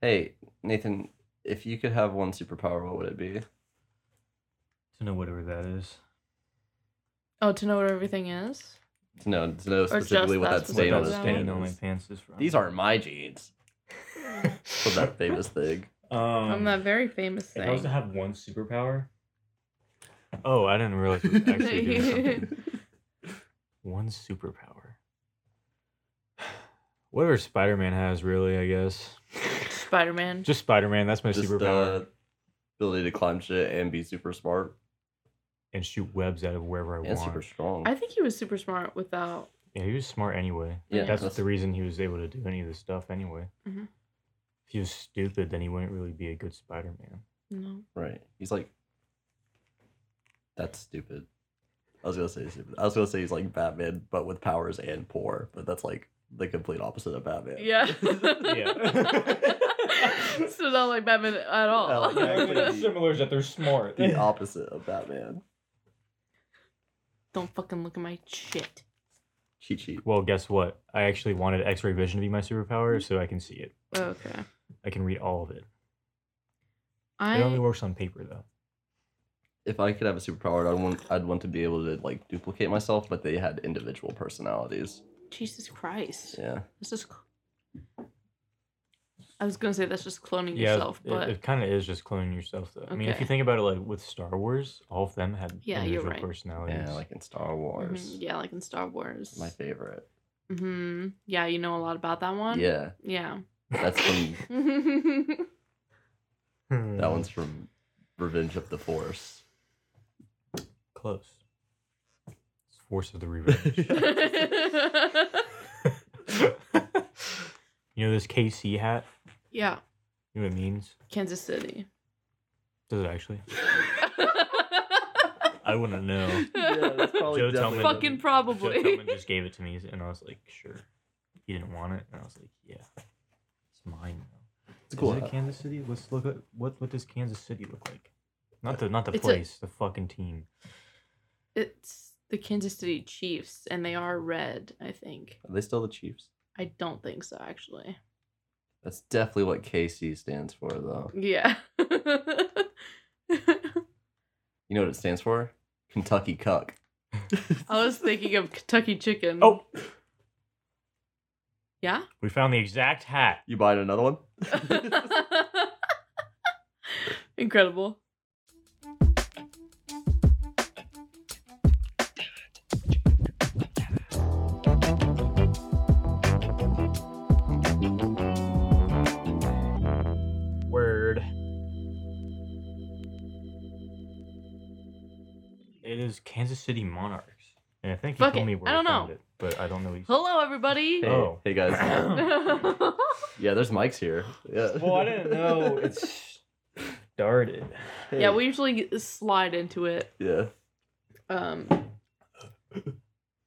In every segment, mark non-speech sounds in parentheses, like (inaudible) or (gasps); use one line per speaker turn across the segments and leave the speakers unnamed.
Hey, Nathan, if you could have one superpower, what would it be?
To know whatever that is.
Oh, to know where everything is.
To know, to know
just
specifically what
that
that stain
specific
on
what
his
that
one.
stain on my
pants. is.
pants is from. (laughs)
These aren't my jeans. Was that famous
(laughs)
thing?
Um,
From that very famous
if I was
thing.
to have one superpower,
Oh, I didn't realize we
(laughs)
were
(laughs)
actually doing something. One superpower. (sighs) Whatever Spider Man has, really, I guess.
Spider Man.
Just Spider Man. That's my
Just uh,
superpower.
the ability to climb shit and be super smart
And shoot webs out of wherever I
and
want.
super strong.
I think he was super smart without.
Yeah, he was smart anyway.
Yeah,
that's,
that's-
the reason he was able to do any of this stuff anyway.
Mhm.
If he was stupid, then he wouldn't really be a good Spider Man.
No.
Right. He's like, that's stupid. I was gonna say stupid. I was gonna say he's like Batman, but with powers and poor. But that's like the complete opposite of Batman.
Yeah.
Yeah.
(laughs) so not like Batman at all.
Oh, yeah.
similar is that they're smart.
the
(laughs)
opposite of Batman.
(laughs) Don't fucking look at my shit.
Cheat sheet.
Well, guess what? I actually wanted X ray vision to be my superpower so I can see it.
Okay.
I can read all of it. It only
I
works on paper, though.
If I could have a superpower, I'd want I'd want to be able to like duplicate myself, but they had individual personalities.
Jesus Christ.
Yeah.
This is. cl- I was gonna say that's just cloning
Yeah,
yourself,
it,
but
kind of is just cloning yourself, though. I mean, if
Okay.
you think about it, like with Star Wars, all of them had
Yeah, you're
individual
right.
personalities.
Yeah, like in Star
Mhm,
Wars.
yeah, like in Star Wars.
My favorite.
hmm Yeah, you know a lot about that one.
Yeah.
Yeah. (laughs)
That's
(laughs)
from
That's
Hmm.
that one's from Revenge of the
(laughs)
Force.
close. It's Force of the (laughs) Revenge. you know this KC hat?
yeah,
You know what it means?
Kansas City.
Does it actually? I wouldn't know.
probably
Joe
definitely-
Tillman.
(laughs)
Joe
Fucking
Tillman
probably. (laughs)
just gave it to me, and I was like, sure. He didn't want it, and I was like, yeah, it's mine.
It's cool.
Is
huh?
it Kansas City? Let's look at what what does Kansas City look like? Not the not the
It's a-
place, the fucking team.
It's the Kansas City Chiefs, and they are red. I think.
Are they still the Chiefs?
I don't think so, actually.
That's definitely what KC stands for, though.
Yeah. (laughs)
You know what it stands for? Kentucky Cuck.
I was thinking of Kentucky Chicken.
Oh,
(laughs)
yeah.
we found the exact hat.
You buying another one?
Incredible.
Word. It is Kansas City Monarchs, and I think he
Fuck
told
it,
me where
I
I
don't
found
know.
it, but I don't know. What he (coughs)
Hello, everybody.
Hey,
Oh.
hey guys. Yeah, there's mics here. Yeah.
well, I didn't
(laughs)
know it
(laughs)
started.
Hey.
(laughs) Yeah, we usually slide into it.
Yeah,
Um,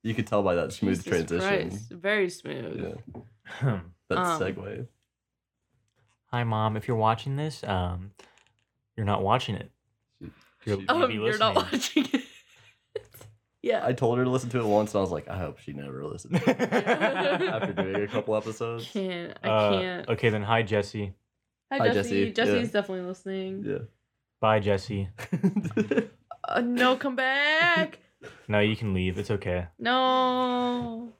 you could tell by that smooth
Jesus
transition.
Christ, Very smooth.
Yeah,
Hi,
that
Um,
segue.
mom. If you're watching this, um, you're not watching
(laughs)
it. You're,
She-
you
Um,
be
you're not
listening.
watching it. (laughs) yeah.
I told her to listen to it once, and I was like, I hope she never listens.
(laughs)
After doing a couple
I
episodes,
can't. I
Uh,
can't.
Okay, then hi Jesse.
Hi,
Hi, Jesse.
Jesse. Jesse's
Yeah.
definitely listening.
yeah.
Bye Jesse.
Uh, no,
(laughs)
come back.
No, you can leave. It's okay.
no. (laughs)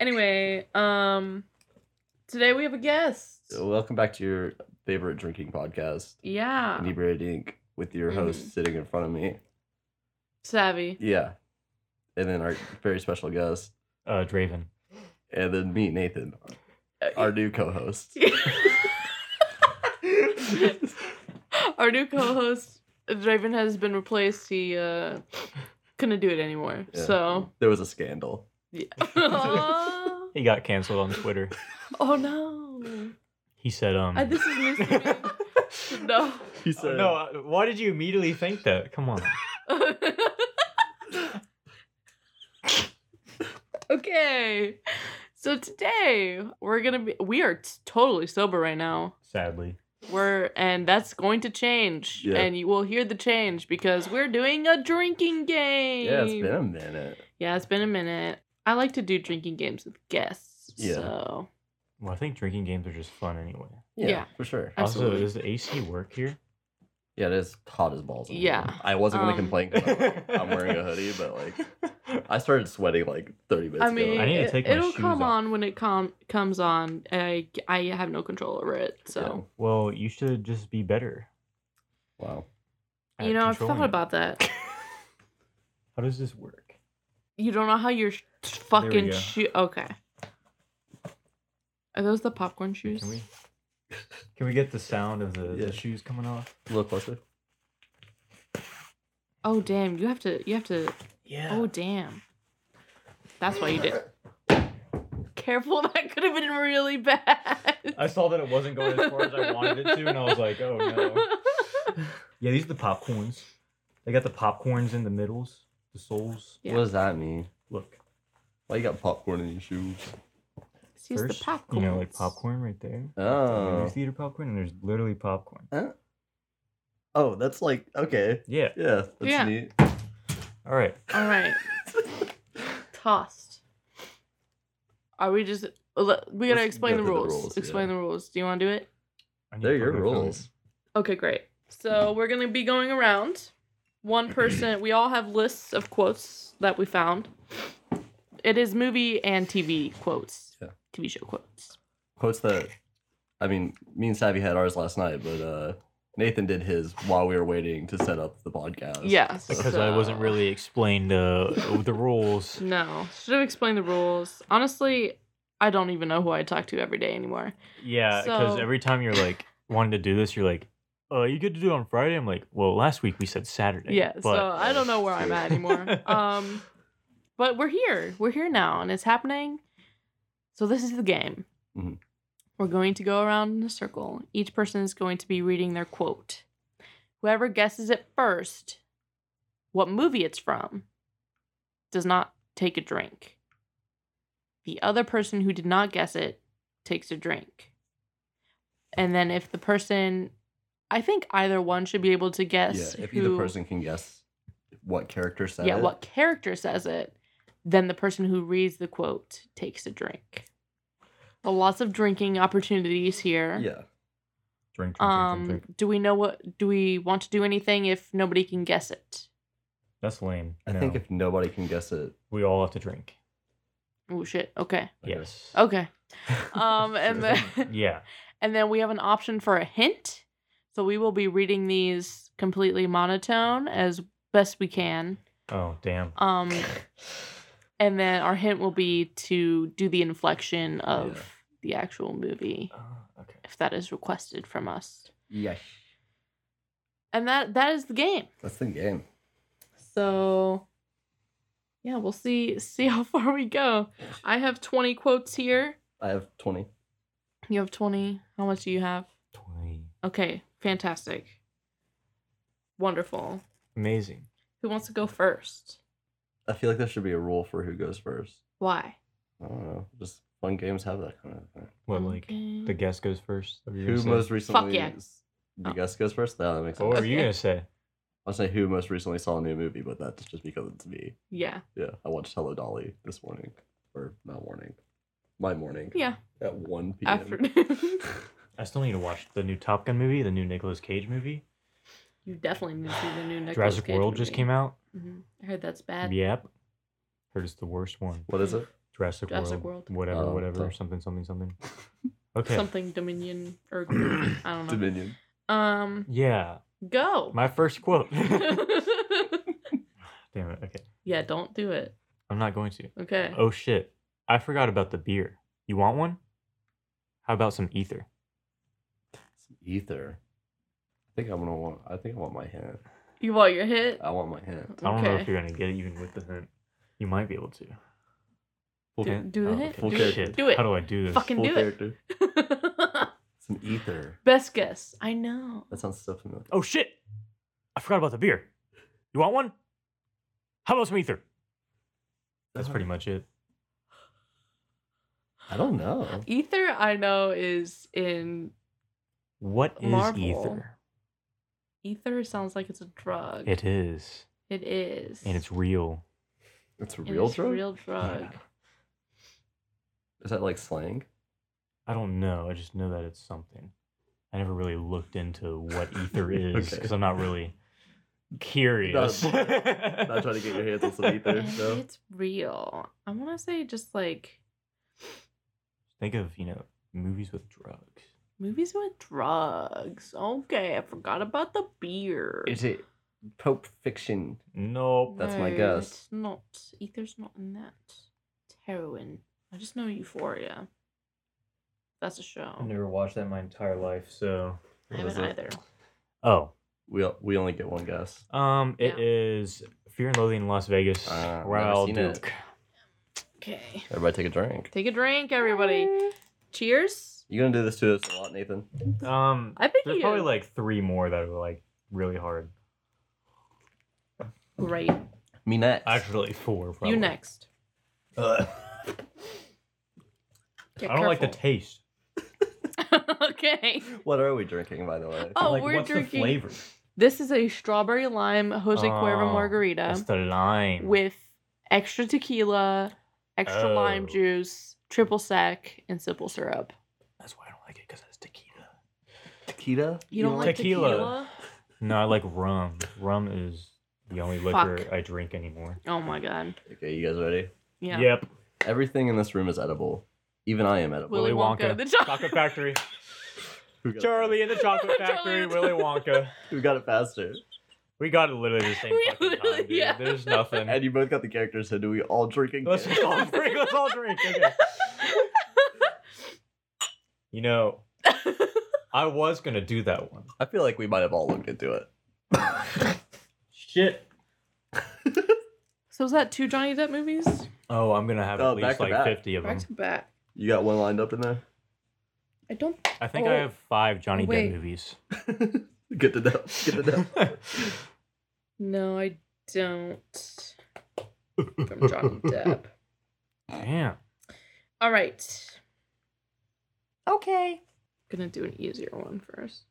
Anyway, um, today we have a guest.
So Welcome back to your favorite drinking podcast,
Yeah,
Inebriated Inc., with your
Mhm.
host sitting in front of me.
savvy.
Yeah, and then our very special guest,
Uh, Draven.
and then me, Nathan, (laughs) our new
(laughs)
co-host.
Our new co-host Draven has been replaced. He uh couldn't do it anymore.
Yeah. (laughs)
So (laughs)
There was a scandal.
yeah. oh,
He got canceled on Twitter.
no!
He said, um.
(laughs) I, Uh, this is news to
(laughs)
me. No.
He
Oh,
said,
(laughs) no, uh, why did you immediately think that? Come on.
(laughs) okay. So today we're gonna be. We are t- totally sober right now.
Sadly.
We're and that's going to change,
Yeah.
and you will hear the change because we're doing a drinking game.
"Yeah, it's been a minute."
Yeah, it's been a minute. I like to do drinking games with guests.
Yeah.
So
Well, I think drinking games are just fun anyway.
Yeah.
for sure.
Absolutely.
Also, does the AC work (laughs) here?
Yeah, it is hot as balls. in here.
Yeah.
I wasn't gonna
Um,
complain. 'cause
(laughs)
I'm- I'm wearing a hoodie, but,
like,
I started sweating like 30 minutes
I mean,
ago.
I need to
it-
take my
it'll
shoes
come
off.
on when it com- comes on. I, I have no control over it. (laughs) So,
well, you should just be better.
Yeah. Wow.
at
you know, I've
controlling
thought
it.
about that.
How does this work?
You don't know how your sh-
There we
fucking
go.
shoe. Okay. Are those the popcorn shoes?
Can we? (laughs) Can we get the sound of the,
Yeah.
the shoes coming off?
A little closer.
Oh damn! You have to. You have to.
Yeah.
Oh damn. That's why you did. Careful, (laughs) that could have been really bad.
I saw that it wasn't going as far as I wanted it to, and I was like, oh
(laughs)
no.
(laughs) Yeah, these are the popcorns. They got the popcorns in the middles, the soles.
Yeah.
What does that mean?
Look,
Why you got popcorn in your shoes?
Let's use the
first,
popcorn.
you know, like popcorn right there. The
Oh.
movie theater popcorn, and there's literally popcorn.
Oh, that's like okay.
Yeah.
Yeah, that's
Yeah.
neat.
All right.
All right, tossed. Are we just? le- We gotta
Let's
explain
go
the
through the
rules.
rules,
explain
yeah.
the rules. Do you want to do it?
I need
They're
to
your
put my phone in.
rules.
Okay, great. So we're gonna be going around. One person. we all have lists of quotes that we found. It is movie and TV quotes.
Yeah.
TV show quotes.
Quotes that I mean, me and Savvy had ours last night, but uh Nathan did his while we were waiting to set up the podcast.
Yes.
Because I wasn't
so-
really explained (laughs) the the rules.
No. Should have explained the rules. Honestly, I don't even know who I talk to every day anymore.
Yeah, because
So-
every time you're like wanting to do this, you're like, "Uh, you get to do it on Friday." I'm like, "Well, last week we said Saturday."
Yeah, so
but
I don't know where I'm
(laughs)
at anymore. um but we're here. We're here now and it's happening. So this is the game.
Mhm.
We're going to go around in a circle. Each person is going to be reading their quote. Whoever guesses it first what movie it's from does not take a drink. The other person who did not guess it takes a drink. And then if the person I think either one should be able to guess
yeah. If
who-
either person can guess what character said
yeah,
it,
what character says it, then the person who reads the quote takes a drink. So lots of drinking opportunities here.
Yeah.
Drink, drink, drink,
Um,
drink.
do we know what? Do we want to do anything if nobody can guess it?
that's lame.
I think
No.
if nobody can guess
(laughs)
it,
we all have to drink.
Oh shit. Okay.
Okay.
Yes.
(laughs)
Okay. Um, and then
Yeah.
(laughs) and then we have an option for a hint. So we will be reading these completely monotone as best we can.
Oh damn.
Um,
(laughs)
and then our hint will be to do the inflection of
Yeah.
the actual movie.
Uh, okay.
if that is requested from us.
yeah.
And that that is the game.
That's the game.
So yeah, we'll see see (laughs) how far we go. I have 20 quotes here.
I have 20.
You have 20. How much do you have?
Twenty.
Okay, fantastic. Wonderful.
Amazing.
Who wants to go first?
I feel like there should be a rule for who goes first.
Why?
I don't know. Just fun games have that kind of thing.
What like
Okay.
the guest goes first? Or you
Who
gonna say-
most recently?
yeah.
s- The
Oh.
guest goes first. No, that makes
What
sense.
were you
Okay.
gonna say?
I'll say who most recently saw a new movie, but that's just because it's me.
Yeah.
Yeah, I watched Hello Dolly this morning, or not morning, my morning.
Yeah.
At one p.m.
(laughs) Afternoon.
I still need to watch the new Top Gun movie, the new Nicolas Cage movie.
you definitely need to see the new Nicolas
Jurassic World just came out.
hmm I heard that's bad.
Yep. Heard it's the worst one.
What is it?
Jurassic,
Jurassic
World,
World.
Whatever,
Oh,
whatever,
okay.
something, something,
(laughs)
something. Okay.
Something Dominion
(clears throat)
or (laughs) I don't know.
Dominion.
um
Yeah.
go.
My first
(laughs)
quote. Damn it. Okay.
yeah, don't do it.
I'm not going to.
Okay.
Oh shit. I forgot about the beer. You want one? How about some ether?
Ether. I think I'm gonna want. I think I want my hand.
You want your hit?
I want my hand.
I don't know if
Okay.
you're gonna get it even with the hint. You might be able to.
Full,
Do,
Okay.
do the
Oh,
hit.
full
Do
character.
it. Do it.
How do I do this?
Fucking
full
do it.
character. Some ether.
(laughs) Best guess. I know.
That sounds so familiar.
Oh shit. I forgot about the beer. You want one? How about some ether? That's pretty much it.
I don't know.
Ether, I know, is in.
What is
Marvel.
ether?
Ether sounds like it's a drug.
It is.
it is.
And it's Oh real.
It's a
And
real
it's a
drug.
real drug.
Yeah.
Is that like slang?
I I don't know. I just know that it's something. I never really looked into what ether
(laughs)
is
Okay.
because I'm not really curious.
(laughs) Not trying to get your hands on some ether. So
It's real. I want to say just like
(laughs) Think of you know movies with drugs.
movies with drugs. Okay, I forgot about the beer.
is it Pope Fiction?
Nope.
That's my
No,
guess.
It's not. Ether's not in that. It's heroin. I just know Euphoria. That's a show.
I've never watched that in my entire life, so
I
What is it?
haven't either.
Oh,
We o- we only get one guess.
um, it
Yeah.
is Fear and Loathing in Las Vegas.
Uh, never
Raoul
seen it.
Duke.
Okay.
Everybody take a drink.
Take a drink, everybody. Cheers.
You gonna do this to us a lot, Nathan?
Um,
I think
there's
you
probably like three more that were like really hard.
great.
Me next.
Actually, four. Probably.
You next.
Ugh.
Get
I don't like the
careful.
taste.
(laughs) okay.
what are we drinking, by the way?
Oh,
like,
we're
what's
drinking.
the flavor?
This is a strawberry lime Jose Cuervo
Oh,
margarita.
It's the lime.
with extra tequila, extra lime
Oh.
juice, triple sec, and simple syrup.
That's why I don't like it because it's tequila.
Tequila.
You don't, like tequila?
Tequila. No, I like rum. Rum is the only liquor
Fuck.
I drink anymore.
Oh my god.
Okay, you guys ready?
Yeah.
Yep.
Everything in this room is edible. Even I am edible.
Willy
Willy
Wonka,
Wonka.
the chocolate-
Chocolate
(laughs)
(laughs) Factory.
Who got it
Charlie and the Chocolate
Charlie
Factory.
and the
Willy Wonka.
fast- Who got it faster?
We got it literally the same
(laughs) We
fucking time,
literally-
dude.
yeah.
There's (laughs) nothing.
And you both got the characters. So do we all drinking?
Let's just all drink. Let's all drink. Okay. You know, I was gonna do that one.
I feel like we might have all looked into it. (laughs)
Shit.
so is that two Johnny Depp movies?
Oh, I'm gonna have
Oh,
at
back
least
to
like
back.
50 of them.
Back to back.
You got one lined up in there.
I don't
I think
Oh,
I have five Johnny
wait.
Depp movies.
Get to know. Get to know.
No, I don't. From Johnny Depp.
(laughs) Damn.
(laughs) All right. Okay. Gonna do an easier one first.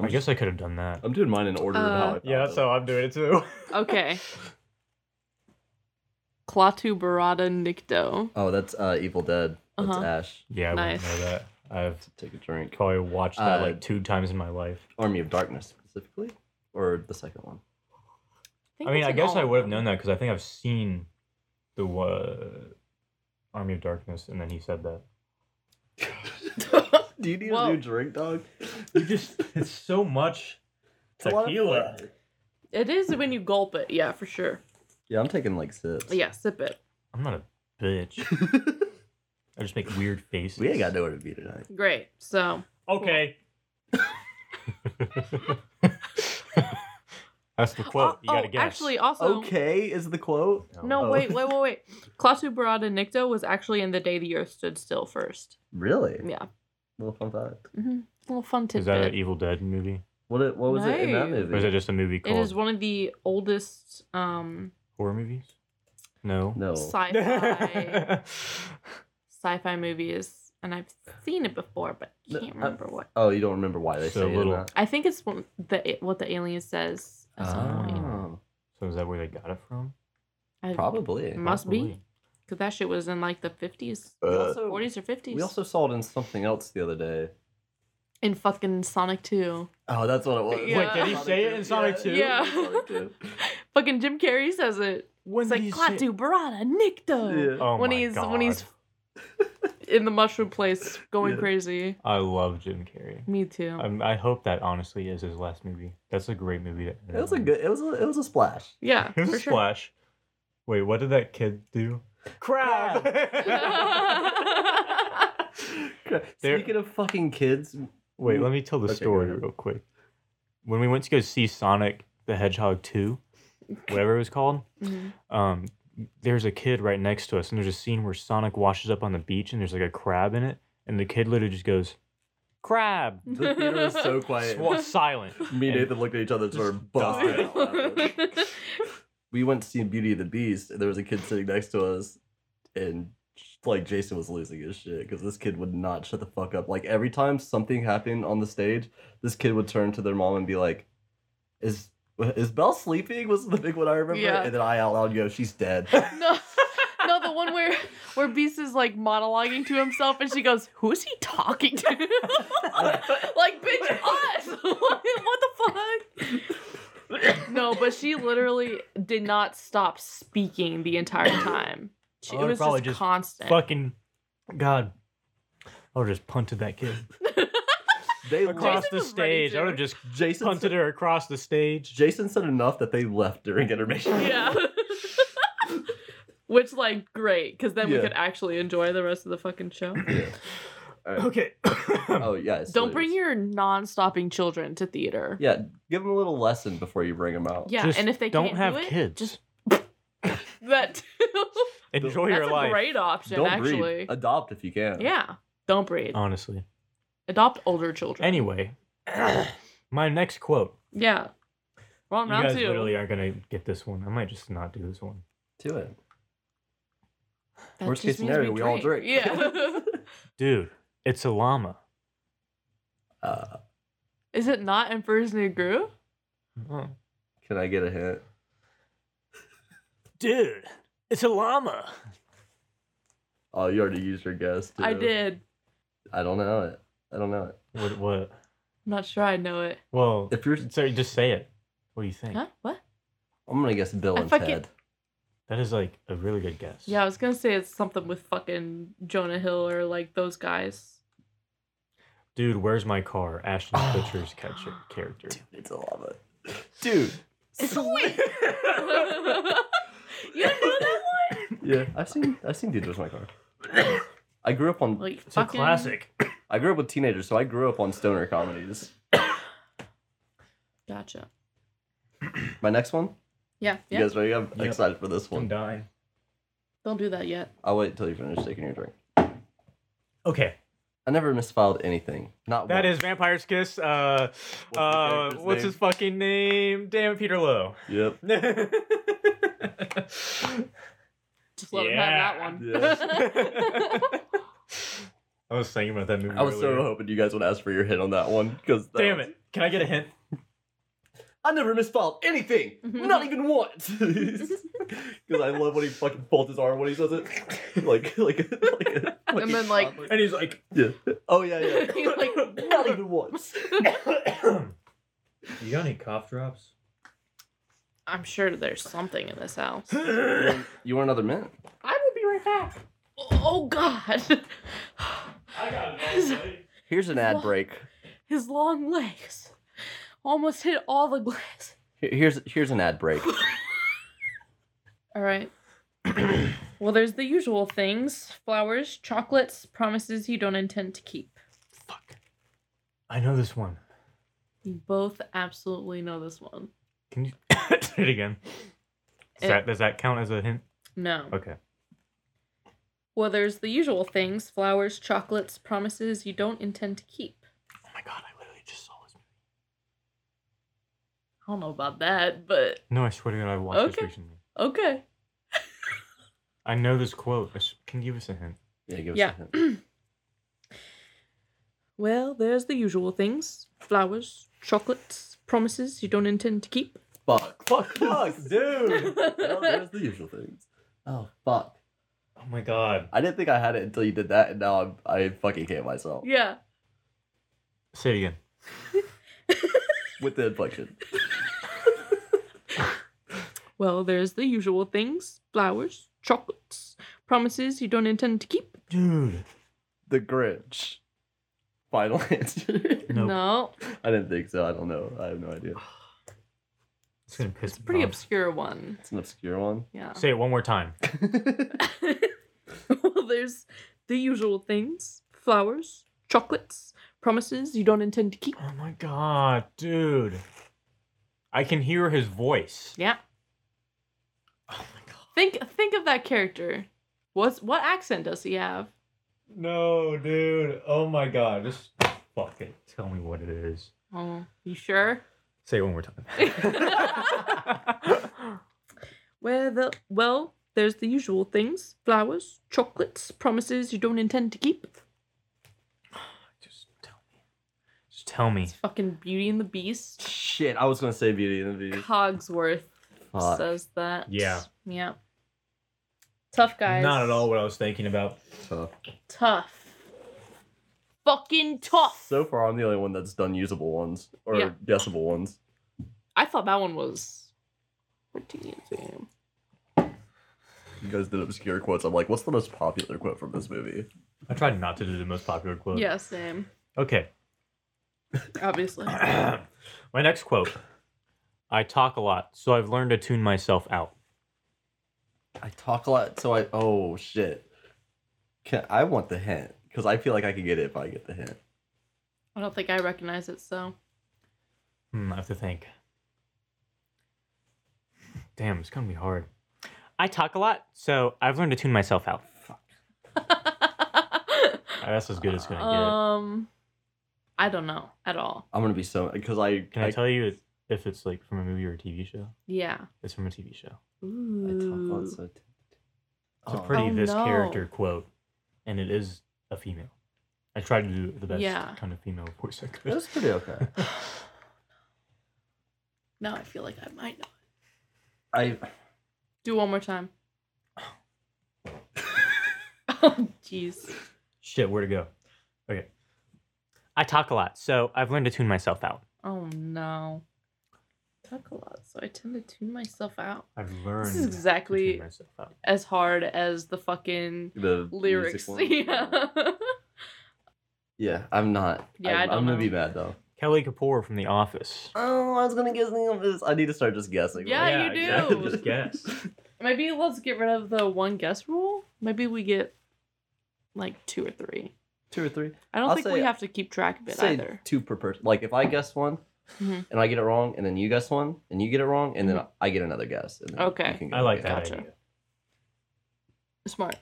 I guess I could have done that.
I'm doing mine in order of
Uh,
how I found
Yeah, that's
it.
oh.
how I'm doing it too.
Okay. (laughs) Klaatu Barada Nikto.
Oh, that's uh, Evil Dead. That's
Uh-huh.
Ash.
(laughs) Yeah, I
Nice.
wouldn't know that. I've
Take a drink.
probably watched that
Uh,
like two times in my life.
Army of Darkness specifically, or the second one.
I mean, I guess I would have known that because I think I've seen the uh, Army of Darkness, and then he said that.
that.
Do you need
Well-
a new drink, (laughs) dog?
You just, it's so much
It's a lot of
tequila.
fun.
It is when you gulp it, yeah, for sure.
Yeah, I'm taking like sips.
Yeah, sip it.
I'm not a bitch. (laughs) I just make weird faces.
we ain't got nowhere to be tonight.
Great. So,
Okay. (laughs) That's the quote. You
Oh,
gotta guess.
Actually, also,
Okay, is the quote.
no,
Oh.
wait, wait, wait, wait. Klaatu Barada Nikto was actually in the day the Earth stood still first.
(laughs) Really?
Yeah.
Little fun fact.
hmm Little fun tidbit.
Is that an Evil Dead movie?
What it, what was it in that
No.
movie?
Or is it just a movie
It
called
is one of the oldest um
Horror Movies? No.
no. (laughs)
sci-fi sci-fi movies, and I've seen it before, but
No,
can't
I-
remember what.
Oh, you don't remember why they
So
say it in
little.
that?
I think it's one, the what the alien says at some point.
Oh,
(laughs) so is that where they got it from?
I-
probably.
must be
Probably.
because that shit was in like the fifties,
Uh,
forties or fifties.
We also saw it in something else the other day.
in fucking Sonic Two,
Oh, that's what it was.
Wait, Yeah. did he
say it in Sonic
yeah,
two?
Yeah.
Yeah. (laughs) fucking Jim Carrey says it.
When
It's like Klaatu Barada Nikto
Yeah.
Oh
when
my
he's
God.
when he's (laughs) in the mushroom place going
Yeah.
crazy.
I love Jim Carrey.
Me too.
I'm, I hope that honestly is his last movie. That's a great movie. To end
It was a
on.
good. It was a. It was a splash.
(laughs)
yeah,
It was
for
a splash. Wait, what did that kid do?
sure.
There-
Speaking of fucking kids,
(laughs) Wait, let me tell the
Okay, go
story
ahead.
real quick. When we went to go see Sonic the Hedgehog 2, whatever it was called,
Mhm.
um, there's a kid right next to us, and there's a scene where Sonic washes up on the beach, and there's like a crab in it, and the kid literally just goes, "Crab."
the theater was so quiet.
Swa- silent.
Me and
And-
Nathan looked at each other and started busting out laughing.
That's
(laughs) We went to see Beauty and the Beast, and there was a kid sitting next to us, and like Jason was losing his shit because this kid would not shut the fuck up. Like every time something happened on the stage, this kid would turn to their mom and be like, "Is is Belle sleeping?" Was the big one I remember,
Yeah.
and then I out loud go, "She's dead."
(laughs) No, no, the one where where Beast is like monologuing to himself, and she goes, "Who is he talking to?" (laughs) like, bitch, us. (laughs) what the fuck? no, but she literally did not stop speaking the entire time. She,
I
it
would
was
probably
just,
just
constant.
Fucking God. I would have just punted that kid
They
across
left.
(laughs) Jason
the
was ready
stage. I
to.
would have just
Jason
punted
said,
her across the stage.
Jason said enough that they left during intermission.
(laughs) Yeah. Which like great, because then we
Yeah.
could actually enjoy the rest of the fucking show.
Alright.
Okay. (coughs)
Oh yeah. it's
Don't
serious.
bring your non-stopping children to theater.
Yeah, give them a little lesson before you bring them out.
Yeah,
Just
and if they
don't
can't
have
do it,
kids.
just that
Enjoy
that's
your
a
life.
great option
Don't
actually.
breed. Uh, Adopt if you can.
yeah, don't breed.
Honestly.
Adopt older children.
Um, Anyway, (coughs) my next quote.
yeah, we're on
You
round
guys
two.
literally aren't gonna get this one. I might just not do this one.
Do it.
That
Worst
just
case
means
scenario, we all drink.
Yeah,
Dude, it's a llama.
Uh,
is it not in First New Groove?
can I get a hint?
Dude, it's a llama.
Oh, you already used your guess. Too.
I did.
I don't know it. I don't know it.
What? What?
I'm not sure I know it.
Well,
If you're,
sorry, just say it. What do you think?
Huh? What?
I'm gonna guess Bill
I
and
fucking-
Ted.
That is like a really good guess.
Yeah, I was gonna say it's something with fucking Jonah Hill or like those guys.
Dude, where's my car? Ashton
Oh.
Kutcher's catcher, character.
Dude, it's a lava. Dude.
It's (laughs) you don't know that one?
yeah, I've seen I've seen Dude Where's My Car. I grew up on
(laughs) Like
It's a
fucking
classic.
I grew up with teenagers, so I grew up on stoner comedies.
Gotcha.
My next one?
Yeah, yeah.
You guys ready? I'm
Yep.
excited for this one.
dying.
Don't do that yet.
I'll wait until you finish taking your drink.
Okay,
I never misfiled anything. Not
that
one.
is Vampire's Kiss. Uh,
What's the
uh,
character's
what's
name?
his fucking name? Damn, it, Peter
(laughs)
Lowe.
Yep.
Just let him
Yeah.
have that one.
(laughs) I was thinking about that movie.
I was so
earlier.
hoping you guys would ask for your hit on that one because
Damn it! Can I get a hint?
I never misfiled anything,
Mm-hmm.
not even
(laughs)
once. (laughs) Because I love when he fucking folds his arm when he says it, like (laughs) like like. a- like
And
a-
then, like-
And he's like,
(laughs) yeah. Oh yeah
(laughs)
yeah.
He's like,
not even
(laughs)
once.
You got any cough
(laughs)
(laughs)
drops?
I'm sure there's something in this house.
You want another mint?
I will be right back. Oh God, (sighs) his,
Here's an ad break.
his long legs almost hit all the glass.
Here- Here's here's an ad
(laughs)
break.
All (clears throat) right. well, there's the usual things: flowers, chocolates, promises you don't intend to keep.
"Fuck, I know this one.
You both absolutely know this one.
Can you (coughs) say it again? Does,
It-
that, does that count as a hint?
No.
Okay.
Well, there's the usual things: flowers, chocolates, promises you don't intend to keep.
Oh my god, I literally just saw this. Movie.
I don't know about that, but
No, I swear to God, I watched this
Okay.
recently.
okay.
I know this quote. I s- Can you give us a hint?
Yeah, give us
Yeah.
a hint.
Well, there's the usual things flowers, chocolates, promises you don't intend to keep.
Fuck, fuck,
(laughs)
fuck, dude. well,
I
there's the usual things. Oh fuck!
Oh my god.
I didn't think I had it until you did that, and now I'm, I fucking hate myself
Yeah.
Say it again.
with the inflection.
Well, there's the usual things flowers, chocolates, promises you don't intend to keep.
Dude.
The Grinch. Final (laughs) answer.
Nope.
No.
I didn't think so. I don't know. I have no idea.
It's gonna piss me
Pretty
off.
obscure one.
It's an obscure one.
Yeah.
Say it one more time.
(laughs) well, there's the usual things flowers, chocolates, promises you don't intend to keep.
Oh my god, dude. I can hear his voice.
Yeah.
Oh my god.
Think think of that character. What's what accent does he have?
No, dude. Oh my god. Just fuck it.
Tell me what it is.
Oh, you sure?
Say it one more
(laughs)
time.
Where the well, there's the usual things: flowers, chocolates, promises you don't intend to keep.
(laughs) Just tell me. Just tell me.
It's fucking Beauty and the Beast.
Shit, I was gonna say Beauty and the Beast.
Cogsworth
Fuck.
says that.
Yeah.
Yeah. Tough guys.
Not at all what I was thinking about.
Tough.
Tough. Fucking tough.
So far, I'm the only one that's done usable ones or
Yeah.
guessable ones.
I thought that one was pretty easy.
You guys did obscure quotes. I'm like, what's the most popular quote from this movie?
I tried not to do the most popular quote.
Yeah, same.
Okay. (clears throat)
Obviously.
My next quote. I talk a lot, so I've learned to tune myself out.
I talk a lot, so I. Oh shit. Can I want the hint? Because I feel like I could get it if I get the hint.
I don't think I recognize it, so.
Hmm, I have to think. Damn, it's gonna be hard. I talk a lot, so I've learned to tune myself out. That's as good as it's gonna get.
um, I don't know at all.
I'm gonna be so because I
Can I, tell you if- if it's like from a movie or a TV show?
Yeah.
It's from a TV show.
I talk a lot,
Ooh.
so t-
It's
Oh.
a pretty
Oh,
this
no.
character quote, and it is a female. I tried to do the best
Yeah.
kind of female voice I
(laughs)
could.
That's pretty okay.
Now I feel like I might not.
I
Do one
(laughs)
more time. oh, jeez.
Shit, where to go? Okay. I talk a lot, so I've learned to tune myself out.
Oh, no. Talk a lot, so I tend to tune myself out.
I've learned.
This is exactly
myself out.
as hard as the fucking
the
lyrics. (laughs)
music one.
Yeah.
Yeah, I'm not.
Yeah,
I'm,
I don't
am gonna
know.
be mad though.
Kelly Kapoor from The Office.
Oh, I was gonna guess something of this. I need to start just guessing.
Yeah,
like- (laughs)
you
exactly,
do.
Just guess.
Maybe let's get rid of the one guess rule. Maybe we get like two or three.
two or three.
I don't
I'll
think
say-
we have to keep track of it
Say
either.
two per person. Like if I guess one
Mhm.
and I get it wrong, and then you guess one and you get it wrong, and then I get another guess. And then
Mm-hmm. Okay.
you can go
I like
again.
that
Gotcha.
idea.
Smart.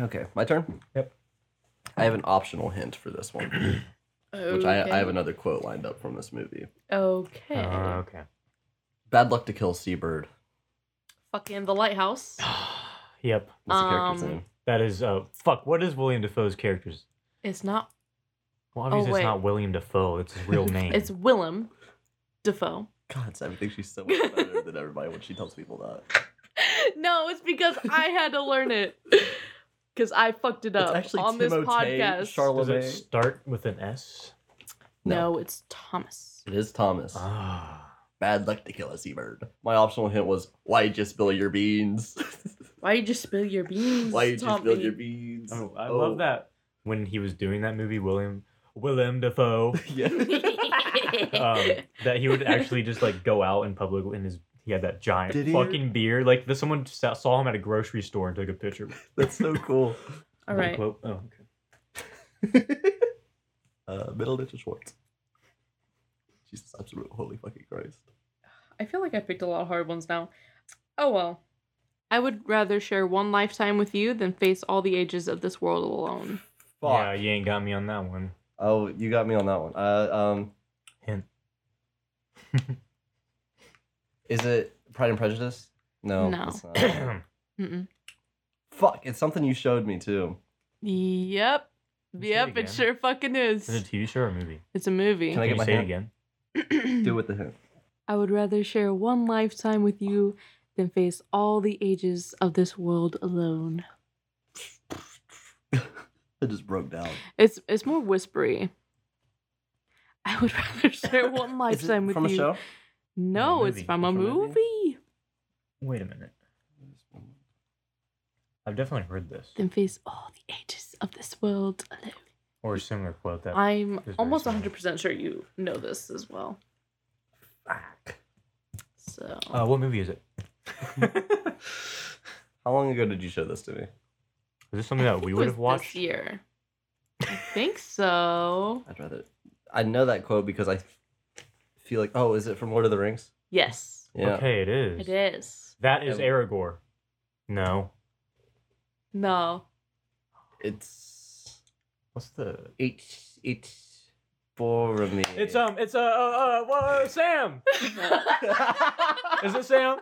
Okay, my turn.
Yep.
I have an optional hint for this
(clears throat)
one, which I, I have
Okay.
another quote lined up from this movie.
Okay.
Uh,
Oh, okay. (sighs)
Bad luck to kill Seabird.
Fucking the lighthouse.
yep.
That's the character's
Um,
name.
That is. Uh, fuck. What is William Defoe's character's?
It's not.
Well, obviously
Oh, wait.
it's not William Defoe. It's his
(laughs)
real name.
It's Willem Defoe.
God, Sam, I think she's so much better than everybody when she tells people that.
(laughs) no, it's because I had to learn it. (laughs) Because I fucked it up
actually
on this
Timothée
podcast.
Charla-
Does it
Lame.
start with an S?
no. it's Thomas.
It is Thomas.
Ah.
Bad luck to kill a seabird. My optional hint was why you just spill your beans? (laughs)
Why you just spill your beans?
why you just spill
Tommy?
your beans?
Oh, I
Oh.
love that. When he was doing that movie, William William Defoe,
(laughs)
(laughs)
yeah.
(laughs)
(laughs)
um, that he would actually just like go out in public in his he had that giant
Did he?
fucking beard. Like this, someone sa- saw him at a grocery store and took a picture.
That's so cool. (laughs)
All right.
Quote. Oh, okay.
Uh, middle ditch of Schwartz. Jesus, absolute holy fucking Christ.
I feel like I picked a lot of hard ones now. Oh well. I would rather share one lifetime with you than face all the ages of this world alone.
Fuck.
Yeah, you ain't got me on that
(clears throat)
one.
Oh, you got me on that one. Uh, um,
Hint.
(laughs) is it Pride and Prejudice? No.
No.
it's not.
Mm-mm.
Fuck, it's something you showed me too.
Yep.
Say it
Yep,
again.
it sure fucking
Is it a
is.
TV show or a movie?
It's a movie.
Can I get
Can you
my
say it
hand?
again?
(clears throat)
Do with the hint.
I would rather share one lifetime with you than face all the ages of this world alone.
(laughs) It just broke down.
It's it's more whispery. (laughs) I would rather share one
Is it
lifetime with
from
you.
a show?
No, it's
movie.
from a
From a movie?
movie.
Wait a minute. I've definitely heard this
Then face all the ages of this world alone.
or a similar quote that
I'm
very
almost
similar.
100% sure you know this as well. So,
Uh, what movie is it?
How long ago did you show this to me?
Is this something that we would have watched?
(laughs) this year. I think so.
I'd rather. I know that quote because I feel like, oh, is it from Lord of the Rings?
Yes,
Yeah. Um,
Okay, it is.
it is.
That is
Yeah.
Aragorn. No.
(laughs) No,
It's
What's the?
it's it's Boromir. (laughs)
It's um. It's uh. uh, uh whoa, Sam.
(laughs)
Is it Sam?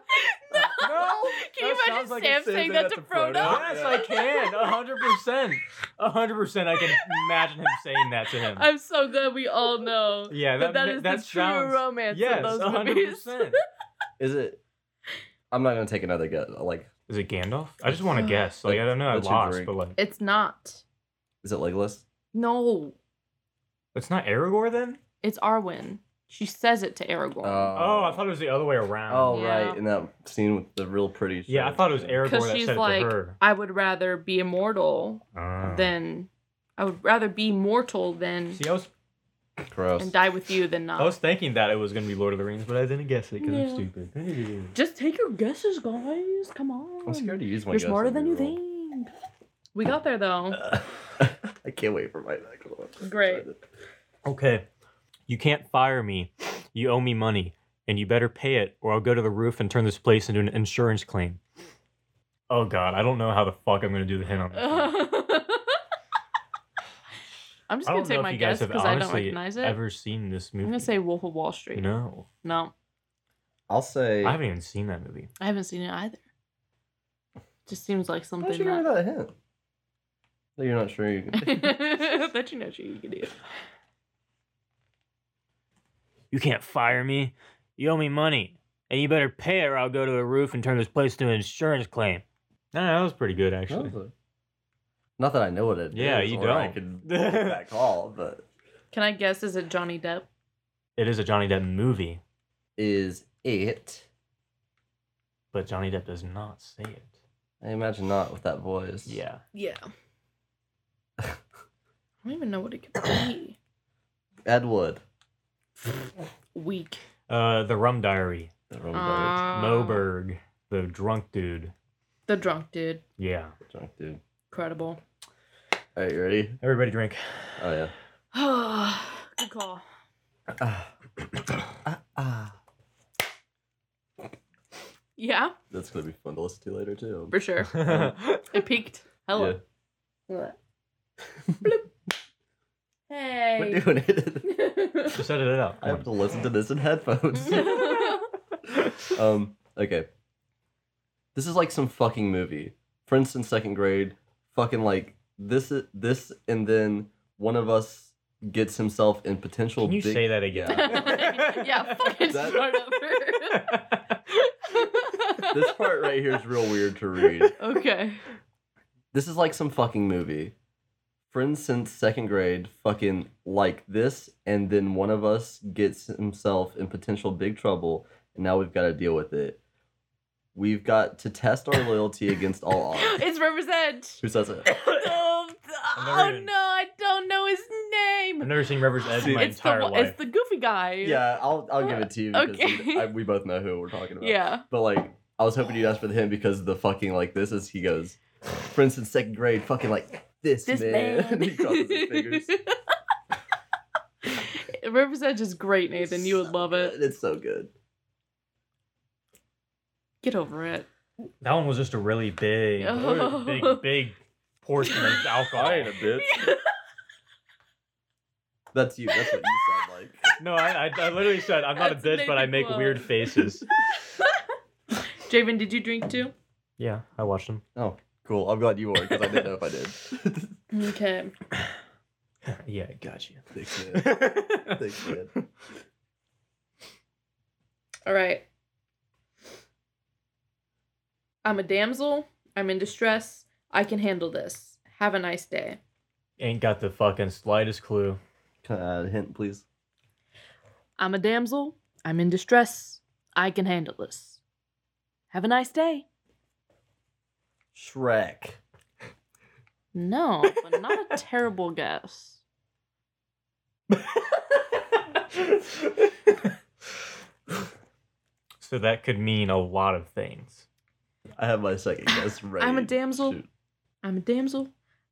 No.
No?
Can
That
you imagine
sounds like
Sam
it says
saying
it
that
at
to
the
Frodo?
pronoun.
Yes, I can. A hundred percent. A hundred percent. I can imagine him saying that to him.
(laughs) I'm so glad we all know
yeah,
that
that
that is
that
the
sounds.
true romance
yes,
of those
a hundred
movies.
percent.
Is it? I'm not gonna take another guess. Like
Is it Gandalf? I just want to guess. Like I
That's-
don't know. I
that's your
lost,
Uh, drink.
but like
(laughs) It's not.
Is it Legolas?
No,
it's not Aragorn then.
it's Arwen. She says it to Aragorn.
Oh, I thought it was the other way around.
Uh, Oh
Yeah.
right, in that scene with the real pretty.
yeah, I
shirt.
thought it was Aragorn
Because
that
she's
said
like,
it to her.
I would rather be immortal
Oh.
than. I would rather be mortal than.
see, I was
Gross.
and die with you than not.
I was thinking that it was gonna be Lord of the Rings, but I didn't guess it because I'm
Yeah.
stupid.
Just take your guesses, guys. Come on.
I'm scared to use my.
You're
guess
smarter
on
than you
roll.
think. We got there though.
(laughs) I can't wait for my next one.
Great.
Okay, you can't fire me. You owe me money, and you better pay it, or I'll go to the roof and turn this place into an insurance claim. Oh God, I don't know how the fuck I'm gonna do the hint
(laughs)
on this. one.
I'm just
I don't
gonna
know
take
if
my
you guys
guess
have
because I don't
honestly
recognize it.
ever seen this
I'm
movie.
gonna say Wolf of Wall Street.
no.
No,
I'll say.
I haven't even seen that movie.
I haven't seen it either. Just seems like
How'd
something
you know
that.
that hint? No, you're not sure. You
(laughs)
can...
that you know she you could do.
You can't fire me. You owe me money. And you better pay or I'll go to the roof and turn this place into an insurance claim. No, that was pretty good, actually.
not that I know what it is.
Yeah, you
or I (laughs)
don't.
could make that call, but
Can I guess? Is it Johnny Depp?
(laughs) It is a Johnny Depp movie,
is it?
but Johnny Depp does not say it.
I imagine not with that voice.
Yeah.
Yeah. I don't even know what it
(coughs)
could be.
Ed Wood.
Weak.
Uh, The Rum Diary.
The Roman Guard,
Uh,
Moberg. The drunk dude.
The drunk dude.
Yeah.
drunk dude.
Incredible. (sighs)
All right, you ready?
Everybody drink.
Oh (coughs) yeah.
Good call. Yeah,
That's gonna be fun to listen to later too.
for sure. It peaked.
Yeah.
Hello. Look. Bloop. Hey.
We're doing it.
(laughs)
(laughs)
Just edit it out.
I have to listen to this in headphones. (laughs) um, okay. This is like some fucking movie. Princeton second grade, fucking like this i- this and then one of us gets himself in potential
Can you
big
say
(laughs)
that again?
(laughs) (laughs) yeah, fucking
That-
start over.
(laughs) This part right here is real weird to
(laughs)
read.
okay.
This is like some fucking movie. Friends since second grade, fucking like this, and then one of us gets himself in potential big trouble, and now we've got to deal with it. We've got to test our loyalty against all
(laughs)
odds.
It's River's
(coughs)
Edge.
Who says it?
Oh,
never
oh
even-
no, I don't know his
(laughs) I've
name.
never seen Rivers Edge in my
it's
entire
the one-
life.
it's the goofy guy.
Yeah, I'll I'll give it to you because
Okay.
we, I, we both know who we're talking about.
Yeah.
But like, I was hoping you'd ask for the hint because the fucking like this is he goes, for instance, second grade, fucking like this,
This
man. (laughs)
man.
he crosses his fingers.
River's Edge is great, Nathan. You would (laughs) love it.
It's so good.
Get over it.
That one was just a really big,
Oh.
big, big portion
(laughs)
of alcohol.
bitch. That's you. That's what you sound like.
(laughs)
(laughs)
No, I, I, I literally said I'm not a
That's
bitch, but I
Nathan
make
Clone.
weird
(laughs)
faces.
Javen, did you drink too?
Yeah, I watched them.
Oh, cool. I'm glad you were because I didn't know if I did.
Okay.
Yeah,
(laughs)
got you.
Thanks, man. Thanks, man.
All right. I'm a damsel. I'm in distress. I can handle this. Have a nice day.
Ain't got the fucking slightest clue.
Can I add a hint, please?
I'm a damsel. I'm in distress. I can handle this. Have a nice day.
Shrek.
No, but not (laughs) a terrible guess.
so that could mean a lot of things.
I have my
(laughs)
second guess right.
I'm a damsel.
Shoot.
I'm a damsel.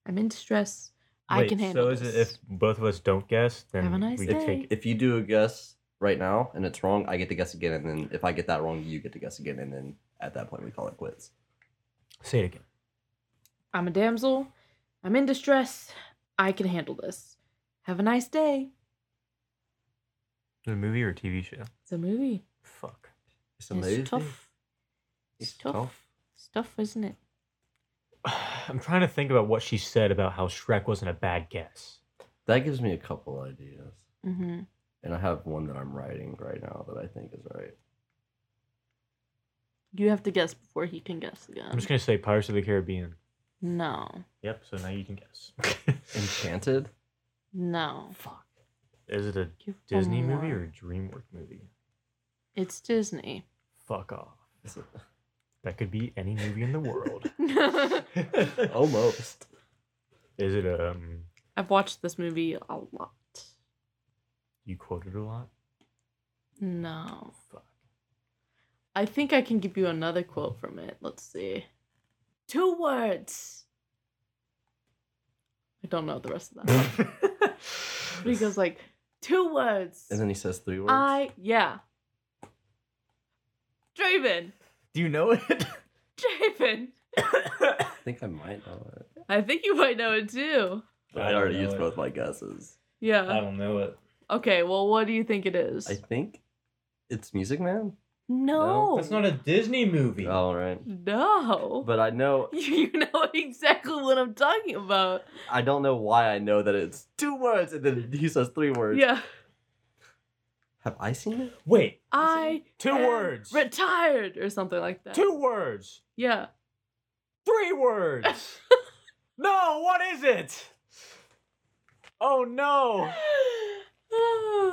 I'm in distress. I
Wait,
can handle
So
this.
is it if both of us don't guess, then
Have a nice
we
day.
take it.
If you do a guess right now and it's wrong, I get to guess again, and then if I get that wrong, you get to guess again, and then at that point we call it quits.
Say it again.
I'm a damsel. I'm in distress. I can handle this. Have a nice day.
A movie or a TV show?
It's a movie.
Fuck.
It's
It's tough. It's tough. It's tough, isn't it?
(sighs) I'm trying to think about what she said about how Shrek wasn't a bad guess.
That gives me a couple ideas,
Mm-hmm.
and I have one that I'm writing right now that I think is right.
You have to guess before he can guess again.
I'm just gonna say Pirates of the Caribbean.
No.
Yep. So now you can (laughs) guess.
Enchanted.
No.
Fuck.
Is it a
Give one
Disney movie
more.
or a DreamWorks movie?
It's Disney. (laughs)
Fuck off.
Is it-
That could be any movie in the (laughs) world.
I've
(laughs) Almost.
Is it um?
watched this movie a lot.
You quoted a lot.
No.
Fuck.
I think I can give you another quote from it. Let's see. Two words. I don't know the rest
(laughs)
of that. he goes like, two words.
And then he says three words.
I yeah. Draven.
(laughs) Do you know it?
Draven.
I think I might know it.
I think you might know it too.
But
I
I,
don't
already
know
used
it.
both my guesses.
I
Um,
Yeah.
don't know it.
Okay, well what do you think it is?
I think it's Music Man.
no.
That's not a Disney movie.
All right.
No. (laughs)
But I know
you know exactly what I'm talking about.
I don't know why I know that it's two words and then he says three words.
Yeah.
Have I seen it?
Wait.
I
Two
am
words.
Retired or something like that.
Two words.
Yeah.
Three words. no. What is it? Oh no. Oh.
(sighs)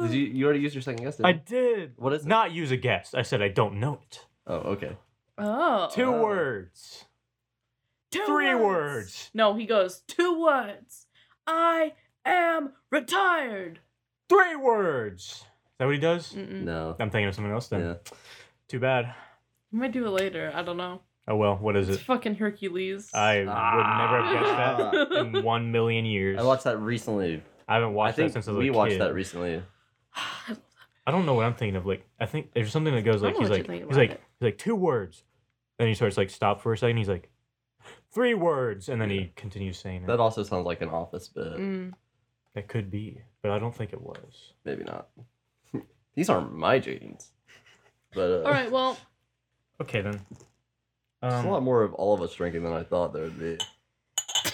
Did you you already used your second guess? didn't
I
you?
did.
What is it?
Not use a guess. I said I don't know it.
Oh, okay.
Oh.
Two
Oh.
words.
Two
Three words.
No, he goes, two words. I am retired.
Three words. Is that what he does?
Mm-mm.
No.
I'm thinking of someone else then.
Yeah.
Too bad.
We might do it later. I don't know.
Oh well. What is
It's
it?
fucking Hercules. (laughs)
I would never have guessed
Ah.
that in one million years.
I watched that recently.
I haven't
I
watched that
think
since I was
we
a
watched
kid.
that recently.
I don't know what I'm thinking of. Like, I think there's something that goes
I
like
know
he's
what
like
you're
he's
thinking
like
about it.
he's like two words, then he starts like stop for a second. He's like three words, and then he continues saying it.
That also sounds like an office bit.
(sighs) Mm.
that could be, but I don't think it was.
Maybe not. (laughs) These aren't my jeans. But uh,
All right, well,
Okay then.
there's
Um,
a lot more of all of us drinking than I thought there would be.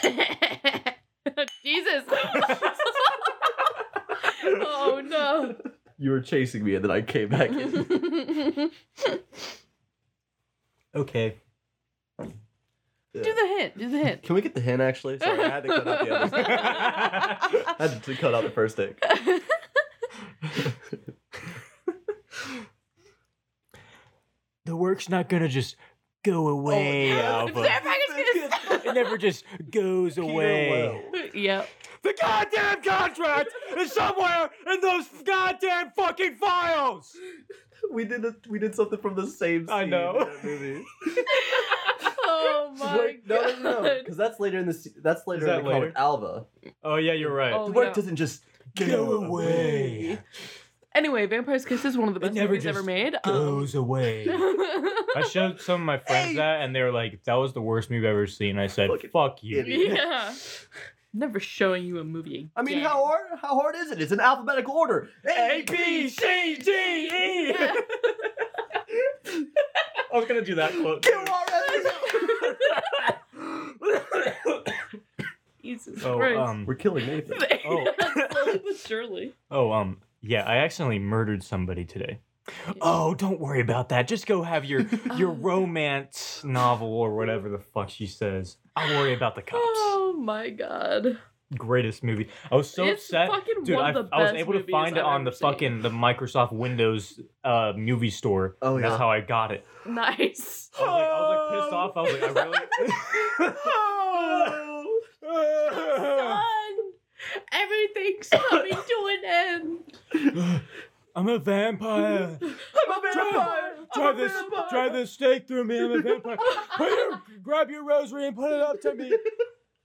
(laughs) Jesus. oh, no.
You were chasing me and then I came back
(laughs)
in.
do
okay.
the hint. Do the hint.
Can we get the hint actually? Sorry, I had to cut out the
(laughs)
other. I had to cut out the first
(laughs)
take.
The work's not gonna just go
Oh, (laughs)
away, Alpha. (laughs) It never just goes away.
(laughs) yep.
The goddamn contract is somewhere in those goddamn fucking files.
We did a, we did something from the same. Scene
I know.
in that
(laughs)
movie.
Oh, my
Work-
God.
no, no, no, because that's later in the se- that's later
that
in the comic
later?
Alva.
Oh yeah, you're right.
Oh,
the work
yeah.
doesn't just go,
away.
Anyway, Vampire's Kiss is one of the
It
best
never
movies ever
just
made. (laughs)
Goes away.
Um,
I showed some of my friends
Hey.
that, and they were like, "That was the worst movie I've ever seen." I said,
Fucking
"Fuck you."
(laughs)
idiot.
yeah. Never showing you a movie again.
I mean, how hard how hard is it? It's in alphabetical order. A B C.
D E. (laughs)
(laughs)
I was gonna do that quote.
Q R S.
(laughs) Jesus
Oh
Christ.
um.
We're killing
(laughs)
Nathan.
Oh.
Slowly but surely.
Oh um. Yeah, I accidentally murdered somebody today.
Yeah.
Oh, don't worry about that. Just go have
(laughs)
your your
Oh.
romance novel or whatever the fuck she says. I'll worry about the cops.
Oh my god.
Greatest movie. I was so
It's
upset.
fucking
Dude,
one
I,
of the
I was
best
able to
movies
find it
I've
on the
ever seen.
fucking the Microsoft Windows uh, movie store.
Oh,
And
yeah.
That's how I got it.
(laughs) Nice.
I was, like, I was like pissed off. I was like, I (laughs) really.
Done. Everything's coming to an end.
I'm a vampire.
I'm a
Drive-
vampire.
Drive this, drive this stake through me. I'm a vampire. Put your, grab your rosary and put it up to me.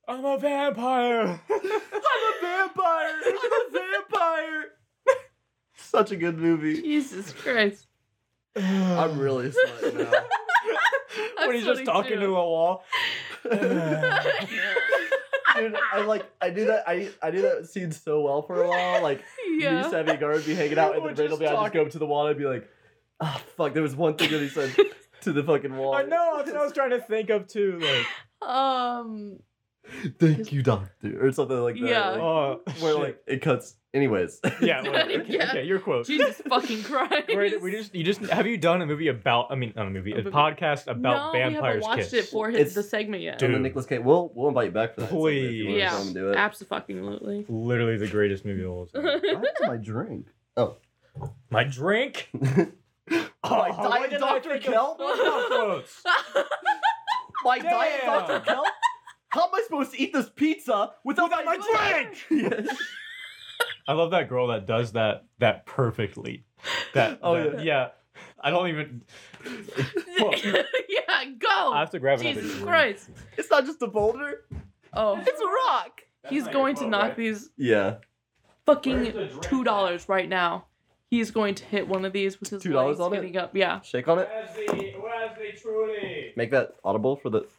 I'm a vampire.
(laughs) I'm a vampire. I'm a vampire. Such a good movie.
(laughs) Jesus
(laughs)
Christ. (laughs)
I'm really sweating now.
I'm
when he's just
sweating
talking to the
too.
(laughs) wall.
(laughs) Dude, I like I do that I I do that scene so well for a while. Like me,
yeah.
Sammy Gar would be hanging out, and
We're
then Brandon
just
would just
talking.
go up to the wall and I'd be like, "Ah, fuck!" There was one thing that he said to the fucking wall.
I know. That's what I was trying to think of too. Like,
Um
Thank you, doctor, or something like that.
Yeah.
Like,
Oh,
where
shit.
like it cuts. Anyways,
(laughs) yeah, wait, okay,
Yeah.
okay, your quote.
Jesus fucking Christ.
Right, we just you just have you done a movie about I mean not a movie a,
A movie.
podcast
no,
about
we haven't
vampires
watched
kiss.
it for his,
It's-
the segment yet.
Dude,
and the Nicholas Cage. We'll we'll invite you back for that. segment if you wanna
Please.
come do it.
Absolutely.
Literally the greatest movie of all
(laughs)
time.
I have my drink. Oh,
My
(laughs)
drink.
my
(laughs) Oh, why
diet
did I
Dr.
think of
Kelp.
(laughs) football quotes?
My diet
Damn.
Dr. Kelp. How am I supposed to eat this pizza without,
Without my
(laughs) drink?
I love that girl that does that that perfectly.
(laughs)
That
Oh,
that- yeah. I don't even. (laughs) Well,
yeah,
(laughs) I
go.
have to grab another.
Oh, Jesus
drink.
Christ.
it's not just a boulder.
Oh,
It's a rock.
he's going to knock these
Yeah,
fucking two dollars right now. He's going to hit one of these with his
$2
legs
on it?
getting up. Yeah.
shake on it.
Where's the, where's the truly?
Make that audible for the. (laughs)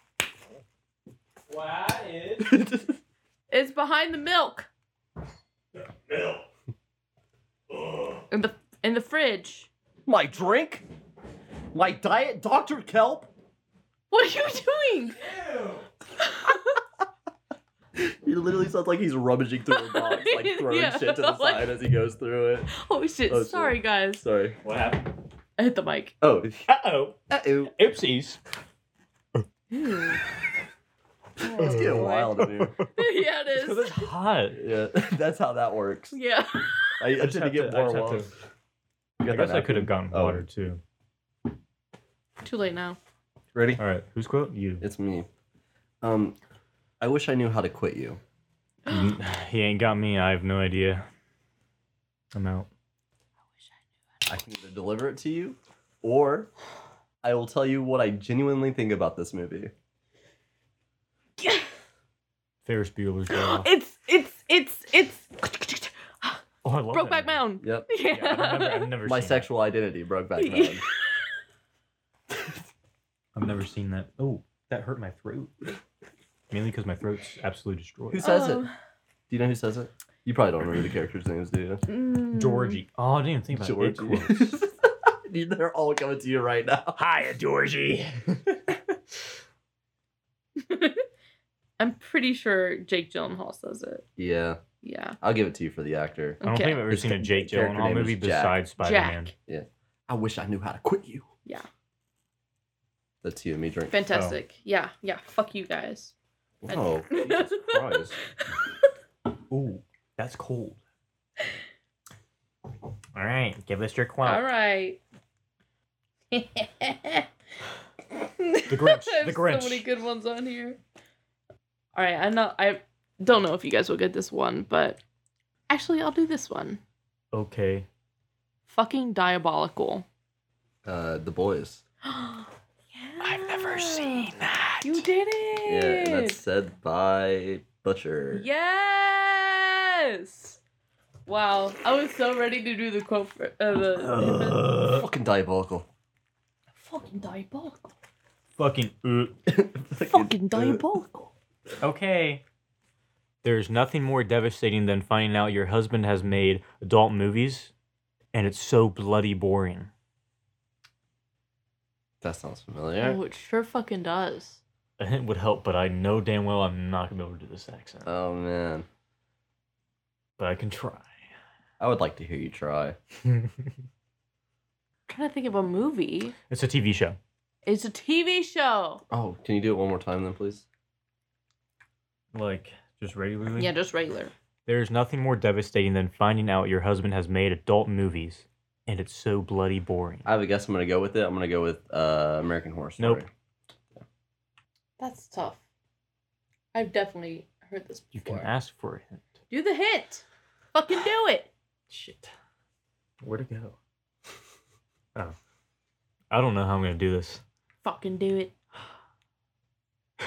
Where is
It's behind the milk
milk?
in the in the fridge.
my drink. My diet Dr. Kelp. (laughs)
What are you (laughs) doing?
He literally sounds like he's rummaging through a box, (laughs) like throwing
Yeah,
shit to the
like-
side as he goes through it.
Holy shit.
Oh, shit.
Sorry, guys.
Sorry.
What happened?
I hit the mic.
Oh, (laughs)
Uh oh.
uh-oh.
Oopsies.
Ew.
It's
(laughs)
getting wild in here.
Oh, yeah, it
Because it's
is.
hot.
Yeah, (laughs) that's how that works.
Yeah. (laughs)
I, I
just
tend to
have
get
to- I
more
just have
wild.
to-
You got
I guess
that
I could have
napkin?
gotten
Oh.
water too.
Too late
(laughs)
now.
Ready?
All right, whose quote? You.
(gasps)
It's me. Um, I wish I knew how to quit you.
he ain't got me. I have no idea. I'm out.
I can either deliver it to you, or I will tell you what I genuinely think about this movie.
Ferris Bueller's Day
(gasps)
Off.
(laughs) it's it's it's it's
Oh, I love
Brokeback Mountain.
Yep.
(laughs) Yeah, I've
(laughs)
never, I've never
(laughs) My
seen
sexual identity broke
(laughs)
back down.
That. I've never seen that. Oh, that hurt my throat. Mainly because my throat's absolutely
Who
destroyed.
Oh,
says it? Do you know who says it? You probably don't remember the characters' names, do you?
Mm.
Georgie. Oh, I didn't even think about
George.
it. It
(laughs)
quotes.
They're all coming to you right now.
Hiya, Georgie.
I'm pretty sure Jake Gyllenhaal says it.
Yeah,
Yeah.
I'll give it to you for the actor.
I don't
Okay.
think I've ever
His
seen a Jake
character
Gyllenhaal
name is
movie
Jack.
besides Spider-Man.
Jack.
I wish I knew how to quit you.
Yeah.
That's you and me drink.
Fantastic.
Oh.
Yeah. Yeah. Fuck you guys.
Oh,
(laughs)
Jesus Christ.
Ooh, that's cold. All right, give us your quote.
(laughs) All right. (laughs) the (laughs)
Grinch,
There's
the Grinch.
So many good ones on here. All right. I know. I don't know if you guys will get this one, but actually, I'll do this one.
Okay.
Fucking diabolical.
Uh, the boys.
(gasps) I've never seen that. You did
Yeah,
it.
and that's said by Butcher.
Yes. Wow, I was so ready to do the quote for uh, the
Fucking diabolical. (laughs)
fucking diabolical.
Fucking.
Fucking diabolical.
Okay. There's nothing more devastating than finding out your husband has made adult movies and it's so bloody boring.
(laughs) That sounds familiar.
Oh, it sure fucking does.
It would help, but I know damn well I'm not gonna be able to do this accent.
Uh.
Oh man,
but I can
(laughs)
try.
I would like to hear you try.
I'm trying to think of a movie.
it's a TV show.
It's a TV show.
Oh, can you do it one more time then, please?
Like, just regularly?
Yeah, just regular.
There's nothing more devastating than finding out your husband has made adult movies and it's so bloody boring.
I have a guess. I'm gonna go with it. I'm gonna go with uh, American Horror Story.
Nope.
That's tough. I've definitely heard this
you can
before.
ask for a hint.
do the hit. Fucking do it.
Shit. Where to go? (laughs) Oh. I don't know how I'm gonna do this.
Fucking do (laughs)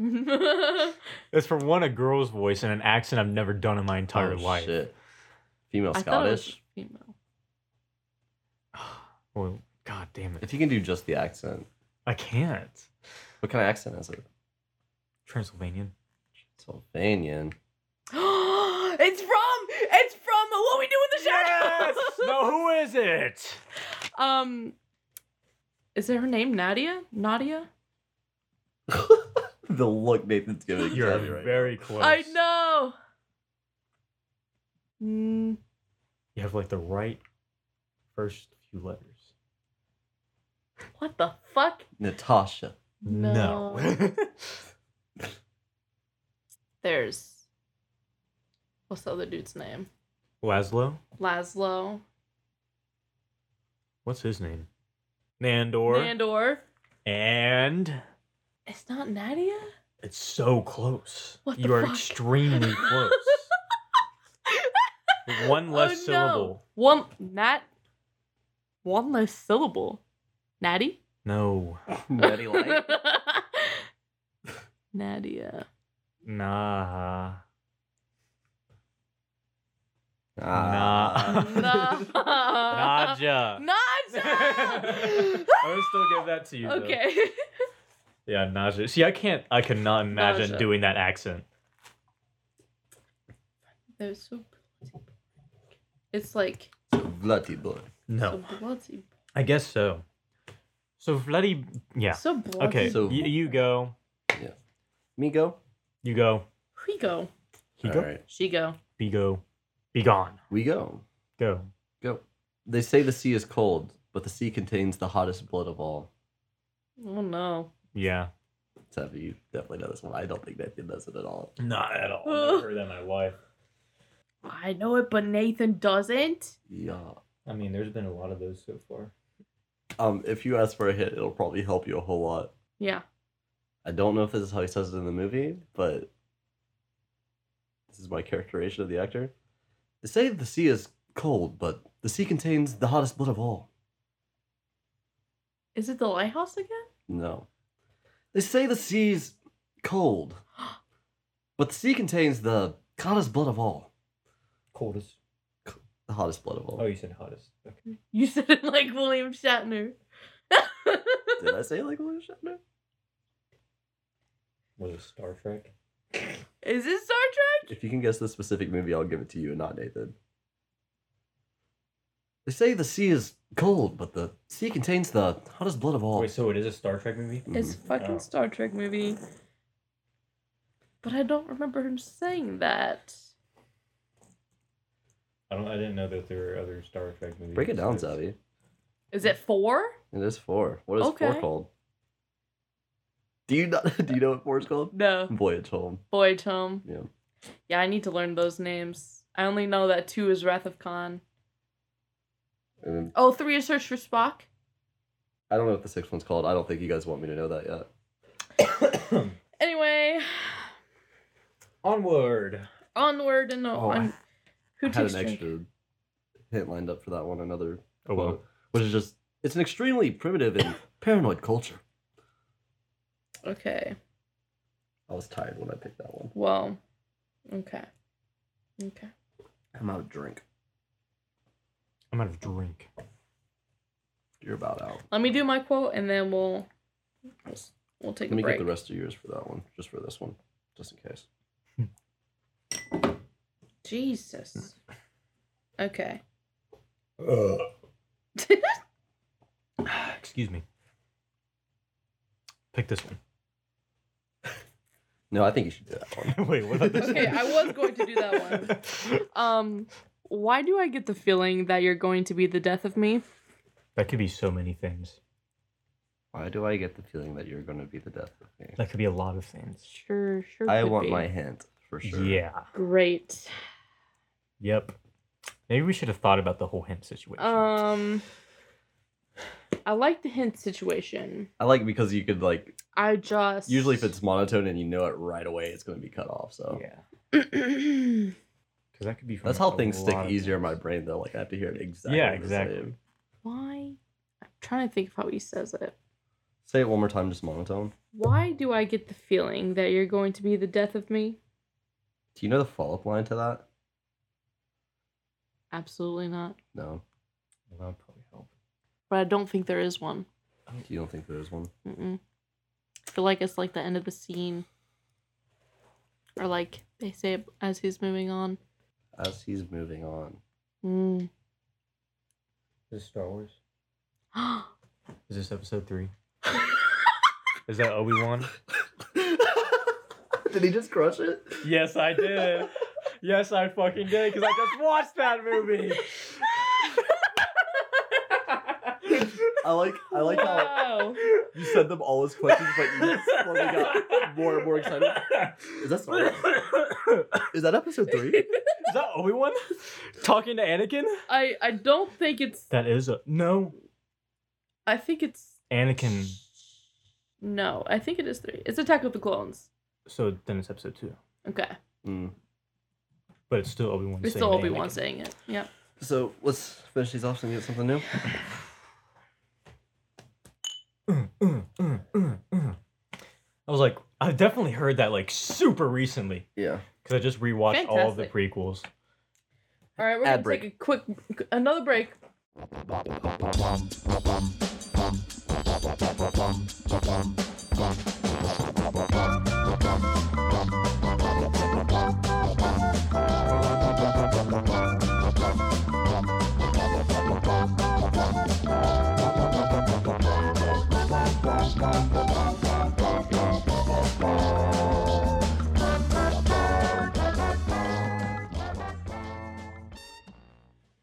it.
It's for one a girl's voice and an accent I've never done in my entire
Oh,
life.
Shit. Female
I thought it was
Scottish.
female.
(sighs)
(gasps)
Well, god damn it.
If you can do just the accent,
I can't.
what kind of accent is it?
Transylvanian.
Sylvanian. (laughs)
it's from it's from what we do in the
(laughs)
shadows.
no, who is it?
(laughs) um, is that her name Nadia? Nadia?
the look Nathan's giving.
You're
Gabby right
very close.
I know. Mm,
You have like the right first few letters.
what the fuck?
Natasha.
(laughs) There's what's the other dude's name?
(laughs) Laszlo?
Laszlo.
What's his name? Nandor.
Nandor.
and
It's not Nadia?
it's so close.
What
you
the
are
fuck?
extremely
(laughs)
close. One less
Oh, no.
syllable.
One Nat one less syllable. Natty?
No.
Natty Light.
(laughs)
Nadia.
Nah. Ah.
Ah,
(laughs)
Nah. (laughs)
Naja. (laughs)
Naja!
I would still give that to you. though.
okay.
Yeah, nausea. See, I can't. I could not imagine
Nausea.
doing that accent.
That was so It's like
(laughs) Bloody boy.
No,
so bloody.
I guess so. So bloody. Yeah.
So bloody.
Okay.
So-
So you, go.
Migo.
You go.
We go.
He
All
go.
right.
She go.
Be go. Be gone.
We go.
Go.
Go. They say the sea is cold, but the sea contains the hottest blood of all.
Oh no.
Yeah.
Sevi, you definitely know this one. I don't think Nathan knows it at all.
Not at all.
Never
heard that in my life.
I know it, but Nathan doesn't.
Yeah.
I mean, there's been a lot of those so far.
Um, if you ask for a hit, it'll probably help you a whole lot.
Yeah.
I don't know if this is how he says it in the movie, but this is my characterization of the actor. They say the sea is cold, but the sea contains the hottest blood of all.
Is it the lighthouse again? (laughs)
No. They say the sea's cold, (gasps) but the sea contains the hottest blood of all.
Coldest.
The hottest blood of
Oh,
all.
you said hottest. Okay.
You said it like William Shatner.
Did I say like William Shatner?
Was it Star Trek?
Is it Star Trek?
If you can guess the specific movie, I'll give it to you and not Nathan. They say the sea is cold, but the sea contains the hottest blood of all.
Wait, so it is a Star Trek movie?
Mm,
Mhm.
It's fucking
Oh.
Star Trek movie. But I don't remember him saying that.
I don't. I didn't know that there were other Star Trek movies.
Break it down,
besides-
Zavi.
Is it four?
It is four. What is four
Okay.
called? Do you not? (laughs) Do you know what four is called?
No.
Voyage home.
Voyage Home.
Yeah.
Yeah, I need to learn those names. I only know that two is Wrath of Khan.
And then-
Oh, three is Search for Spock.
I don't know what the sixth one's called. I don't think you guys want me to know that yet.
Anyway,
(coughs) Onward.
onward and
Oh, I-
on. Who
I had
takes
an
drink?
extra hint lined up for that one. Another
Oh well.
quote, which is just it's an extremely primitive and paranoid culture.
Okay.
I was tired when I picked that one.
Well, okay. Okay.
I'm out of drink.
I'm out of
(laughs)
drink. (sighs)
You're about out.
Let me do my quote and then we'll we'll, s- we'll take
Let me
a break.
get the rest of yours for that one, just for this one, just in case. (laughs)
Jesus. Okay.
Excuse me. Pick this one. (laughs)
No, I think you should do that one.
Wait. What about this?
Okay, I was going to
(laughs)
do that
one.
Um why do I get the feeling that you're going to be the death of me?
(laughs) That could be so many things.
Why do I get the feeling that you're going to be the death of me?
That could be a lot of things.
Sure, sure.
I
could
want
be.
my hint for sure.
Yeah.
Great.
Yep. Maybe we should have thought about the whole hint situation.
Um I like the hint situation.
I like because you could like
I just
usually if it's monotone and you know it right away, it's going to be cut off. So
yeah.
it's
Because that could be. From
that's how
a
things stick
lot of
easier in my
things.
brain though. Like I have to hear it exactly.
Yeah,
the
exactly.
same.
(clears throat) Why? I'm trying to think of how he says it.
Say it one more time, just monotone.
Why do I get the feeling that you're going to be the death of me?
Do you know the follow up line to that?
Absolutely not.
No,
Well, that'll probably help.
But I don't think there is one.
you don't think there is one.
Mm-mm. I feel like it's like the end of the scene. Or like they say it as he's moving on.
As he's moving on,
Mm. (gasps)
Is this Star Wars?
(laughs)
Is this episode three? Is that Obi Wan?
(laughs) Did he just crush it?
Yes, I did. yes, I fucking did because I just watched that (laughs) movie.
I like I like
(laughs)
how
Wow.
you sent them all his questions, but you just slowly got more and more excited. Is
(laughs)
that Star Wars? Is that episode three?
Is that Obi Wan talking to Anakin?
I I don't think it's.
That is a no.
I think it's
Anakin.
no. I think it is three. It's Attack of the Clones.
So then it's episode two,
Okay,
Mm.
but it's still Obi Wan.
it's still Obi Wan saying it. Yeah.
So let's finish these off and get something new.
Mm, I was like, I definitely heard that like super recently
Yeah.
because I just rewatched all of the
Fantastic.
prequels.
All right, we're
Ad
gonna
break.
take a quick another break.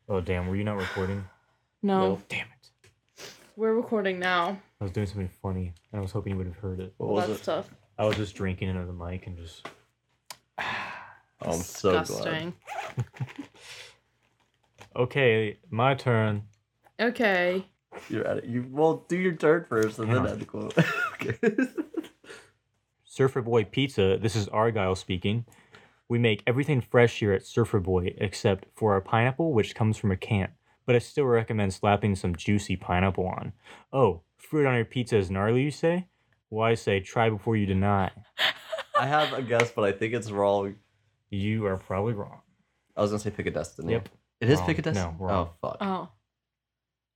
Oh damn, were you not recording?
No,
No.
(sighs) Damn it!
we're recording now.
I was doing something funny, and I was hoping you would have heard it.
What
Well,
was
that's
it?
tough.
I was just drinking into the mic and just.
Oh, I'm so glad.
Disgusting.
Okay, my turn.
Okay.
You're at it. You well do your turn first and then
Yeah.
add the
(laughs)
quote. okay.
Surfer Boy Pizza, this is Argyle speaking. We make everything fresh here at Surfer Boy except for our pineapple, which comes from a can, but I still recommend slapping some juicy pineapple on. Oh, fruit on your pizza is gnarly, you say? Well, I say try before you deny.
(laughs) I have a guess, but I think it's wrong.
You are probably wrong.
I was gonna say pick a destiny.
Yep.
It is
Wrong.
pick a destiny.
No, wrong.
Oh fuck.
Oh,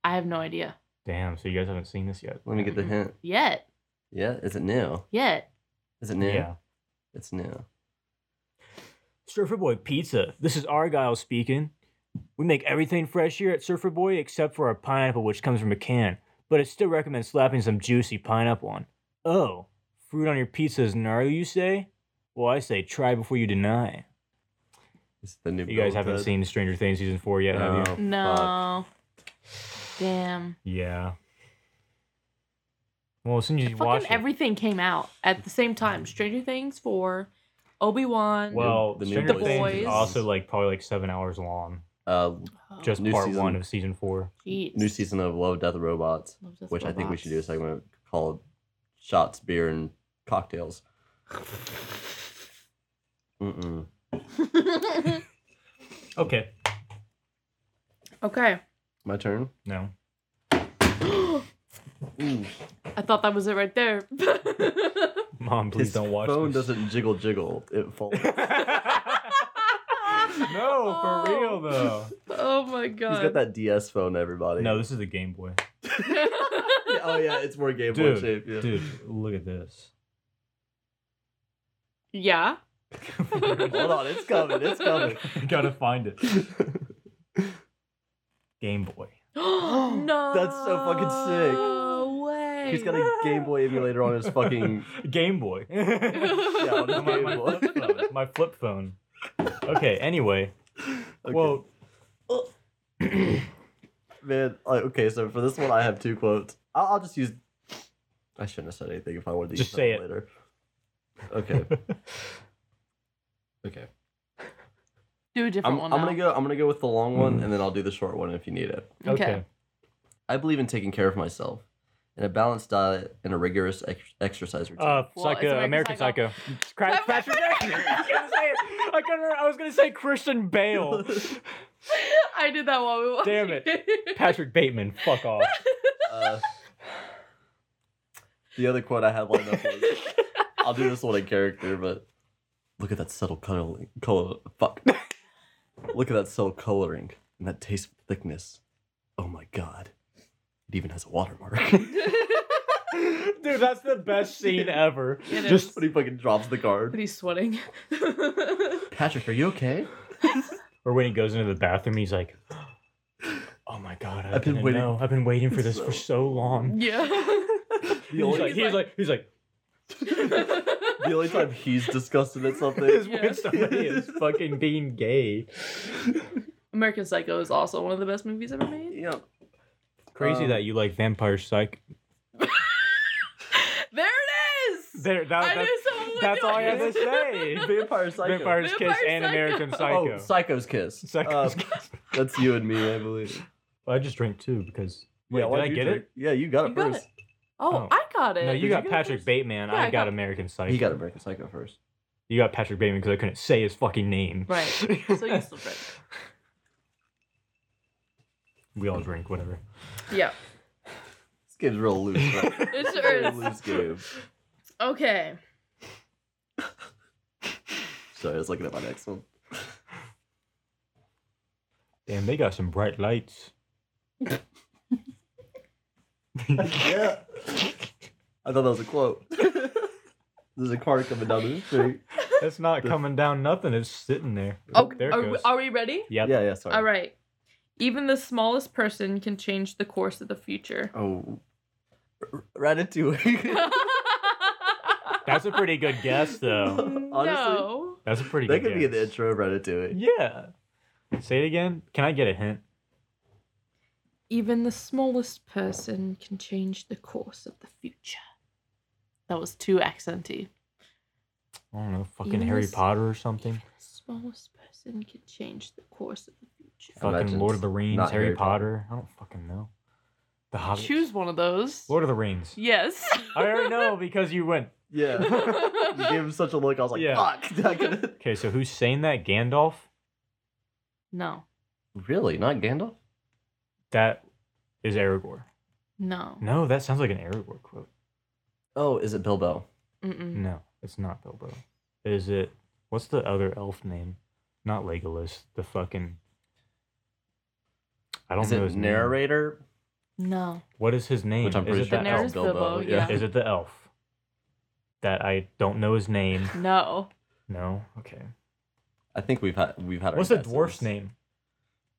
I have no idea
Damn, so you guys haven't seen this yet.
Let me get the
Mm-mm.
hint.
yet.
Yeah, is it new?
Yet.
Is it new? It's new.
Surfer Boy Pizza. This is Argyle speaking. We make everything fresh here at Surfer Boy except for our pineapple, which comes from a can, but I still recommend slapping some juicy pineapple on. Oh, fruit on your pizza is gnarly, you say? Well, I say try before you deny.
It's the new
You guys haven't
Bill
seen Stranger Things season four yet,
Ted.
have you?
Oh, fuck.
No. Damn.
Yeah. Well, as soon as you watch
Fucking everything came out at the same time. Stranger Things four, Obi Wan.
it, well,
The new
Stranger
Boys.
Things is
Boys.
also like probably like seven hours long,
Uh,
just
New
part
season.
one of season four.
Oh,
new season of Love, Death, and Robots, which I think we should do a segment called "Shots, Beer, and
(laughs)
Cocktails." Mm-mm.
do.
Okay.
(laughs)
(gasps)
okay. (gasps)
My turn.
No.
Ooh,
I thought that was it right there. (laughs)
Mom, please
his
don't watch
phone
this.
doesn't jiggle jiggle.
(laughs)
It falls. He's
no, for
(laughs)
real though.
Oh my god.
got that DS phone, everybody.
No, this is a Game Boy.
Yeah, (laughs) oh yeah, it's more Game Boy
Dude,
shape. Yeah.
dude, look at this.
(laughs)
(gasps)
yeah.
Hold on, it's coming. It's
(laughs)
coming.
Gotta find it. Game Boy.
no.
That's so fucking sick.
No way.
He's got a Game
(laughs)
Boy emulator on his fucking.
Game Boy. (laughs)
Yeah, on his
my,
Game
my
Boy.
flip phone. My flip phone. Okay. Anyway,
Okay.
well,
Man, like, okay, so for this one, I have two quotes. I'll, I'll just use. I shouldn't have said anything if I wanted to
Just
use
say
that
it.
later. Okay. (laughs) okay.
Do a different
I'm,
one.
I'm
now.
gonna go. I'm gonna go with the long one, and then I'll do the short one if you need it.
okay.
I believe in taking care of myself, in a balanced diet, and a rigorous ex- exercise routine.
Uh,
Well, it's
Psycho, American
American
Psycho.
Psycho.
Crash, crash, I couldn't say it. I couldn't- I was gonna say Christian (laughs) Bale.
(laughs) I did that while we watched. (laughs)
Damn Patrick Bateman, fuck (laughs) off.
Uh, the other quote I had lined up was, "I'll do this one in character, but look at that subtle coloring. Color, fuck. look at that subtle coloring and that tasteful thickness. Oh my god, it even has a watermark." (laughs)
Dude, that's the best scene ever.
It
Just
is.
when he fucking drops the
But
card.
he's sweating. (laughs)
Patrick, are you okay?
Or when he goes into the bathroom, he's like, "Oh my god, I've, been waiting. Know. I've been waiting for this
(laughs)
for so
(laughs)
long."
yeah.
The
He's
only
like, he's like, he's like,
(laughs) the only time he's disgusted at something.
is when somebody is fucking being gay.
American Psycho is also one of the best movies ever made.
yeah.
Crazy
Um,
that you like Vampire Psych.
There it is.
There, that,
I
that's,
knew someone would
that's
do
all I had
it.
to say.
Vampire Psycho.
Vampire's Kiss
Vampire
and
Psycho.
American
Oh,
Psycho.
Psycho's Kiss.
Psycho's
Um,
(laughs) Kiss.
That's you and me, I believe.
I just drank two because. Wait, did
why'd
I
you
get
drink- Yeah, you got it
You got
first.
Oh,
Oh.
I got
it?
it.
No,
Did
you
you
got
get
Patrick
it?
Bateman.
Yeah,
I,
I
got
got-
American Psycho.
He got American Psycho first.
You got Patrick Bateman because I couldn't say his fucking name.
Right. (laughs) So you still drink.
we all drink, whatever.
(laughs) Yeah.
This game's real loose. Right?
(laughs) It sure
Very
is.
loose game.
Okay.
Sorry, I was looking at my next one.
Damn, they got some bright lights.
yeah. I thought that was a
(laughs)
quote. There's a car coming down the street.
That's not coming down nothing. It's sitting there.
Oh,
there it
are,
goes.
we- are we ready?
yep.
Yeah, yeah, sorry.
All right. Even the smallest person can change the course of the (laughs) future.
Oh. R-
(laughs)
Ratatouille.
That's a pretty good
(laughs)
guess, though.
No.
That's a pretty
that
good
could be in the
guess.
intro of Ratatouille.
Yeah. Say it again. Can I get a hint?
Even the smallest person can change the course of the future. That was too accenty.
I don't know, fucking
Even
Harry
this-
Potter or something.
Smallest person can change the course of the future.
Fucking
Imagine
Lord
it's
of the Rings,
not
Harry,
Harry
Potter. I don't fucking know. The Hobbit.
Choose one of those.
Lord of the Rings.
Yes.
I
(laughs)
(laughs) already know because you went.
Yeah. (laughs) You gave him such a look. I was like,
Yeah.
fuck. (laughs) I
(laughs)
couldn't-
Okay, so who's saying that? Gandalf?
no.
really? Not Gandalf?
That is Aragorn.
No.
No, that sounds like an Aragorn quote.
Oh, is it Bilbo?
Mm-mm.
No, it's not Bilbo. Is it? What's the other elf name? Not Legolas. The fucking. I don't
Is
know
it
his name.
narrator?
No.
What is his name?
Which I'm
Is
pretty
it
sure
that
The
that's
narrator's
Bilbo.
Bilbo,
yeah.
yeah.
Is it the elf? That I don't know his name.
No.
No. Okay.
I think we've had we've had. our
What's the
guesses.
dwarf's name?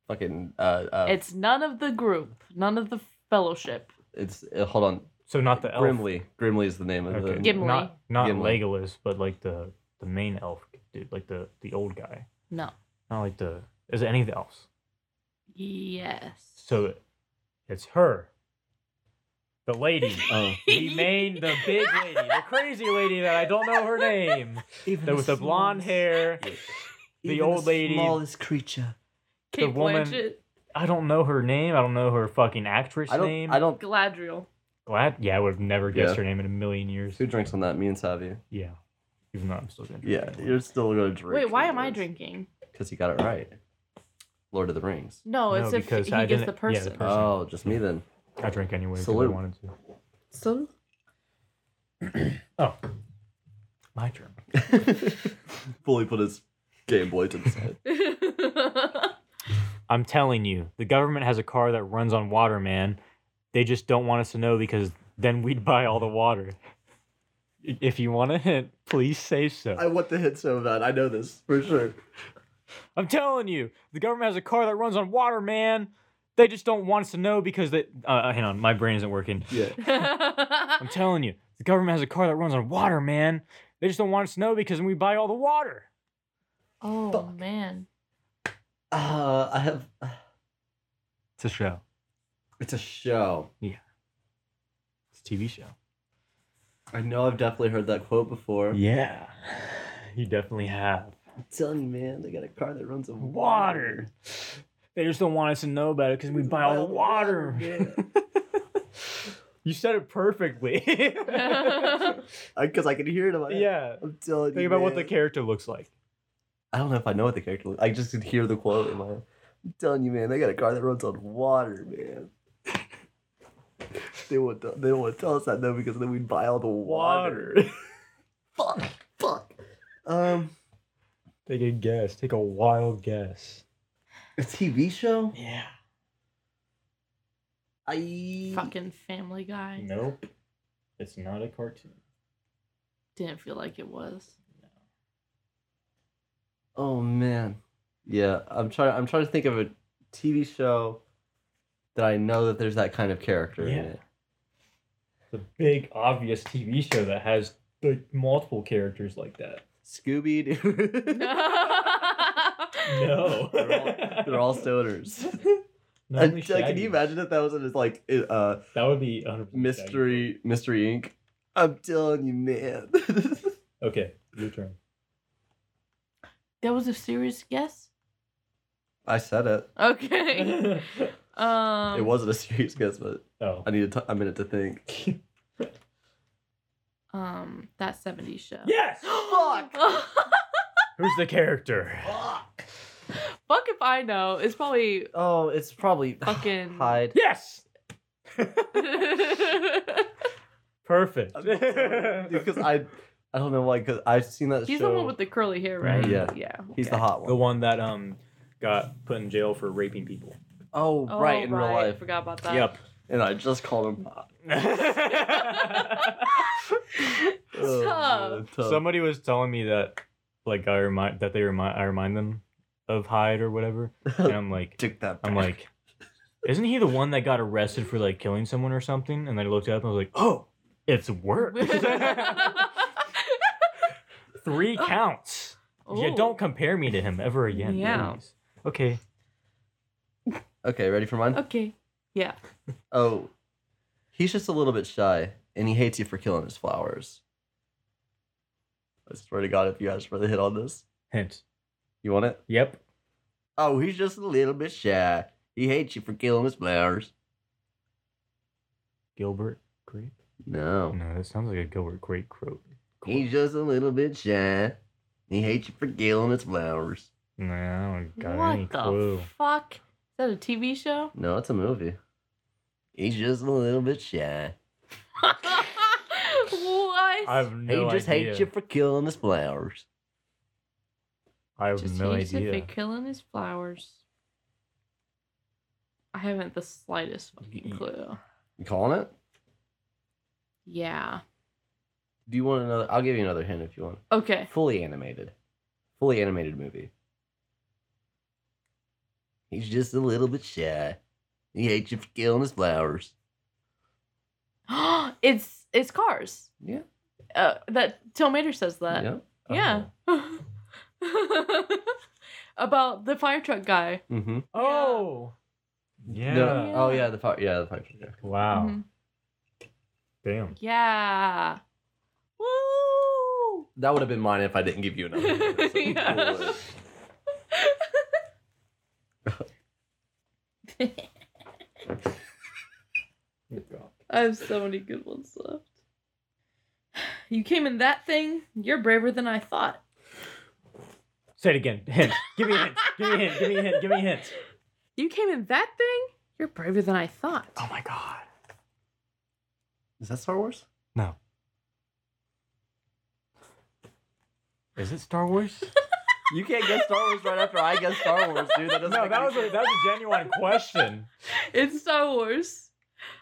Fucking. Uh, uh, it's
It's none of the group. None of the fellowship.
it's uh, hold on.
So not the elf.
Grimly. Grimly is the name of
Okay.
the.
Gimli.
Not not
Gimli.
Legolas, but like the the main elf dude, like the the old guy.
No.
Not like the. Is it any of the elves?
Yes.
So it's her. The lady.
Oh.
the main, the big lady, the crazy lady that I don't know her name,
(laughs)
that with the blonde hair. the even old the lady- smallest
creature.
the
Kate
woman-
Blanchett.
I don't know her name. I don't know her fucking actress
I don't.
name.
I don't.
Galadriel.
Glad. Yeah, I would have never guessed
Yeah.
her name in a million years.
Who drinks on that? Me and Savvy.
Yeah. Even though I'm still gonna. drink
Yeah,
anyway.
you're still gonna drink.
Wait, why am I drinking?
Because you got it right. Lord of the Rings.
No,
No,
it's if
because
he
I didn't- yeah,
gets the
the
person.
per- Person.
Oh, just me then.
I drink anyway. 'cause I
Salute.
wanted to.
so
Oh. My turn.
(laughs) Fully put his Game Boy to the side.
I'm telling you, the government has a car that runs on water, man. They just don't want us to know because then we'd buy all the water. I- If you want a hint, please say so.
I want the hit so bad. I know this for sure.
I'm telling you, the government has a car that runs on water, man. They just don't want us to know because they. Uh, Uh, hang on, my brain isn't working.
Yeah.
(laughs)
I'm telling you, the government has a car that runs on water, man. They just don't want us to know because we buy all the water.
oh
Fuck.
(laughs) man.
Uh, I have.
It's a show.
It's a show.
It's a TV show.
I know I've definitely heard that quote before.
Yeah, you definitely have.
I'm telling you, man, they got a car that runs on
Water. They just don't want us to know about it because we buy all
(laughs)
the water. (laughs) you said it perfectly.
Because I can hear it. in my head.
yeah.
I'm telling
Think
you.
about what the
man.
character looks like.
I don't know if I know what the character looks I just could hear the quote in my head. I'm telling you, man, they got a car that runs on water, man. they won't. Tell, they won't tell us that though, because then we'd buy all the water. (laughs) Fuck. Fuck. Um,
Take a guess. Take a wild guess.
a TV show.
Yeah.
I
Fucking Family Guy.
Nope. It's not a cartoon.
Didn't feel like it was. (laughs)
Oh man. Yeah, I'm trying I'm trying to think of a TV show that I know that there's that kind of character in
Yeah.
it.
It's a big, obvious TV show that has
like multiple characters like that.
Scooby Doo.
No,
(laughs) They're all- (laughs) They're all (laughs)
(laughs)
stoners.
Not
And,
only
like, can
Shaggy.
you imagine if that was in his like i- uh,
That would be 100
mystery mystery Inc. I'm telling you, man. (laughs)
Okay, your turn.
that was a serious guess.
I said it.
(laughs)
Okay. Um,
it wasn't a serious guess, but (laughs)
oh,
I needed t- a minute to think.
(laughs)
Um, that '70s show. (gasps)
yes.
Fuck.
(laughs)
Who's the character?
Fuck if I know.
(laughs)
It's probably
Oh, it's probably (sighs)
Fucking-
hide.
Yes.
he's
(laughs)
Perfect. (laughs)
Because I, I don't know why. Because I've seen that show.
the one with the curly hair, right?
Yeah.
Yeah.
He's the
okay.
hot one.
the one that um got put in jail for raping people.
Oh,
Oh,
right in real
I
life.
forgot about that. (laughs)
And I just called him. Oh,
Tough.
man, tough. (laughs)
Somebody was telling me that, like I remind that they remind I remind them of Hyde or whatever,
Oh.
and I'm like,
took that.
I'm
back.
like, isn't he the one that got arrested for like killing someone or something? And then I looked up and I was like, oh, it's
(laughs)
work. Three counts.
Oh. Ooh.
You don't compare me to him ever again.
Yeah.
please. Okay.
okay, ready for mine?
Okay. Yeah.
Oh, he's just a little bit shy, and he hates you for killing his flowers. I swear to God, if you guys were the hit on this,
Hint.
you want it?
Yep.
Oh, he's just a little bit shy. He hates you for killing his flowers.
Gilbert Grape.
No,
No, that sounds like a Gilbert Grape quote.
he's just a little bit shy. He hates you for killing his flowers.
No, I don't got any
what the
clue.
fuck? Is that a TV
(laughs)
show?
No, it's a movie. He's just a little bit shy.
what?
I have no
he just
idea.
hates you for killing his flowers.
I have
Just
no
hates
idea.
If it killing his flowers. I haven't the slightest fucking
Ye-
clue.
You calling it?
Yeah.
Do you want another? I'll give you another hint if you want.
Okay.
Fully animated. Fully animated movie. He's just a little bit shy. He hates you for killing his flowers.
(gasps) it's it's Cars.
Yeah.
Uh, that Till Mater says that.
yeah.
Oh.
Yeah. (laughs) About the fire truck guy.
Mm-hmm.
Oh. Yeah.
No, oh yeah, the fire. Yeah, the fire. Yeah.
Wow.
Mhm.
Damn.
Yeah. Woo!
That would have been mine if I didn't give you another. hint, so-
Yeah.
(laughs)
I have so many good ones left. (sighs) You came in that thing. You're braver than I thought.
Say it again. Hint. Give me a hint. Give me a hint. Give me a hint. Give me a hint.
You came in that thing. You're braver than I thought.
Oh my god.
Is that Star Wars?
No. Is it Star Wars?
You can't guess Star Wars right after I guess Star Wars, dude. That doesn't.
(laughs) no,
make
that
any
was a
sense.
that was a genuine question.
It's Star Wars.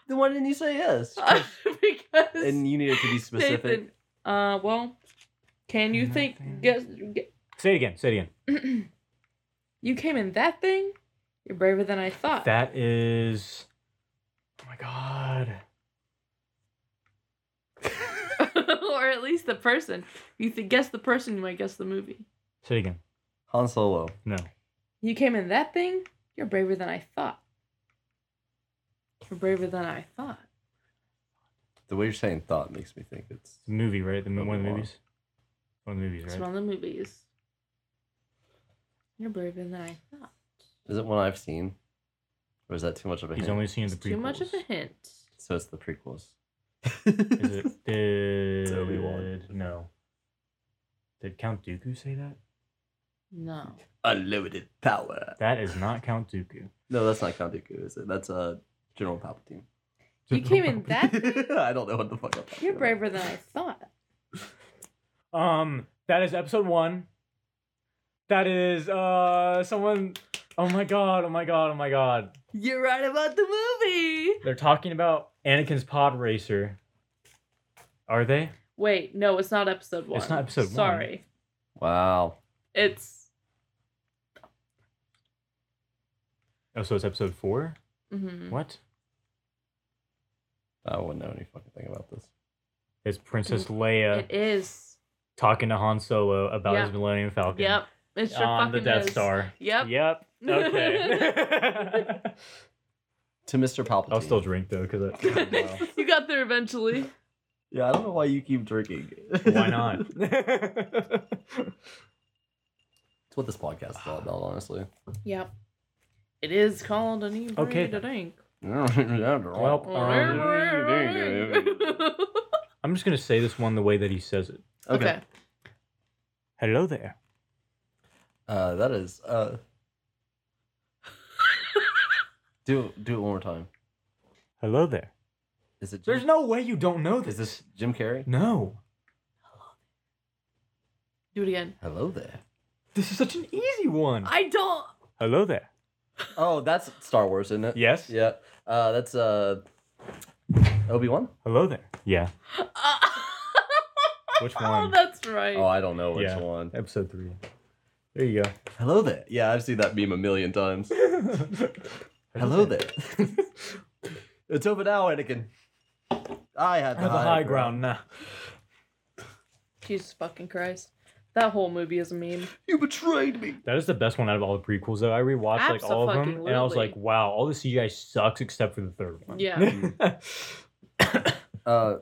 Then why didn't you say
(laughs)
yes?
because
and you needed to be specific.
(laughs) Nathan, uh, well, can you think?
Nothing.
Guess,
Say it again. Say it again.
you came in that thing. You're braver than I thought.
That is. Oh my god.
(laughs) or at least the person. You th- guess the person, you might guess the movie.
Say it again.
Han Solo.
No.
You came in that thing. You're braver than I thought. You're braver than I thought.
The way you're saying thought makes me think it's.
It's a movie, right? The mo- one of the
Obi-Wan.
movies. One of the movies,
It's
right?
one of the movies. You're braver than I thought.
Is it one I've seen? Or is that too much of a
He's
hint?
only seen the
It's
prequels.
too much of a hint.
So it's the prequels.
Is it
(laughs)
did
Obi-Wan.
No. Did Count Dooku say that?
No.
(laughs) Unlimited power.
That is not Count Dooku.
No, that's not Count Dooku, is it? That's uh, General Palpatine.
You came in that.
(laughs)
(laughs)
I don't know what the fuck I'm talking
You're
about.
braver than I thought.
Um, that is episode one. That is uh someone. Oh my god! Oh my god! Oh my god!
You're right about the movie.
They're talking about Anakin's pod racer. Are they?
Wait, no, it's not episode one.
It's not episode one.
Sorry.
Wow.
It's
Oh, so it's episode 4
mhm.
What?
I wouldn't know any fucking thing about this.
is Princess Leia
Mm. It is.
talking to Han Solo about
Yeah.
his Millennium Falcon
Yep. It sure
on the
fucking
Death
is.
Star.
Yep.
Yep.
(laughs)
Okay.
to Mr. Palpatine.
I'll still drink though, because
(laughs)
I.
you got there eventually.
Yeah, I don't know why you keep drinking.
(laughs) Why not?
It's what this podcast is all about, honestly. (laughs)
Yep. It is called an evening
Okay, then.
to drink.
(sighs) well,
(laughs)
um,
(laughs) okay.
I'm just gonna say this one the way that he says it. Hello there.
Uh, that is. Uh... do do it one more time.
Hello there.
Is it? Jim,
There's no way you don't know this.
Is this Jim Carrey?
No.
Do it again.
Hello there.
This is such an easy one.
I don't.
Hello there.
Oh, that's Star Wars, isn't it?
Yes.
Yeah. Uh, that's uh, Obi Wan.
Hello there. Yeah.
Uh, (laughs)
Which
oh,
one?
that's right.
Oh, I don't know which
Yeah.
one.
Episode three. There you (laughs) go.
Hello there. Yeah, I've seen that meme a million times. Hello there. (laughs) it's over now, Anakin. I had the,
I have the high ground now.
Jesus fucking Christ. That whole movie is a meme.
You betrayed me.
That is the best one out of all the prequels, though. I rewatched like all of them, and I was
Abso-fucking-lutely.
like, "Wow, all the CGI sucks except for the third one."
Yeah.
(laughs)
Uh,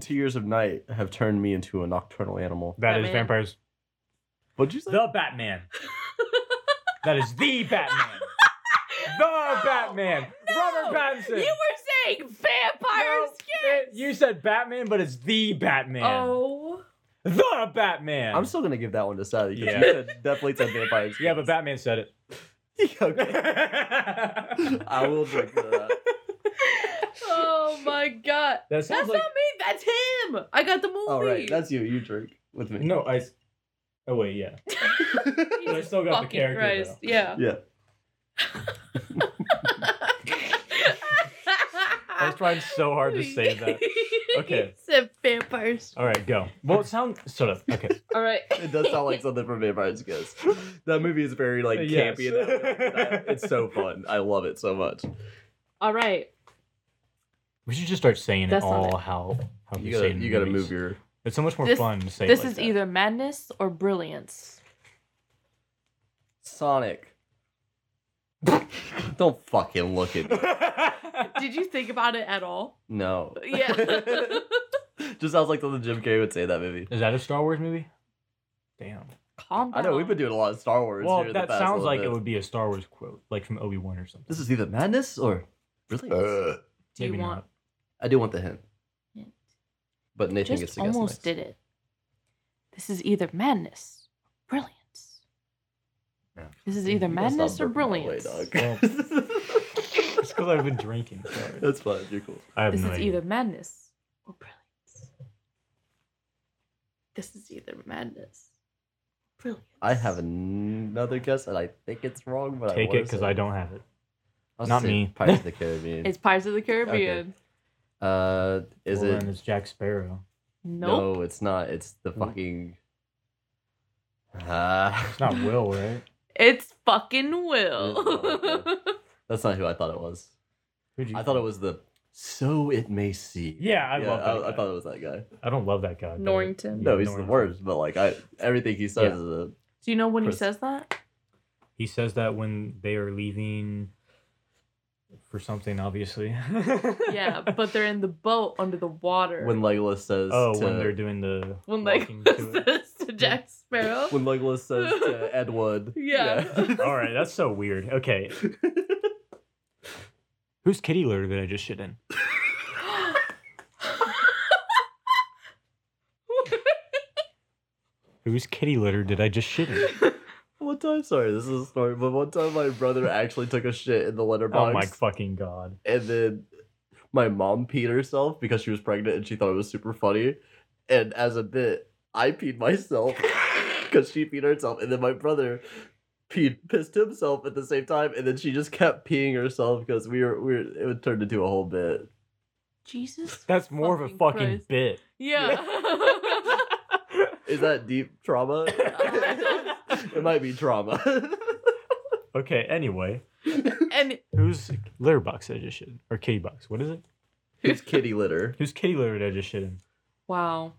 two years of night have turned me into a nocturnal animal.
that is
Batman.
vampires.
What'd you say?
The
(laughs)
Batman. that is the Batman. The Batman. Robert
You
Pattinson.
were saying vampires.
No, it- you said Batman, but it's the Batman.
Oh. (laughs)
The Batman.
I'm still gonna give that one to Sally. Yeah.
Yeah.
You said, definitely said vampires. (laughs)
yeah, but Batman said
(laughs)
it.
okay. I will drink to that.
(laughs) Oh my god.
That sounds
That's
like
not me. That's him. I got the movie.
All right, that's you. You drink with me.
no. I. Oh wait, yeah. But I
Jesus
still got the
fucking
character.
Christ.
(laughs)
Yeah.
Yeah.
Though. I was
(laughs)
trying so hard to say that. Okay.
said vampires.
All right, go. Well, it sounds shut up. Okay.
All right.
It does sound
(laughs)
like something from Vampires Kiss. That movie is very (laughs) like
Yes.
campy.
(laughs)
And that, that- it's so fun. I love it so much.
All right.
We should just start saying
That's
it
not
all how how we
You
say
gotta,
it in
you gotta
movies.
move your.
It's so much more
This-
fun to say. it
This
like
is
that.
either madness or brilliance.
Sonic. (laughs) Don't fucking look at me.
Did you think about it at all?
No. (laughs)
(laughs) Yeah.
Just sounds like something Jim Carrey would say in that movie.
(laughs) Is that a Star Wars movie? Damn.
Calm
I
down.
know we've been doing a lot of Star Wars. here
Well,
in the
that
past
sounds
little
like
bit.
it would be a Star Wars quote, like from Obi Wan or something.
This is either madness or really.
Do you
Maybe
want?
I do want the hint,
Hint.
but Nathan gets
Just
to guess
almost
next.
did it. This is either madness, or brilliance.
Yeah.
This is either
You gotta stop
madness or
burping that way, (laughs)
brilliance.
not. It's because I've been drinking.
dog.
(laughs)
Sorry.
That's fine. You're cool.
I have
This
no
is
idea.
either madness or brilliance. This is either madness, or brilliance.
I have another guess, and I think it's wrong, but I
Take
wanna
it because
say-
I don't have it.
I'll
not
say
me.
Pirates
(laughs)
of the Caribbean.
It's Pirates of the Caribbean.
uh, is
Well,
it?
then Hmm. It's Jack Sparrow.
Nope.
No, it's not. It's the
Nope.
fucking. uh, Ah,
It's not Will, right?
It's fucking Will.
Oh, (laughs)
(laughs)
that's not who I thought it was.
Who'd you
I thought it was the. So it may seem.
Yeah, I love that.
I, I
guy.
thought it was that guy.
I don't love that guy. but-
Norrington.
No,
Yeah,
he's
no
the
one-
worst. But like, I everything he says
Yeah.
is a
Do you know when
Chris.
he says that?
He says that when they are leaving for something, obviously. (laughs)
Yeah, but they're in the boat under the water.
when Legolas says
oh,
to
when they're doing the
when
walking
Legolas (laughs)
to it.
says to Jack Sparrow.
(laughs)
(laughs)
when Legolas says to Edward.
Yeah.
All right, that's so weird. Okay. Whose kitty litter did I just shit in? Whose kitty litter did I just shit in?
(laughs) One time, sorry, this is a story, but one time my brother actually took a shit in the
Oh
letterbox,
my fucking god.
and then my mom peed herself because she was pregnant and she thought it was super funny, and as a bit, I peed myself (laughs) because she peed herself, and then my brother peed pissed himself at the same time, and then she just kept peeing herself because we were we were, it turned into a whole bit.
Jesus.
That's more of a
Fucking
fucking
Christ.
bit.
(laughs)
Yeah. (laughs)
Is that deep trauma? (laughs) it might be trauma. (laughs)
Okay, anyway.
and
Whose litter box did I just shit in? Or kitty box. What is it?
it's kitty litter.
Whose kitty litter did I just shit in?
Wow.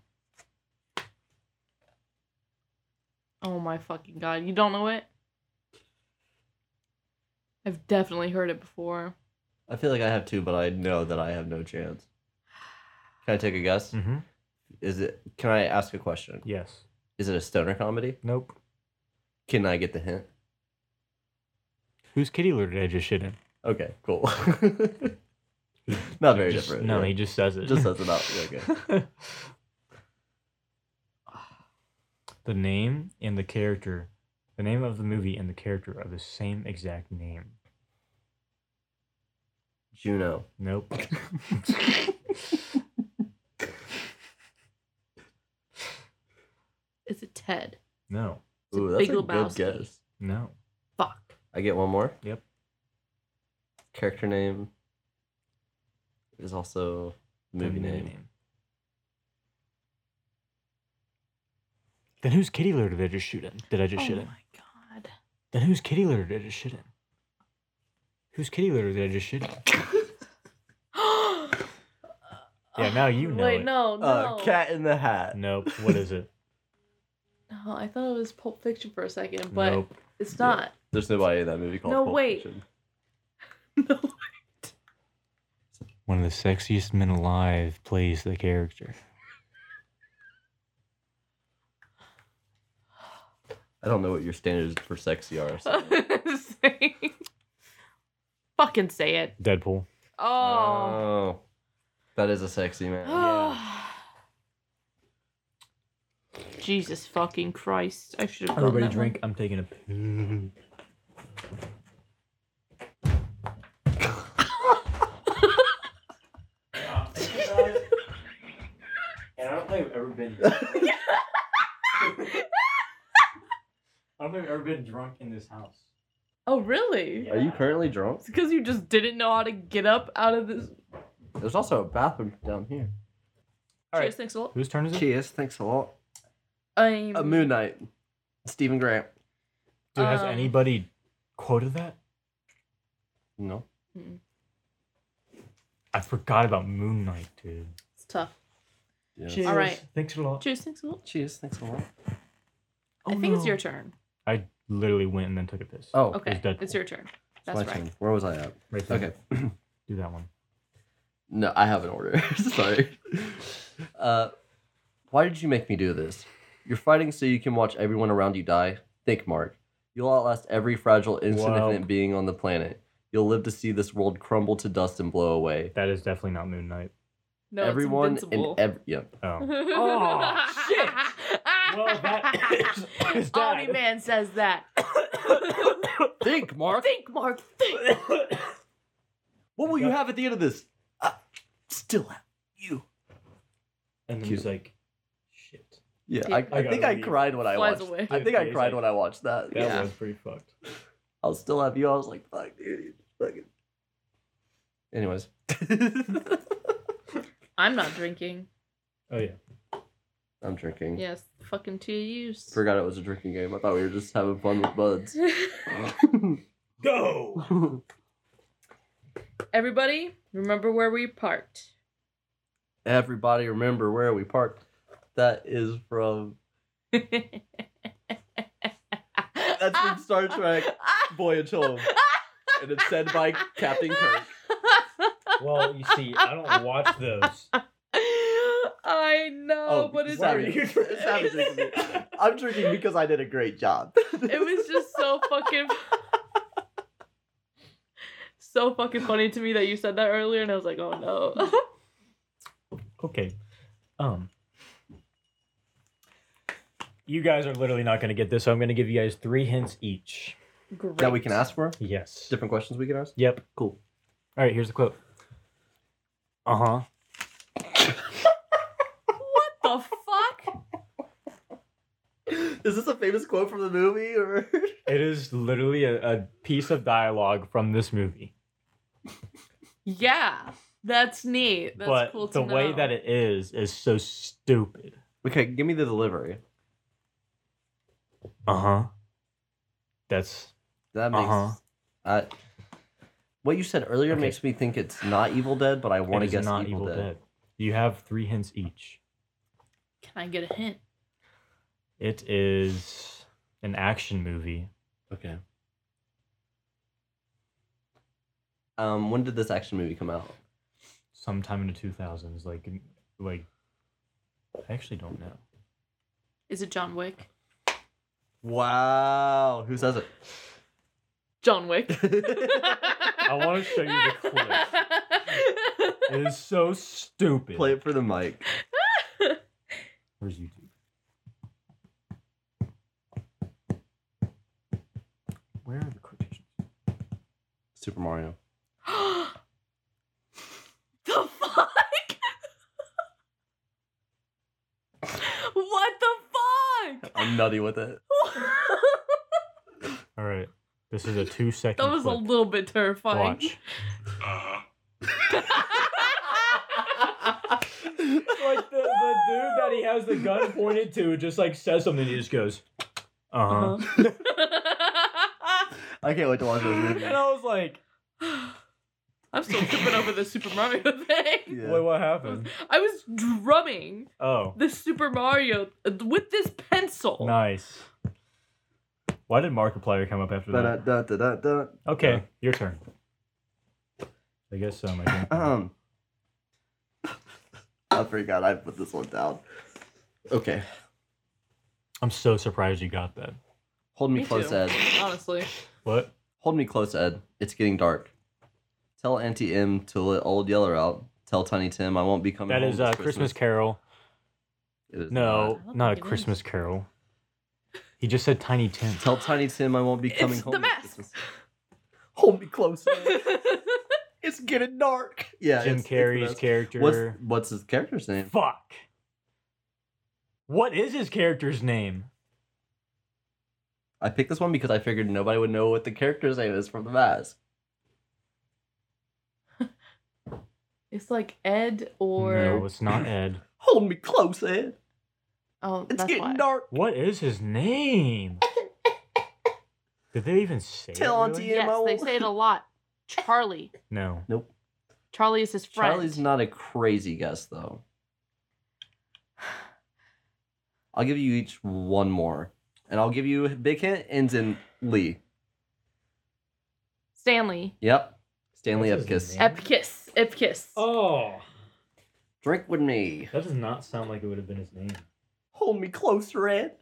Oh my fucking god. You don't know it? I've definitely heard it before.
I feel like I have two, but I know that I have no chance. Can I take a guess?
Mm-hmm.
Is it? Can I ask a question?
Yes.
Is it a stoner comedy?
Nope.
Can I get the hint?
Whose kitty litter did I just shit in?
Okay, cool. (laughs) Not very
Just-
different.
No,
yeah.
he just says it.
Just says it out, yeah,
(laughs) the name and the character, the name of the movie and the character are the same exact name.
Juno. (laughs)
Nope. (laughs)
Is it Ted?
no.
It's
Ooh,
a
that's
Big
a
Lebowski.
good guess.
No.
Fuck.
I get one more.
Yep.
Character name is also
The
movie name.
Then whose kitty litter did I just shoot in? Did I just
oh
shit
my
in?
god.
Then whose kitty litter did I just shit in? Whose kitty litter did I just shit in? Yeah, now (gasps) you know
Wait,
it.
no, Oh, no.
Uh, Cat in the Hat.
Nope. What is it?
No, I thought it was Pulp Fiction for a second, (laughs) but
nope.
it's
Yeah.
not.
There's nobody in that movie called.
No,
Pulp
wait.
Fiction.
(laughs) No.
One of the sexiest men alive plays the character.
I don't know what your standards for sexy are. so-
(laughs) Fucking say it.
Deadpool. Uh,
Oh.
Oh, that is a sexy man.
Jesus fucking Christ. I should have done
Everybody
that one.
drink. I'm taking a poo.
(laughs) And I don't think I've ever
(laughs)
been. I don't think I've ever been drunk in this house.
Oh,
(gasps)
really?
Are you currently drunk?
It's because you just didn't know how to get up out of this.
There's also a bathroom down here. All right.
Cheers, thanks a lot.
Whose turn is it?
Cheers. Thanks a lot.
Um,
A Moon Knight. Stephen Grant.
Dude, has
Um,
anybody quoted that?
No.
I forgot about Moon Knight, dude.
It's tough.
Yeah.
All right.
Thanks a lot.
Cheers, thanks a lot.
Cheers. Thanks a lot.
I think it's your turn.
I literally went and then took a piss.
Oh,
Okay,
Oh, It's Deadpool.
it's your turn. That's
my
right.
turn. Where was I at?
Right there.
Okay.
Do that one.
No, I have an order. (laughs) Sorry. Uh, why did you make me do this? You're fighting so you can watch everyone around you die. Think, Mark. You'll outlast every fragile, insignificant
Wow.
being on the planet. You'll live to see this world crumble to dust and blow away.
That is definitely not Moon Knight.
No,
everyone
it's
and
invincible. (laughs)
every. Yep.
Oh.
oh
shit. Well,
(laughs)
that is- is
Omni
that.
Man says that. (laughs)
Think, Mark.
think, Mark. Think. (coughs)
What will you have at the end of this? I still have you.
And then
Cute.
he's like, shit.
Yeah,
Yeah.
I,
I
I think
gotta
I
leave.
cried when I
Flies
watched.
away.
I think I
He's
cried
like,
when I watched that.
That
Yeah,
was pretty fucked.
I'll still have you. I was like, fuck, dude, you fucking. (laughs) Anyways,
I'm not drinking.
Oh, yeah.
I'm drinking.
Yes, fucking two use.
Forgot it was a drinking game. I thought we were just having fun with buds.
Go!
(laughs) Everybody, remember where we parked.
(laughs) Everybody remember where we parked. That is from that's from Star
(laughs)
Trek Voyage Home. And it's said by Captain Kirk.
Well, you see, I
(laughs)
don't watch those.
(laughs) I know,
Oh,
but it's
savage.
(laughs) already-
Oh, (laughs) It's savage of me. I'm drinking because I did a great (laughs) job.
it was just so fucking (laughs) so fucking funny to me that you said that earlier and I was like, oh no.
Okay. Um. You guys are literally not going to get this, so I'm going to give you guys three hints each.
Great.
that we can ask for?
Yes.
Different questions we can ask?
Yep.
Cool.
All right, here's the quote. Uh huh.
(laughs) What the fuck?
(laughs) Is this a famous quote from the movie or (laughs)
It is literally a, a piece of dialogue from this movie.
Yeah. That's neat. That's
but
cool to
the way
know.
that it is is so stupid.
Okay, give me the delivery.
Uh
Uh-huh.
huh. That's
That makes
Uh-huh.
I- what you said earlier
Okay.
makes me think it's not Evil Dead, but I want
it
to
is
guess
not
Evil, Dead.
You have three hints each.
Can I get a hint?
It is an action movie.
Okay. Um, when did this action movie come out?
sometime in the 2000s like in- like i actually
(laughs)
don't know
Is it John Wick?
Wow. Who says it?
John Wick.
i
I
want to show you the clip it is so
(laughs)
stupid
Play it for the (laughs) mic.
where's youtube where are the quotations
Super Mario.
(laughs) the fuck? (laughs) what the fuck? (laughs)
I'm nutty with it.
all right this is a two second
that was a
clip.
little bit terrifying. (laughs)
watch
like the, the dude that he has the gun pointed to just like says something and he just goes
uh-huh
Uh-huh.
I can't wait to
(laughs)
watch this movie.
and i was like
(laughs) I'm still tripping over the Super Mario (laughs) thing.
Yeah.
wait what happened
I was drumming
oh
the Super Mario with this pencil.
nice why did markiplier come up after that
Da-da-da-da-da.
okay
uh, Yeah.
your turn i
(clears throat)
guess um, I think-
Um, (laughs) I forgot I put this one down. Okay,
i'm so surprised you got that
hold me,
Me
close,
too,
Ed.
(laughs) honestly.
what
Hold me close, Ed. It's getting dark. Tell Auntie M to let Old Yeller out. Tell Tiny Tim I won't be coming.
That
home
is
this
uh, Christmas Carol.
It is
No,
I don't
not a
think it
Christmas Carol. He just said Tiny Tim.
(laughs) not. Tell Tiny Tim I won't be coming
It's
home.
the
this
mask.
Christmas. Hold me close.
(laughs)
Ed. it's getting dark. Yeah,
Jim
it's- it's the
Carrey's
mask.
character.
What's what's his character's name?
Fuck. What is his character's name?
I picked this one because I figured nobody would know what the character's name is from the mask.
it's like Ed or
No, it's not Ed.
Hold me close, Ed.
oh,
It's
that's
getting
why.
dark.
What is his name? Did they even say? it,
Tell
really?
Auntie-
Yes, they say it a lot. Charlie.
No.
Charlie is his friend.
Charlie's not a crazy guess
(sighs)
though. I'll give you each one more, and I'll give you a big hint ends in Lee.
Stanley.
Yep, Stanley
That's his
Epkiss.
name.
Epkiss. Epkiss.
oh
Drink with me.
That does not sound like it would have been his name.
Hold me close, Red.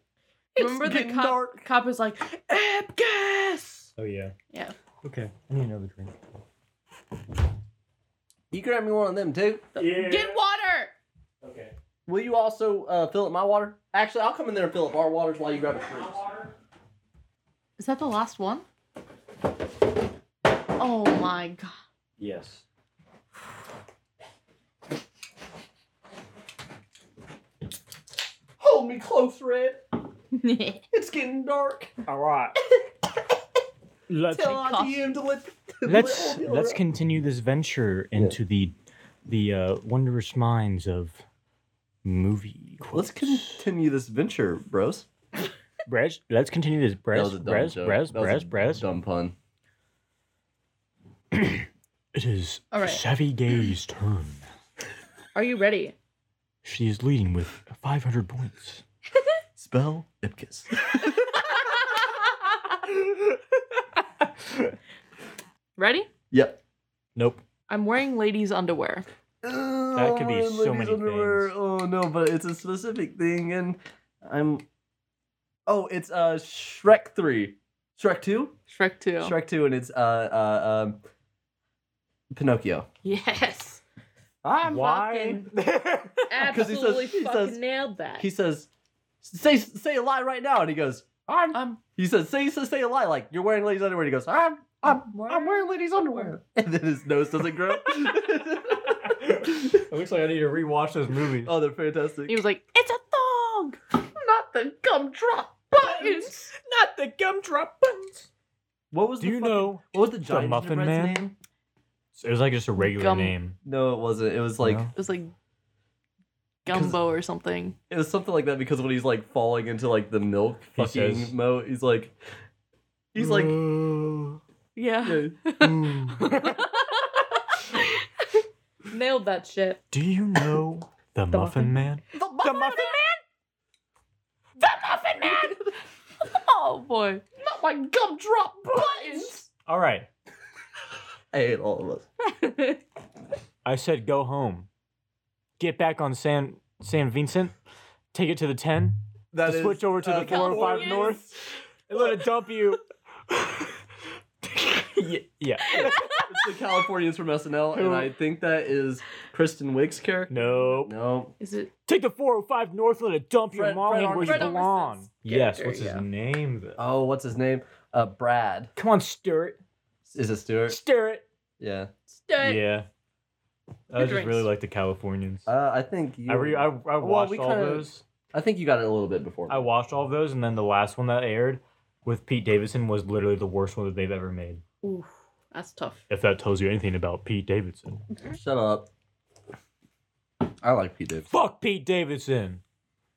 Remember the cop, cop is like, Epkiss!
Oh yeah.
Yeah.
Okay. I need another drink.
You grab me one of them too.
Yeah.
Get water!
Okay.
Will you also uh, fill up my water? Actually, I'll come in there and fill up our waters while you grab your drinks.
Is that the last one? Oh my god.
Yes.
Hold me close, Red.
Wait,
It's getting dark.
All right. Let's
Tell
Thank
Auntie Em to let. to
let's
let Old Yeller
let's
out.
continue this venture into the the uh, wondrous minds of movie.
Let's continue this venture, bros.
Brez, let's continue this.
That
Brez,
was a dumb
Brez,
joke.
Brez,
That was
Brez,
a
Brez.
Dumb pun.
It is
All right.
Savvy Gay's turn.
(laughs) Are
(laughs)
you ready?
She is leading with 500 points.
Spell Ipkiss.
ready?
yep.
Nope.
I'm wearing ladies' underwear.
That
could be so many things.
Oh no, but it's a specific thing, and I'm. Oh, it's uh Shrek three, Shrek two,
Shrek 2.
Shrek two, and it's uh uh um, Pinocchio.
Yes.
I'm (laughs)
Why?
Because he says-
Absolutely
he
fucking
says-
nailed that.
He says, "Say say a lie right now," and he goes, "I'm."
I'm
He says, "Say say say a lie," like you're wearing ladies' underwear. He goes, "I'm." I'm I'm wearing ladies' underwear. (laughs) And then his nose doesn't
(laughs)
grow.
(laughs)
it looks like i need to rewatch those movies
oh, they're fantastic.
He was like, it's a thong, not the gumdrop buttons.
not the gumdrop buttons
What was
Do
the
you
fucking-
know?
What was the giant
Muffin
gingerbread's
Man?
name?
It was like just a regular
Gum-
name.
No, it wasn't. It was like
No?
It was like gumbo or something.
it was something like that because when he's like falling into like the milk
He
fucking
says-
mo, he's like he's (laughs) like
Yeah.
Mm.
(laughs)
Nailed that shit.
Do you know the Muffin Man?
the muffin, man.
man! (laughs) Oh boy. Not my gumdrop (laughs) buttons!
All right.
I hate all of us.
I said go home. Get back on San San Vincent. Take it to the 10.
That uh,
To switch over to the 405
Californians.
North. And let it dump you. yeah, yeah.
It's the Californians from SNL, and I think that is Kristen Wiig's character.
Nope.
No,
Is it
Take the 405 North. Let it dump your
Fred-
mom
Fred
in where you
Armisen.
Fred Armisen's
belong. Yes.
character,
What's his
yeah.
name? though?
Oh, what's his name? Uh, Brad.
Come on, stir it.
Is it Stewart?
Stir it.
Yeah.
Stewart?
Yeah. I just
drinks.
really like the Californians.
Uh, I think you.
I, re- I, I
we
watched all
kinda-
those.
I think you got it a little bit before.
I watched all of those, and then the last one that aired with Pete Davidson was literally the worst one that they've ever made.
Oof, that's tough.
If that tells you anything about Pete Davidson,
Shut up. I like P. Dave.
fuck Pete Davidson,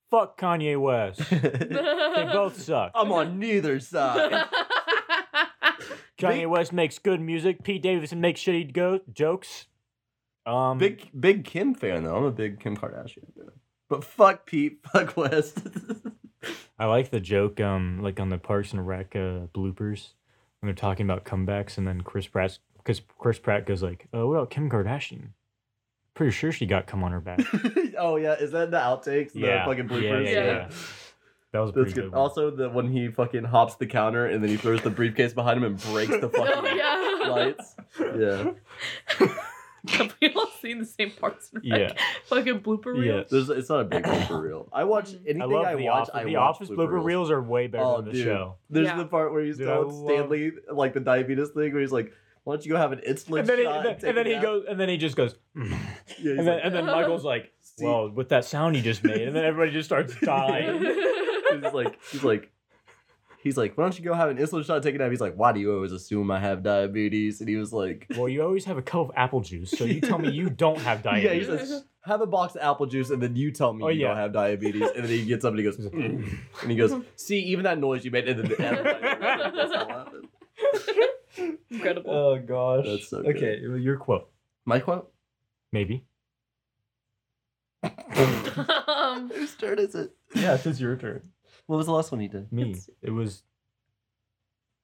fuck Kanye West. (laughs) (laughs)
(laughs)
they both suck.
I'm on neither
(laughs)
side.
Kanye
(laughs)
big-
West makes good music. Pete Davidson makes shitty go- jokes. Um,
Big big Kim fan though. I'm a big Kim Kardashian fan. But fuck Pete, (laughs) fuck West.
I like the joke, um, like on the Parks and Rec uh, bloopers when they're talking about comebacks, and then Chris Pratt, because Chris Pratt goes like, "Oh, what about Kim Kardashian? Pretty sure she got come on
(laughs)
her back."
oh yeah, is that the outtakes? The
Yeah.
fucking
Yeah, yeah,
bloopers.
yeah,
yeah. That was
That's
a pretty
good.
good. one.
Also, the when he fucking hops the counter and then he throws the briefcase behind him and breaks
(laughs)
the
oh
fucking
yeah. (laughs)
lights. Yeah.
Have we all seen the same parts? and Rec?
Yeah.
Fucking blooper reel.
Yes.
There's, it's not a big
(coughs)
blooper reel. I watch anything
Mm-hmm. I
I,
love the
watch.
office.
I
the
watch
office blooper reels. are way better
Oh,
than the
dude.
show.
There's
Yeah.
the part where he's
Dude, I
telling
love-
Stanley like the diabetes thing, where he's like, "Why don't you go have an insulin
And then, he,
shot?"
and then-
take
and then
a
he
nap?"
goes, and then he just goes, (laughs) "Mm."
Yeah, he's
and then, (laughs)
like,
and then Michael's like,
(laughs) "See-"
"Well, with that sound you just made," and then everybody
(laughs)
just starts dying.
he's like, he's like, he's like, "Why don't you go have an insulin shot, take a nap?" He's like, "Why do you always assume I have diabetes?" And he was
(laughs)
like,
well, you always have a cup of apple juice, so you tell me you don't
(laughs)
have
"Yeah." He
diabetes.
says, "Have a box of apple juice, and then you tell me
Oh,
you
yeah.
don't have diabetes." And then he gets up and he
(laughs)
goes, "Mm." and he goes, "See, even that noise you made." And then the everybody- that's all happened.
(laughs)
(laughs)
Incredible.
oh gosh,
That's so good.
okay. well, Your quote,
my quote.
maybe.
um,
Whose turn is it?
Yeah, it's your turn.
What was the last one he did?
Me.
It's-
It was.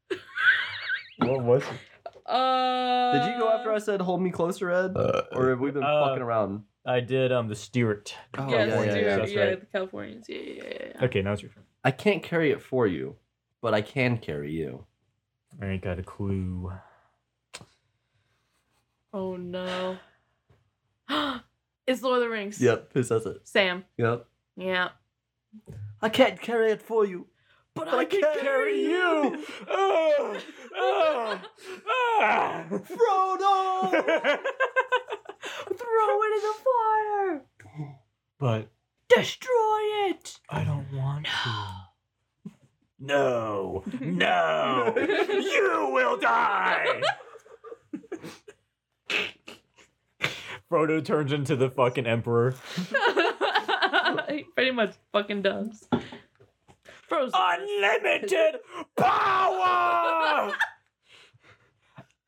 (laughs) what was? it?
uh,
Did you go after I said hold me closer, Ed? or have we been
uh,
fucking around?
I did um the Stewart.
Oh,
Yes,
yeah, yeah,
dude,
yeah.
yeah,
That's right.
the Californians. Yeah, yeah, yeah, yeah.
Okay, now it's your turn.
I can't carry it for you, but I can carry you.
I ain't got a clue.
Oh no. (gasps) it's Lord of the Rings.
Yep, who says it?
Sam.
Yep.
Yeah.
I can't carry it for you,
But, (laughs)
you. Oh, oh, ah.
Frodo.
Throw it in the fire.
but
Destroy it. (laughs)
I
Oh,
don't want to. No, no, you will die. Frodo turns into the fucking emperor.
he pretty much fucking does. Frozen.
Unlimited power.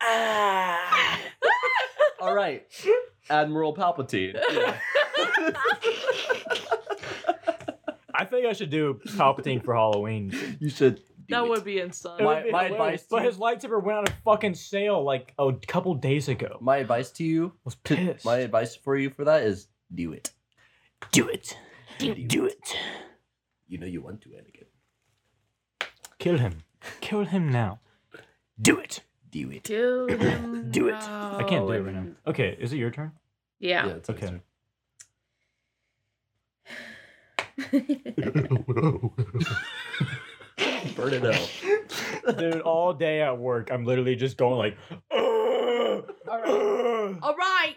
Ah.
(laughs) All right, Admiral Palpatine. (laughs)
I think I should do Palpatine for Halloween.
you should.
(laughs) that would be insane.
It would My- be my hilarious, advice to
but
you-
his lightsaber went on a fucking sale like a couple days ago. I
My advice to you.
was
to-
pissed.
my advice for you for that is do it.
do it, do it.
You know you want to, Anakin.
Kill him, kill him now. Do it.
Do it.
Do him
(laughs) Do it.
now.
I can't do it right now. Okay, is it your turn?
Yeah.
it's my
Okay.
turn. Burn it (laughs) out.
(laughs) Dude, all day at work, I'm literally just going like. "Ugh, ugh."
(laughs) All right.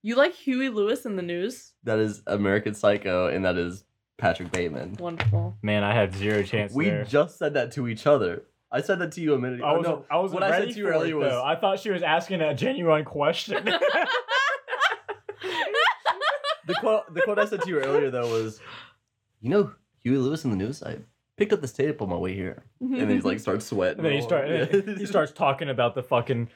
you like Huey Lewis in the news?
That is American Psycho, and that is Patrick Bateman.
(laughs)
Wonderful.
Man, I had zero chance
We
there.
just said that to each other. I said that to you a minute ago.
I was,
no,
I was
what
ready
I said to you
for
earlier
it,
was
though. I thought she was asking a genuine question. (laughs)
the quote. The quote I said to you earlier though was, "You know Huey Lewis in the news. I picked up this tape on my way here." And then he's
(laughs)
like starts sweating.
And then he
all
(laughs) start
over.
and then he starts talking about the fucking.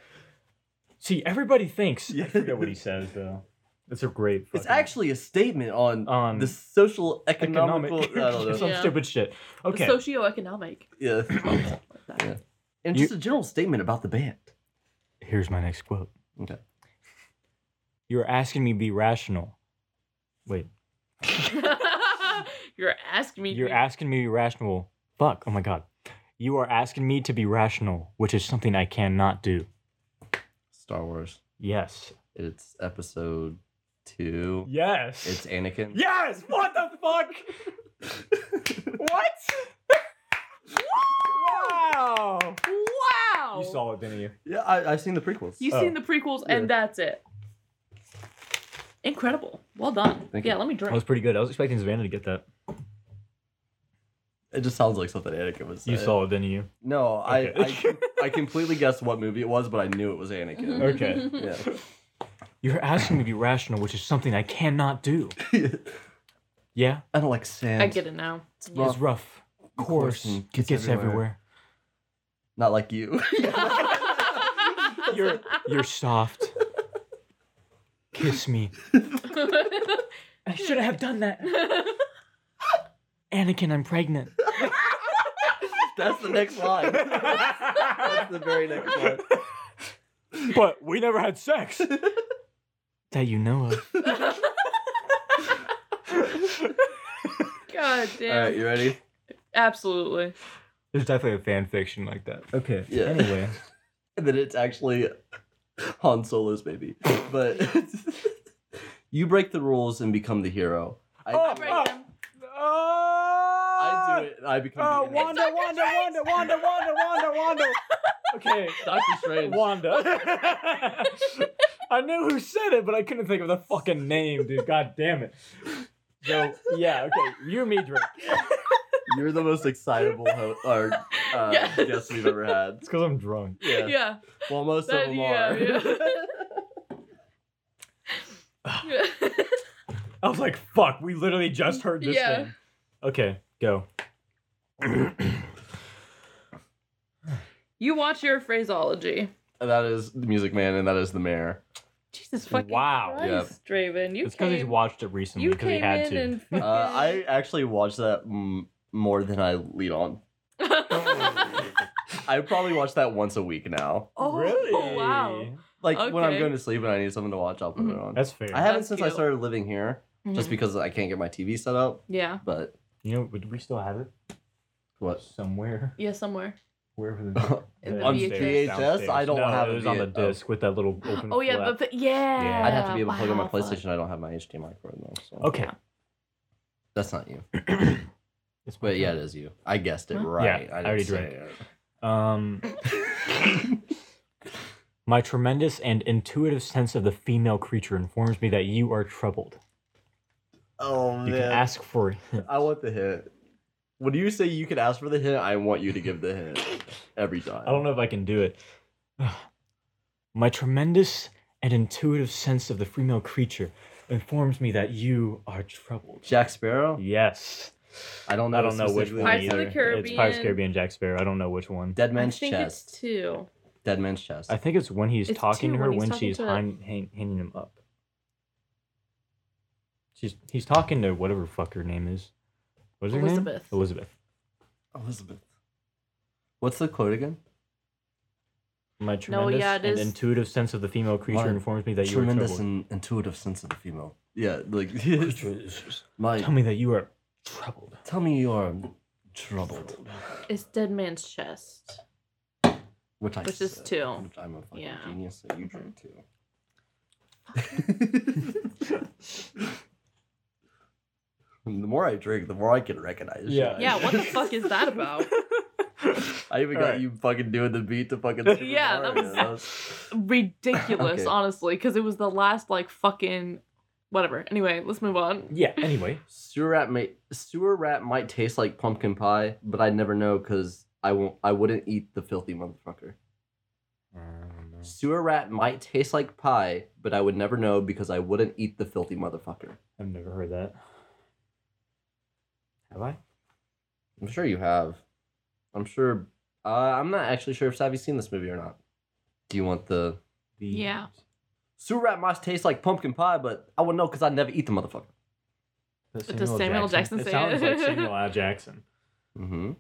See, everybody thinks.
Yeah.
I forget what he says though. It's a great.
It's
fucking-
actually a statement on
on
the social
economic.
economical. I don't know.
(laughs) Some
Yeah.
stupid shit. Okay.
The socioeconomic.
Yeah,
Like that.
Yeah. and
You-
just a general statement about the band.
Here's my next quote.
Okay.
You're asking me to be rational. Wait.
(laughs) You're asking me. to
You're
be-
asking me to be rational. Fuck. Oh my god. You are asking me to be rational, which is something I cannot do.
Star Wars.
Yes.
It's episode two.
Yes.
It's Anakin.
yes. What the fuck? what? wow.
wow.
You saw it, didn't you?
(laughs) Yeah, I, I've seen the prequels.
You've
Oh.
seen the prequels, and that's it. Incredible. Well done.
Thank
yeah,
you.
let me
That
drink.
was pretty good. I was expecting Savannah to get that.
It just sounds like something Anakin would say.
You saw it, didn't you?
No, I,
Okay.
I I completely guessed what movie it was, but I knew it was Anakin.
Okay.
yeah.
(laughs)
Mm-hmm.
You're asking me to be rational, which is something I cannot do.
(laughs)
Yeah.
I don't like sand.
I get it now. (laughs)
It's rough.
It's rough. Coarse.
Coarse and
It gets, everywhere.
Not like you. (laughs)
You're you're soft. (laughs) Kiss me. I shouldn't have done that. Anakin, I'm (laughs) pregnant.
That's the next line. That's the very next
(laughs)
line.
But we never had sex. (laughs) that you know of.
God
All
damn.
right, you ready?
Absolutely.
There's definitely a fan fiction like that. Okay.
Yeah.
(laughs) Anyway.
And then it's actually Han Solo's baby, but (laughs) you break the rules and become the hero. I,
Oh,
Break
oh.
them.
Ah!
I do it. I become.
Uh,
Oh,
the enemy.
Wanda, Wanda, Wanda, Wanda, Wanda, Wanda,
(laughs)
Wanda. Okay,
Doctor Strange.
(laughs)
Wanda. I knew who said it, but I couldn't think of the fucking name, dude. God damn it. So yeah, okay, you and me drink.
You're the most excitable ho- or,
(laughs)
uh,
Yeah.
guest we've ever had.
It's because I'm drunk.
Yeah.
(laughs) Oh, Yeah.
Well, most
That-
of them
yeah,
are.
Yeah.
(laughs)
I was like, fuck, we literally just heard this
Yeah.
thing.
Okay, go.
you watch your phraseology.
And that is the Music Man, and that is the (laughs) Mayor.
Jesus fucking
Wow.
Christ, Draven. You
it's because
came,
he's watched it recently
you
because he
came
had
in
to. (laughs)
and
Uh,
fucking...
I actually watched that m- more than I lead on. (laughs) I probably watch that once a week now.
(laughs) oh, wow.
Like when I'm
Okay.
going to sleep and I need something to watch, I'll put it on.
That's fair.
I haven't
That's
since I
cute.
started living here, just
Mhm.
because I can't get my TV set up.
Yeah.
But
you know, would we still have it
what?
somewhere?
Yeah, somewhere.
Wherever
(laughs)
the
In the
On
VHS.
VHS, I don't
no,
have
it
a
was on the
V- oh.
disc with that little open.
Oh yeah,
flap.
but, yeah.
Yeah.
I'd have to be able to plug in my
Wow, fun.
PlayStation. I don't have my HDMI cord though. So.
okay.
That's not you.
It's
But yeah, it is you. I guessed it
Huh?
right.
Yeah,
I,
I
didn't
already
say
Um, my tremendous and intuitive sense of the female creature informs me that you are troubled.
Oh
You can ask for it. (laughs)
I want the hint. When you say you can ask for the hint, I want you to give the hint
(laughs)
every time.
I don't know if I can do it. (sighs) My tremendous and intuitive sense of the female creature informs me that you are troubled.
Jack Sparrow.
Yes.
I don't know.
I don't know which
specifically
one
Pirates of
either.
the
It's Pirates of the
Caribbean.
Caribbean, Jack Sparrow. I don't know which one.
Dead
I
man's
think it's
chest.
two.
Dead man's chest.
I think it's when he's
It's
talking to
two,
her when
when he's talking
she's
to-
hang, hang, hanging him up. She's he's talking to whatever fuck her name is. What is her name?
Elizabeth.
Elizabeth.
Oh, Elizabeth. What's the quote again?
My tremendous
yeah, it
and
is-
intuitive sense of the female creature
My
informs me that you are
Tremendous
troubled.
and intuitive sense of the female. Yeah, like
(laughs)
(laughs) my.
Tell me that you are
(laughs)
troubled.
Tell me you are troubled.
It's Dead Man's Chest.
Which I
Which is
said,
two.
Which I'm a fucking
Yeah.
genius, so you drink
Mm-hmm.
too. (laughs) the more I drink, the more I can recognize. shit.
Yeah.
Yeah,
(laughs)
what the fuck is that about?
I even got
Alright.
you fucking doing the beat to
(laughs)
fucking. Super
Yeah, that
Mario.
was-
was-
(laughs) Ridiculous,
Okay.
honestly, because it was the last like fucking whatever. Anyway, let's move on.
Yeah. Anyway,
Sewer rat may sewer rat might taste like pumpkin pie, but I never know because I won't. I wouldn't eat the filthy motherfucker. Hmm.
Um,
Sewer rat might taste like pie, but I would never know because I wouldn't eat the filthy motherfucker.
I've never heard that. Have I?
I'm sure you have. I'm sure. Uh, I'm not actually sure if Savvy's seen this movie or not. Do you want the?
The
Yeah.
Sewer rat mice taste like pumpkin pie, but I wouldn't know because I'd never eat the motherfucker.
Does Samuel L. Jackson say
sounds
it? (laughs)
like Samuel L. Jackson.
Mm-hmm.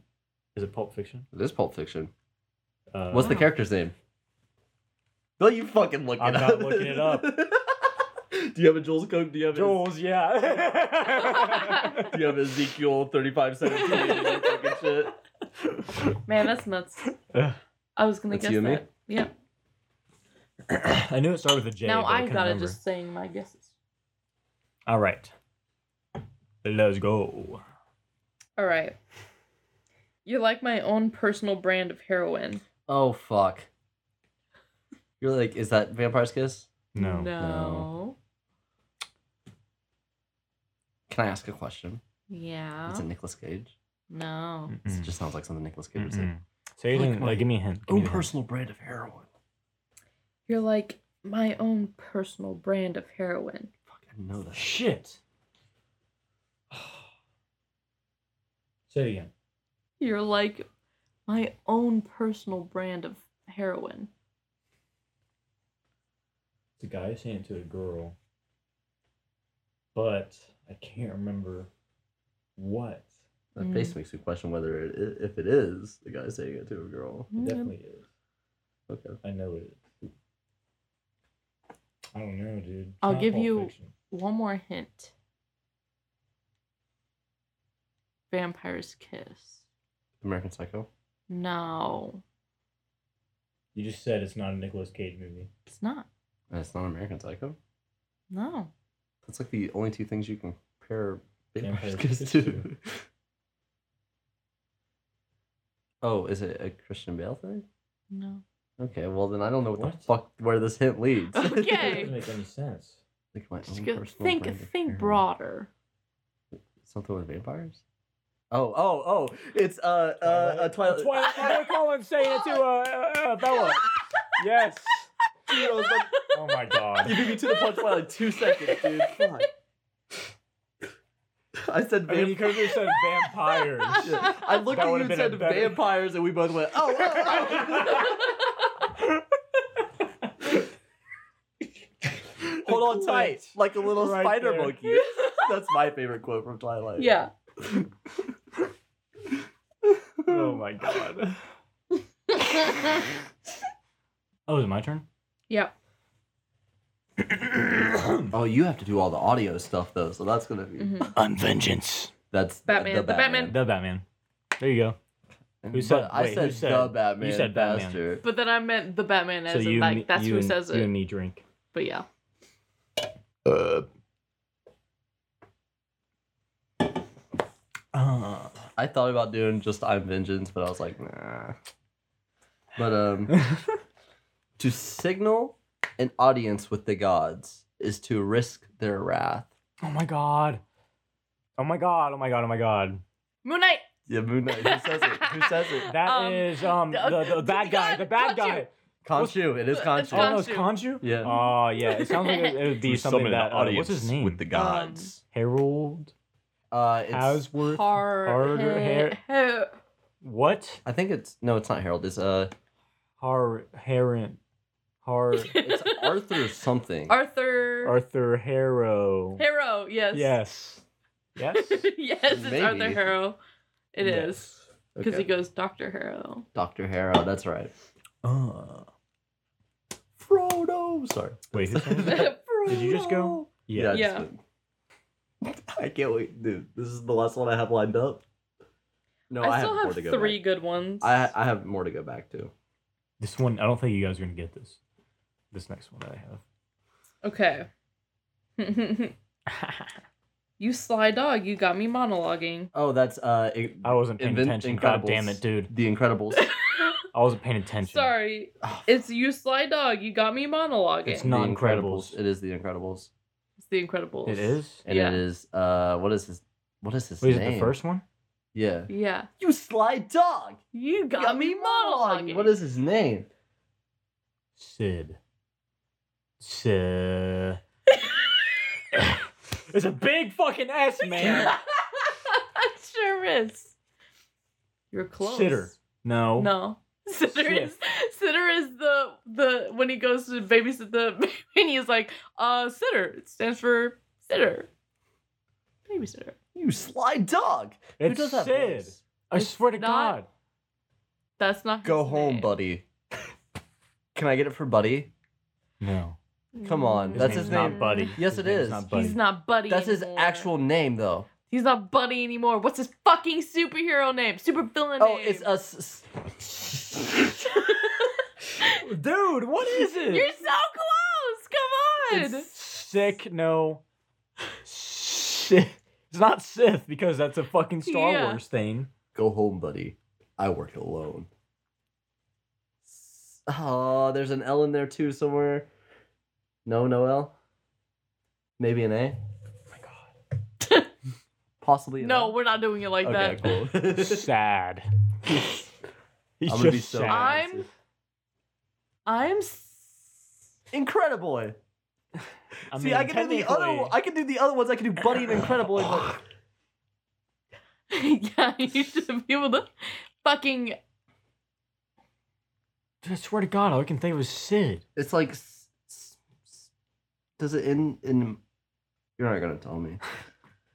Is it Pulp Fiction?
It is Pulp Fiction.
Uh,
What's the
Wow.
character's name? Don't you fucking look
I'm
it
not
up.
looking it up.
(laughs) Do you have a Jules Coke? Do you have a-
Jules, yeah.
Do you have Ezekiel thirty five seventeen? fucking shit.
Man, that's nuts.
Ugh.
I was gonna
That's
guess
you and me?
that. Yeah.
(laughs) I knew it started with a J.
now
but I
I
couldn't
gotta
remember.
just saying my guesses.
All right. Let's go.
All right. You're like my own personal brand of heroin.
Oh fuck. You're like, is that Vampire's Kiss?
No.
No.
Can I ask a question?
Yeah.
Is it Nicolas Cage?
No.
This
Mm-mm.
just sounds like something Nicolas Cage would say.
Mm. Mm-mm. Say it
Like
in,
my
like, give me a hint. Give
Own
me a hint.
personal brand of heroin.
You're like my own personal brand of heroin.
Fuck, I know that.
Mm. Shit. (sighs) Say it again.
You're like my own personal brand of heroin.
It's a guy saying it to a girl, but I can't remember what.
That
Mm.
face makes me question whether it, i- if it is the guy saying it to a girl.
It
Mm,
definitely is.
Okay.
I know it is. I don't know, dude. It's
I'll
not
give
Pulp
you-
Fiction.
One more hint. Vampire's Kiss.
American Psycho.
No,
You just said it's not a Nicolas Cage movie.
it's not.
And it's not American Psycho.
No.
That's like the only two things you can pair Vampire's
Vampire's
Kiss
Kiss
to. (laughs) oh, is it a Christian Bale thing?
No.
Okay, well then I don't know what, the
What?
fuck where this hint leads.
That
(laughs) Okay.
doesn't make any sense.
(laughs) Like my
Just
own
go,
personal
think
brand of
think
heroin.
broader.
Something with vampires? Oh, oh, oh! It's uh, uh, uh Twilight.
Twilight, Twilight Collins saying it to uh, uh, Bella. Yes.
Dude, I was like,
Oh my god.
you beat me to the punch by like two seconds, (laughs) dude. Fuck. I said
I mean, you
vampires.
could have said vampires.
(laughs) I looked
That
at you
would've
and
been a
said
better-
vampires, and we both went, "Oh, (laughs) oh, oh." hold on tight,
Glitch.
like a little
Right
spider
there.
monkey." That's my favorite quote from Twilight.
yeah.
Oh my god.
Oh, is it my turn?
yeah.
Oh, you have to do all the audio stuff though, so that's gonna be
Mhm.
(clears throat) On vengeance.
that's
Batman, the Batman.
The Batman. There you go. Who
But
said-
I
wait, who
said,
said-
the Batman.
you said Batman.
bastard.
But then I meant the Batman as in
and
like
me-
that's
you
who
and-
says
You
it.
and me drink.
But yeah.
(laughs) Uh,
I thought about doing just I'm Vengeance, but I was like, nah. But (laughs) um,
Oh
to signal an audience with the gods is to risk their wrath.
oh my god. Oh my god. Oh my god. Oh my god.
Moon Knight.
Yeah, Moon Knight. Who says it? Who says (laughs) it?
That
Um,
is um,
the-
the, the,
the
bad guy.
god
The bad
caught you.
guy.
Khonshu. It is
Uh, it's
Khonshu.
Oh, no, it's
Khonshu.
Khonshu?
Yeah.
Oh, yeah. It sounds like it, it would be
To
something
summon
that. Uh, what's his name?
With the gods.
Harold
uh, it's,
Hasworth.
Har-
Harder hair.
he- he-
what?
I think it's no, it's not Harold. It's uh,
Har Heron. Har
(laughs)
it's Arthur something.
Arthur.
Arthur Harrow.
Harrow. Yes.
Yes.
(laughs)
Yes.
(laughs) yes, it's
Maybe.
Arthur Harrow. It is because
Okay.
he goes Doctor Harrow. (laughs)
Doctor Harrow. That's right.
Uh,
Frodo. Sorry.
wait, who's turn
(laughs)
is it? Did you just go?
Yeah.
Yeah.
I, just- (laughs) I can't wait, dude. This is the last one I have lined up. No, I,
I still
have, more
have,
to go.
three
Back.
good ones.
I I have more to go back to.
This one, I don't think you guys are gonna get this. This next one that I
Okay. (laughs)
have.
(laughs)
you sly dog, you got me monologuing.
Oh, that's uh, in-
I wasn't paying
Inven-
attention. God
Incredibles.
damn it, dude!
The
(laughs)
Incredibles.
I wasn't paying attention.
Sorry.
Oh,
It's you sly dog, you got me monologuing.
It's
The
not Incredibles.
It is the Incredibles,
It's the Incredibles.
It is.
and
Yeah.
it is uh, what is his? What is his
Wait, is
name?
it the first one?
Yeah.
Yeah.
You sly dog.
You got, me monologuing.
What
(laughs)
is his name?
Sid. Sid.
It's a big fucking S, man.
sure is. You're close.
Sitter. No.
No. (laughs) Sitter
Shit.
is sitter is the the when he goes to babysit the (laughs) baby and he's like, uh, sitter. It stands for sitter. Babysitter.
You sly dog. Who
It's
does that
Sid.
voice?
I
It's
swear to
not-
God.
That's not his
Go home,
name.
buddy. Can I get it for buddy?
No.
Come on,
Mm.
that's his
name's
name.
Not Buddy.
Yes, it
name's
is.
Not buddy.
He's not Buddy.
That's his
anymore.
actual name, though.
He's not Buddy anymore. What's his fucking superhero name? Super villain
Oh,
name.
it's us.
Dude, what is it?
(laughs) You're so close. Come on.
It's sick, no. Sith. It's not Sith because that's a fucking Star
Yeah.
Wars thing.
(laughs) Go home, buddy. I work alone. Oh, there's an L in there too somewhere. No, no L. Maybe an A. (laughs) Possibly. An
no,
L.
we're not doing it like
Okay,
that.
(laughs)
cool. (laughs)
Sad.
He's
I'm gonna be
just
so
sad.
mad.
I'm. I'm. s-
Incredible.
I
See,
mean,
I can do
technically-
the other. one- oh, I can do the other ones. I can do Buddy and Incredible. but
(laughs) yeah, you should be able to fucking.
Dude, I swear to God, all I can think of is Sid.
(sighs) it's like. s- s- s- Does it end in? You're not gonna tell me.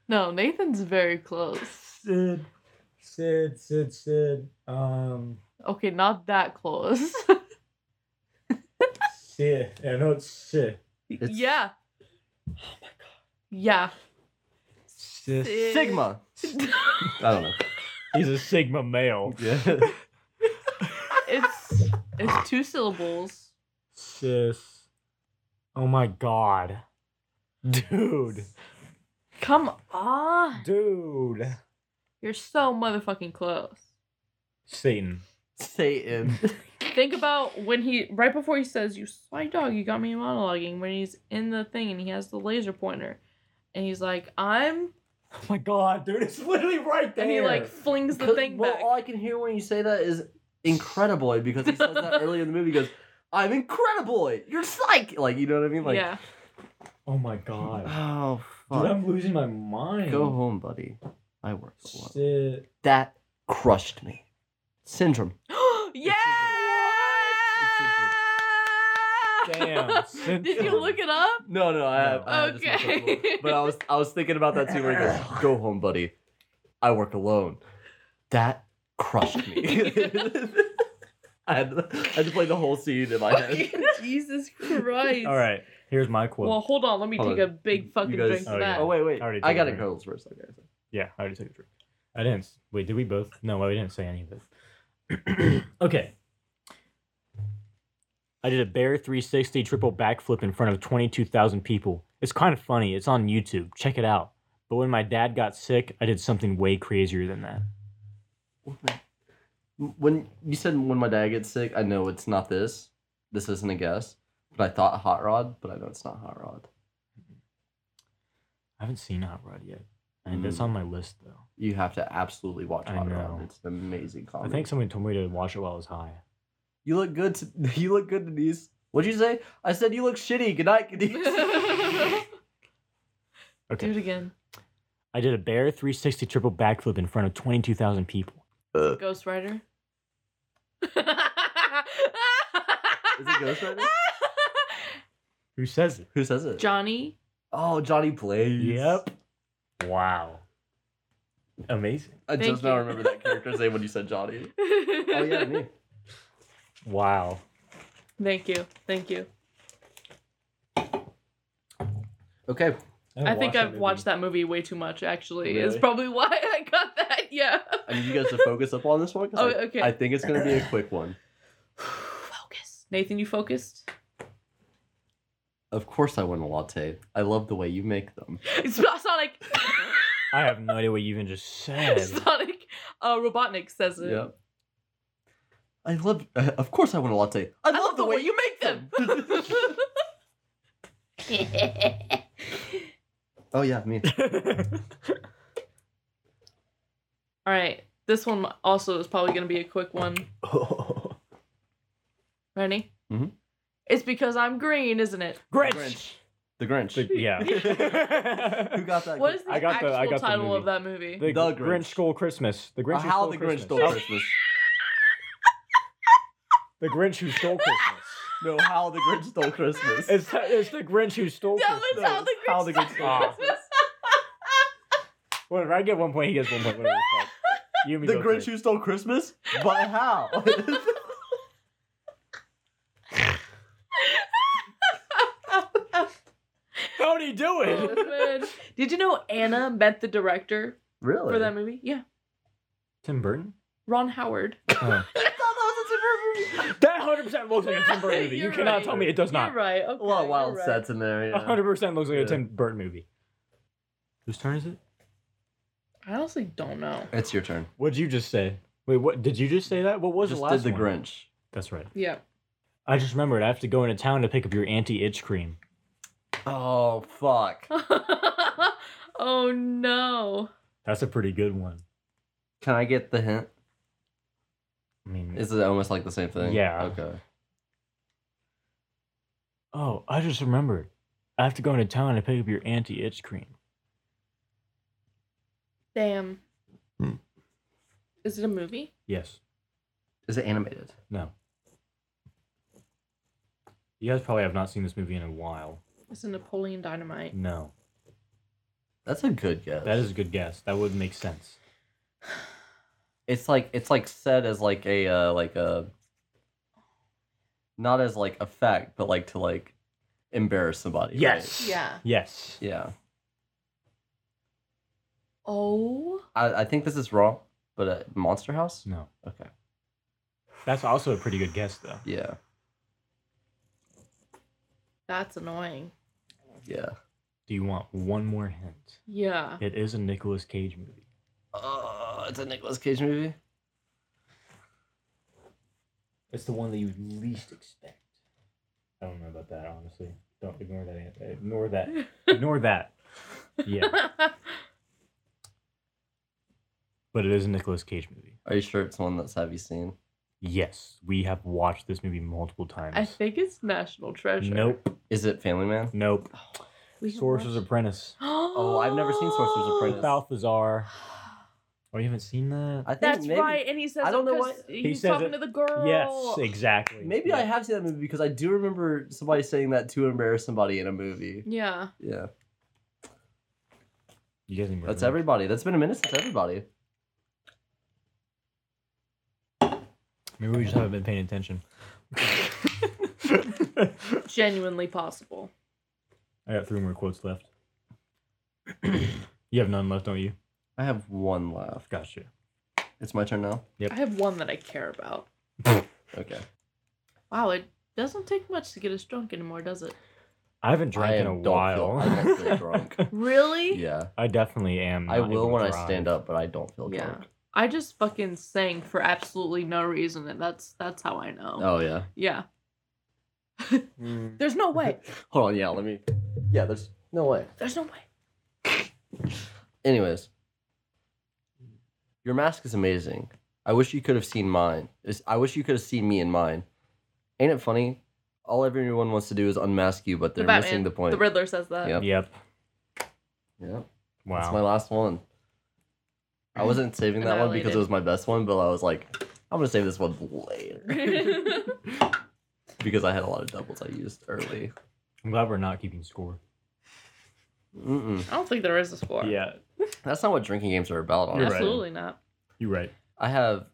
No, Nathan's very close.
Sid. Sid, Sid, Sid. Um,
Okay, not that close. (laughs)
Sid. I know it's Sid.
It's-
yeah. Oh my god.
Sid.
Sid. (laughs)
Sigma. I don't know.
He's a Sigma male.
Yeah.
Yeah. It's it's two syllables.
Sis. Oh my God. Dude.
Come on.
Dude.
You're so motherfucking close.
Satan.
(laughs) Satan.
Think about when he right before he says, You sly dog, you got me monologuing when he's in the thing and he has the laser pointer. And he's like, I'm
Oh my God, dude. It's literally right there.
and he like flings the
Because-
thing
well,
back.
all I can hear when you say that is incredible because he says
(laughs)
that early in the movie. He goes, "I'm incredible. You're psych." Like you know what I mean? Like,
yeah.
Oh my God. (sighs)
oh
Dude,
fuck.
I'm losing my mind.
Go home, buddy. I work alone.
Sid.
That crushed me. Syndrome.
(gasps) yeah. (laughs)
Damn,
Did you
syndrome.
look it up?
No, no, I have. I have this much
Okay.
trouble. but I was, I was thinking about that too. Where he goes, "Go home, buddy. I work alone." That crushed
(laughs)
me. I had, to, I had to play the whole scene in my head.
(laughs) Jesus Christ.
All right. Here's my quote.
Well, hold on. Let me
Hold
take
on.
a big fucking
You guys-
drink
Oh,
of that. (laughs)
Oh wait, wait.
I already
I
did
got it.
mine.
Girls first. Okay. so-
Yeah, I already took a drink. I didn't. s- Wait, did we both? No, I didn't say any of it. (clears throat) okay. I did a bear 360 triple backflip in front of 22,000 people. It's kind of funny. It's on YouTube. Check it out. But when my dad got sick, I did something way crazier than that.
When you said when my dad gets sick, I know it's not this. This isn't a guess. But I thought hot rod, but I know it's not hot rod.
I haven't seen Hot Rod yet. And that's
Mm.
on my list, though.
You have to absolutely watch
I
hot
know.
rod. It's an amazing
I
comedy.
think somebody told me to watch it while I was high.
You look good. To, (laughs) you look good, Denise. What'd you say? I said you look shitty. Good night,
(laughs)
Denise.
Okay.
Do it again.
I did a bear 360 triple backflip in front of 22,000 people.
Uh,
Ghost Rider. Is
it Ghost Rider?
Who says it?
Who says it?
(laughs) Johnny.
oh, Johnny Blaze.
Yep. Wow. Amazing.
I
Thank
just now
you.
remember that character's name when you said Johnny.
(laughs)
Oh yeah, me.
Wow.
Thank you. Thank you.
Okay.
I think I've watched that movie way too much, actually. It's
Really?
probably (laughs) why I got that. Yeah.
I need you guys to focus up on this one. 'cause
Oh,
I-
okay.
I think it's gonna be a quick one.
Focus. Nathan, you focused?
Of course, I want a latte. I love the way you make them.
(laughs) It's not (laughs) Sonic.
I have no idea what you even just said.
(laughs) Sonic. Uh, Robotnik says it.
Yep. I love. (laughs) Uh, of course, I want a latte. I, love, the way, you make
(laughs)
them. oh yeah, me.
(laughs) All right. This one also is probably going to be a quick one. Ready?
Mhm.
It's because I'm green, isn't it?
Grinch.
The Grinch.
The-
(laughs)
yeah.
Who got that?
What is the
I got
actual
the- I got the
title
movie.
of that movie?
The,
The
Grinch.
Grinch.
Stole Christmas. The
Uh,
Grinch. Who
how
stole
the Grinch
Christmas.
stole
How-
Christmas?
The Grinch Who
(laughs)
Stole Christmas.
No, how the Grinch stole Christmas.
(laughs)
It's, it's the Grinch Who Stole
(laughs) That
Christmas.
was how the Grinch
How the Grinch
Stole (laughs)
Stole
Christmas.
Whatever, I get one point, he gets one point. Whatever. fuck. You and me
the
both
Grinch
right.
who stole Christmas? But how?
How'd he do it?
(laughs)
Ah. (laughs)
Oh, man. Did you know Anna met the director
really?
for that movie? Yeah,
Tim
(laughs)
Burton?
Ron Howard. (laughs)
Oh.
I thought that was a different movie.
Uh, That 100% looks like a Tim Burton movie. You
You're
cannot
right.
tell me it does not.
You're right. Okay,
A lot of wild
you're right.
sets in there.
A
Yeah.
100% looks like
Yeah.
a Tim Burton movie.
Whose turn is it?
I honestly don't know.
It's your turn.
What'd you just say? Wait, what? Did you just say that? What was
Just
the last
did the
one?
Grinch.
That's right.
Yeah. (laughs)
I just remembered I have to go into town to pick up your anti itch cream.
Oh fuck!
oh no.
That's a pretty good one.
Can I get the hint?
I mean,
Is it almost like the same thing?
Yeah.
Okay.
oh, I just remembered. I have to go into town to pick up your anti itch cream.
Damn.
Hmm.
Is it a movie?
Yes.
Is it animated?
No. You guys probably have not seen this movie in a while.
Is it Napoleon Dynamite?
No.
That's a good guess.
That is a good guess. That would make sense.
It's like it's like said as like a uh, like a. Not as like effect, but like to like embarrass somebody. right?
Yes.
Yeah.
Yes.
Yeah.
Oh.
I, I think this is wrong, but uh, Monster House.
No.
Okay.
That's also a pretty good guess, though.
Yeah.
That's annoying.
Yeah.
Do you want one more hint? (laughs)
Yeah.
It is a Nicolas Cage movie.
Uh, it's a Nicolas Cage movie.
It's the one that you least expect. I don't know about that, honestly. Don't ignore that. an- Ignore that. ignore that. Yeah. But it is a Nicolas Cage movie.
Are you sure it's one that's have you seen?
Yes, we have watched this movie multiple times.
I think it's National Treasure.
Nope.
Is it Family Man?
Nope.
We can
Sorcerer's
(gasps) watch-
Apprentice.
Oh, I've never seen Sorcerer's Apprentice.
Balthazar. Oh, you haven't seen that?
I think
That's
maybe,
right, and he says
I
it
don't know
'cause
what-
he's
says
talking
it-
to the girl.
Yes, exactly.
Maybe I have seen that movie because I do remember somebody saying that to embarrass somebody in a movie.
Yeah.
Yeah.
You guys remember?
That's everybody. That's been a minute since everybody.
Maybe we just haven't been paying attention.
Genuinely possible.
I got three more quotes left. (clears throat) you have none left, don't you?
I have one left.
Gotcha.
It's my turn now.
Yep.
I have one that I care about.
Okay.
Wow, it doesn't take much to get us drunk anymore, does (laughs) it?
I haven't drank
I
in a
am- don't feel-
while.
I don't
(laughs)
feel
(laughs)
drunk.
Really?
Yeah.
I definitely am.
I
not
will
able to
when I
drive.
stand up, but I don't feel
Yeah.
drunk.
I just fucking sang for absolutely no reason, and that's that's how I know.
Oh yeah.
Yeah. There's no
(laughs)
way.
Hold on. Yeah. Let me. Yeah. There's no way.
There's no way.
Anyways, your mask is amazing. I wish you could have seen mine. It's- I wish you could have seen me in mine. Ain't it funny? All everyone wants to do is unmask you, but they're
Batman-
missing the point.
The Riddler says that. (laughs)
Yep.
Yep.
yeah,
Wow.
that's my last one. I wasn't saving that one because
Annihilated.
it was my best one, but I was like, I'm gonna save this one (laughs) later because I had a lot of doubles I used early.
I'm glad we're not keeping score.
Mm-mm.
I don't think there is a score.
Yeah,
That's not what drinking games are about.
You're
Honestly.
right.
Absolutely not.
you're right.
I have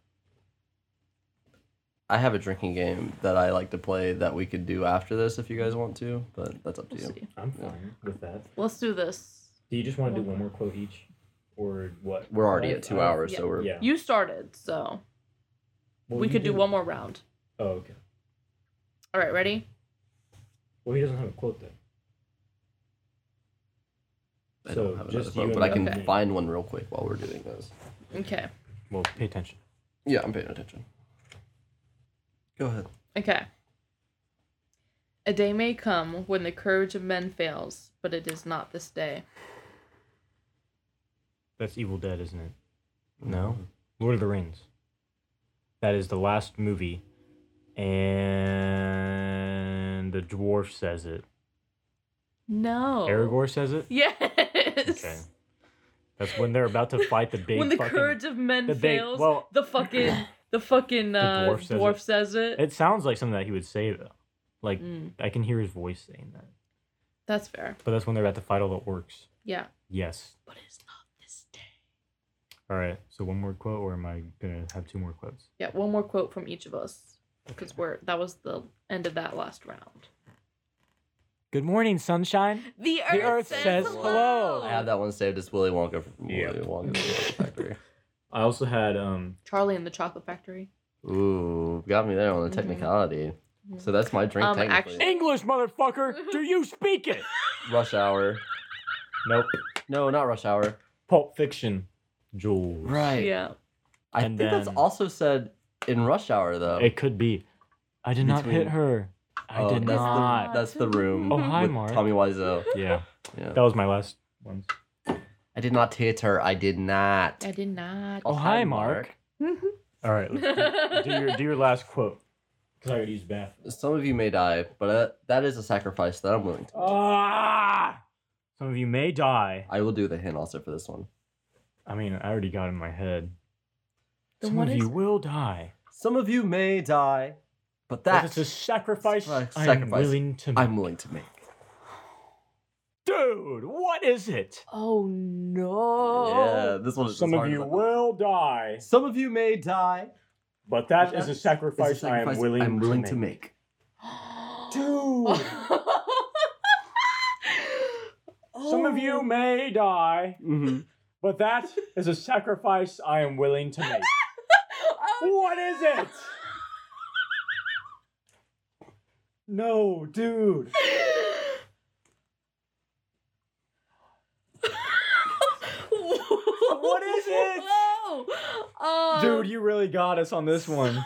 I have a drinking game that I like to play that we could do after this if you guys want to, but that's up to
We'll
you.
see.
I'm
Yeah.
fine with that.
Let's do this.
Do you just want to do one more quote each, or what?
We're already at two
I- I-
hours,
Uh, yeah.
so we're
Yeah.
You started, so
Well,
we
you
could do one more round.
Oh, okay.
All right, ready?
Well, he doesn't have a quote then.
I
So,
don't have another
just
phone,
you
but I
and
can
me. Okay.
find one real quick while we're doing this.
Okay.
Well, pay attention.
Yeah, I'm paying attention. Go ahead.
Okay. A day may come when the courage of men fails, but it is not this day.
That's Evil Dead, isn't it? No. Lord of the Rings. That is the last movie, and the dwarf says it.
No.
Aragorn says it.
Oh. Yes.
Okay. That's when they're about to fight the big.
(laughs) when the
fucking-
courage of men
the big-
fails,
well-
the fucking the fucking
The
uh,
dwarf
dwarf,
says
says,
it.
it.
It sounds like something that he would say though. Like
Mm,
I can hear his voice saying that.
that's fair.
But that's when they're about to fight all the orcs.
Yeah,
Yes.
but it's not this day.
All right. So one more quote, or am I gonna have two more quotes?
Yeah, one more quote from each of us because we're that was the end of that last round.
Good morning, sunshine.
The earth,
earth
says,
says
hello.
I had that one saved as Willy Wonka from
Yeah.
Willy Wonka and
(laughs)
the Chocolate Factory.
I also had um.
Charlie and the Chocolate Factory.
Ooh, got me there on the
Mhm.
technicality.
Mhm.
So that's my drink
Um,
technically.
actually- (laughs)
English, motherfucker. Do you speak it?
Rush Hour.
Nope.
No, not Rush Hour.
Pulp Fiction. Jules.
Right.
Yeah,
I
And
think that's
then-
also said in Rush Hour though.
It could be. I did not hit
Between-
her. I
Oh,
did
that's
not.
The, that's the room.
Oh, hi,
with
Mark.
Tommy Wiseau.
Yeah.
Yeah.
That was my last one.
I did not hit her. I did not.
I did not. (laughs)
Oh, hi, Mark.
All right. Let's do, do your do your last quote. Cause I gotta use bath.
Some of you may die, but uh, that is a sacrifice that I'm willing to.
Ah! Some of you may die.
I will do the hint also for this one.
I mean, I already got it in my head.
Then
Some
what
of
is
you
it?
will die.
Some of you may die, but
That
that
is a sacrifice,
Sacrifice.
I'm willing to make.
I'm willing to make.
Dude, what is it?
Oh no.
Yeah, this one is as
Some of
hard as
you
I-
will die,
Some of you may die.
but that
But that
is a
is It's
sacrifice,
a sacrifice
I am willing,
I'm willing to make.
Oh.
(laughs)
Dude, some of
Oh.
you may die,
Mm-hmm.
but that is a sacrifice I am willing to make. What is it? No, dude. What is
(laughs)
it?
Oh.
Dude, you really got us on
(laughs)
this one.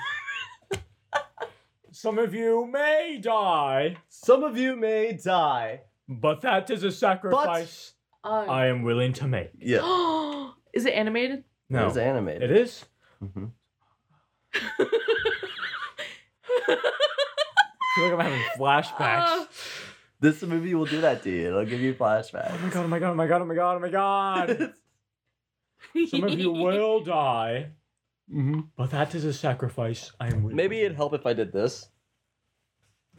Some of you may die,
Some of you may die.
but that is a sacrifice I am willing to make.
Yeah.
(gasps) is it animated?
It
No,
was animated.
it is.
Mhm.
I feel like I'm having flashbacks.
Oh.
This movie will do that to you. It'll give you
Oh my
flashbacks.
god! Oh my god! Oh my god! Oh my god! Oh my god! (laughs) Some of you will die,
Mm-hmm.
but that is a sacrifice I am willing.
Maybe it'd help if I did this.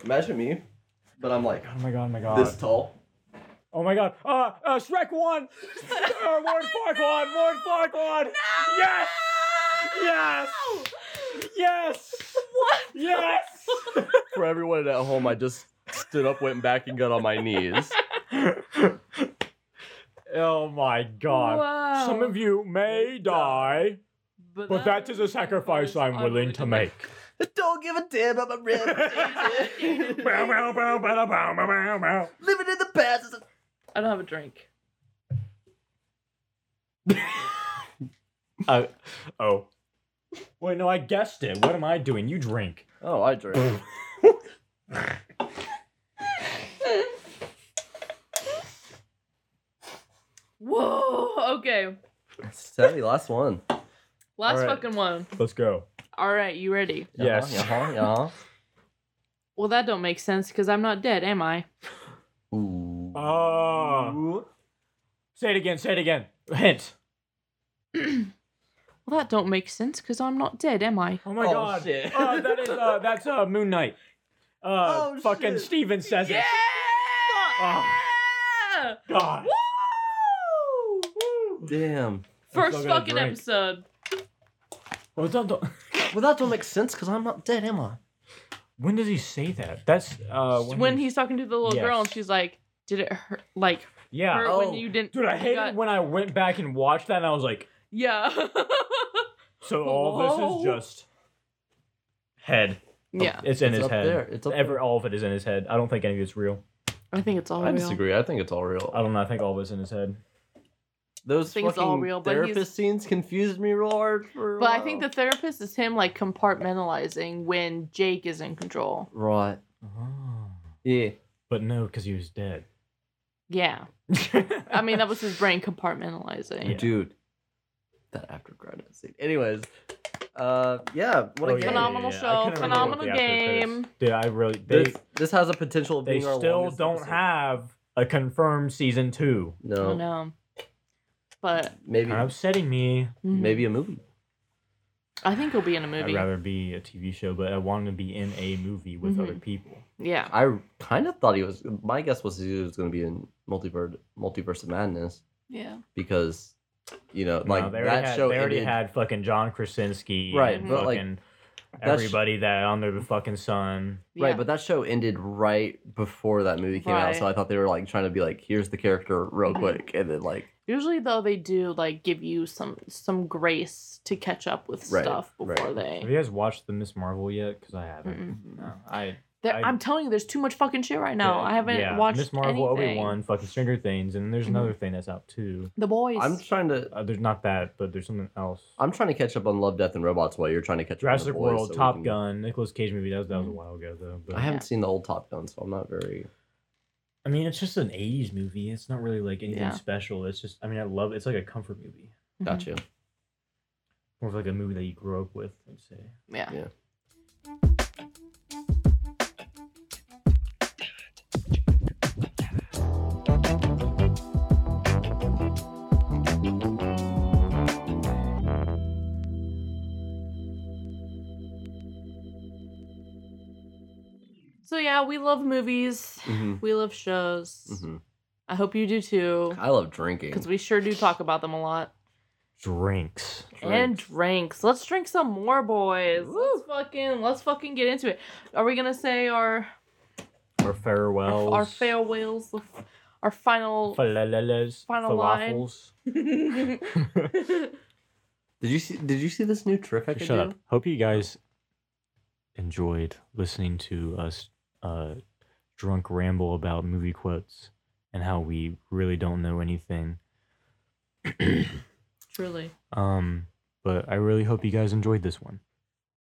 Imagine me, but I'm like
Oh my god! Oh my god!
this tall.
Oh my god. Uh, uh Shrek won! uh, Lord Farquaad! Lord Farquaad! Yes! Yes! Yes!
(laughs) What?
Yes!
For everyone at home, I just stood up, went back, and got on my knees.
oh my god.
Wow.
Some of you may die, but that is a sacrifice I'm willing to make.
(laughs) Don't give a damn about my (laughs)
(laughs)
real
Bow, bow, bow, bow, bow, bow, bow, bow.
Living in the past is a
(laughs) I don't have a drink.
Uh, oh. Wait, no, I guessed it. What am I doing? You drink.
Oh, I drink.
(clears throat)
Whoa. Okay.
Savvy, last one.
All
Last
right.
fucking one.
Let's go.
All right, you ready?
Yes.
Uh-huh, uh-huh,
Well, that don't make sense because I'm not dead, am I?
uh-huh. Ooh.
Ah.
Ooh.
say it again, say it again. Hint.
Well, that don't make sense because I'm not dead, am I?
Oh my
Oh,
god.
shit.
Uh, that is uh, that's uh, Moon Knight. Uh,
Oh,
fucking
shit.
Steven says
Yeah!
it. God.
Woo!
Damn.
First
still gonna
fucking
drink.
episode.
Well, don't- don't-
Well, that don't make sense because I'm not dead, am I?
When does he say that? That's uh, when,
when
he-
he's talking to the little
Yes.
girl and she's like, "Did it hurt? Like
Yeah.
hurt
Oh,
when you didn't?"
Dude, I hated
got-
when I went back and watched that, and I was like,
Yeah. (laughs)
so all this
Hello?
is just head.
yeah.
It's in
It's
his
up
head.
there. It's up
Ever
there.
all of it is in his head. I don't think any of it's real.
I think it's all
I
real.
disagree. I think it's all real.
I don't know. I think all of it's in his head.
Those
think it's all
fucking
real, but
therapist
he's-
scenes confused me real hard. For a
But I
while.
think the therapist is him like compartmentalizing when Jake is in control.
right. Oh. Yeah.
But no, because he was dead.
Yeah. (laughs) I mean, that was his brain compartmentalizing.
Yeah.
dude. That after credit scene. Anyways, uh, yeah, what a
Oh, yeah, yeah,
game.
Phenomenal
yeah. I
show,
couldn't remember what
phenomenal
the after credits-
game.
Dude, I really they
This, this has a potential of
they
being our
still
longest
don't
episode.
have a confirmed season two.
I
No,
don't know. But
maybe
Kind of upsetting me.
mm,
maybe a movie.
I think he'll be in a movie.
I'd rather be a TV show, but I want to be in a movie with other
Mhm.
people.
Yeah.
I kind of thought he was. My guess was he was going to be in multiverse, multiverse of madness
Yeah.
because, you know,
No,
like
they already
that
had,
show
they already
ended-
had fucking John Krasinski,
Right,
And
but, like,
fucking
that sh-
everybody that on their fucking son.
Right,
Yeah.
but that show ended right before that movie came out, so
Right. Mm-hmm.
I thought they were like trying to be like, here's the character real quick, and then like,
Usually though they do like give you some some grace to catch up with
Right,
stuff
right.
before
Have
they.
you guys watched the Miss Marvel yet? Because I haven't.
Mm-mm.
No, I
There,
I-
I, am telling you, there's too much fucking shit right now.
yeah,
I haven't
yeah,
watched
Miss Marvel, Obi
anything.
Wan, fucking Stranger Things, and there's
Mhm.
another thing that's out too.
The boys.
I'm trying to,
Uh, there's not that, but there's something else.
I'm trying to catch up on Love, Death, and Robots while you're trying to catch
Jurassic
up on the boys,
World,
so we
Top
can-
Gun, Nicolas Cage movie. That was, that was a
Mm-hmm.
while ago though. But
I haven't seen the old Top Gun, so I'm not very.
I mean, it's just an '80s movie. It's not really like anything
Yeah.
special. It's just, I mean, I love. It's like a comfort movie,
Mhm.
Gotcha.
more of like a movie that you grew up with. I'd say.
Yeah.
Yeah.
So yeah, we love movies.
Mm-hmm.
hmm
We love shows. I hope you do too,
Mm-hmm. I love drinking.
because we sure do talk about them a lot.
Drinks.
And
Drinks.
drinks. Let's drink some more, boys. Let's fucking let's fucking get into it. Are we gonna say our
Or farewells.
our farewells, our final?
Falalalas.
Final line.
falafels.
(laughs)
Did you see? Did you see this new trick I could
Shut
do?
up. Hope you guys enjoyed listening to us uh, drunk ramble about movie quotes and how we really don't know anything.
Truly.
Um, but I really hope you guys enjoyed this one.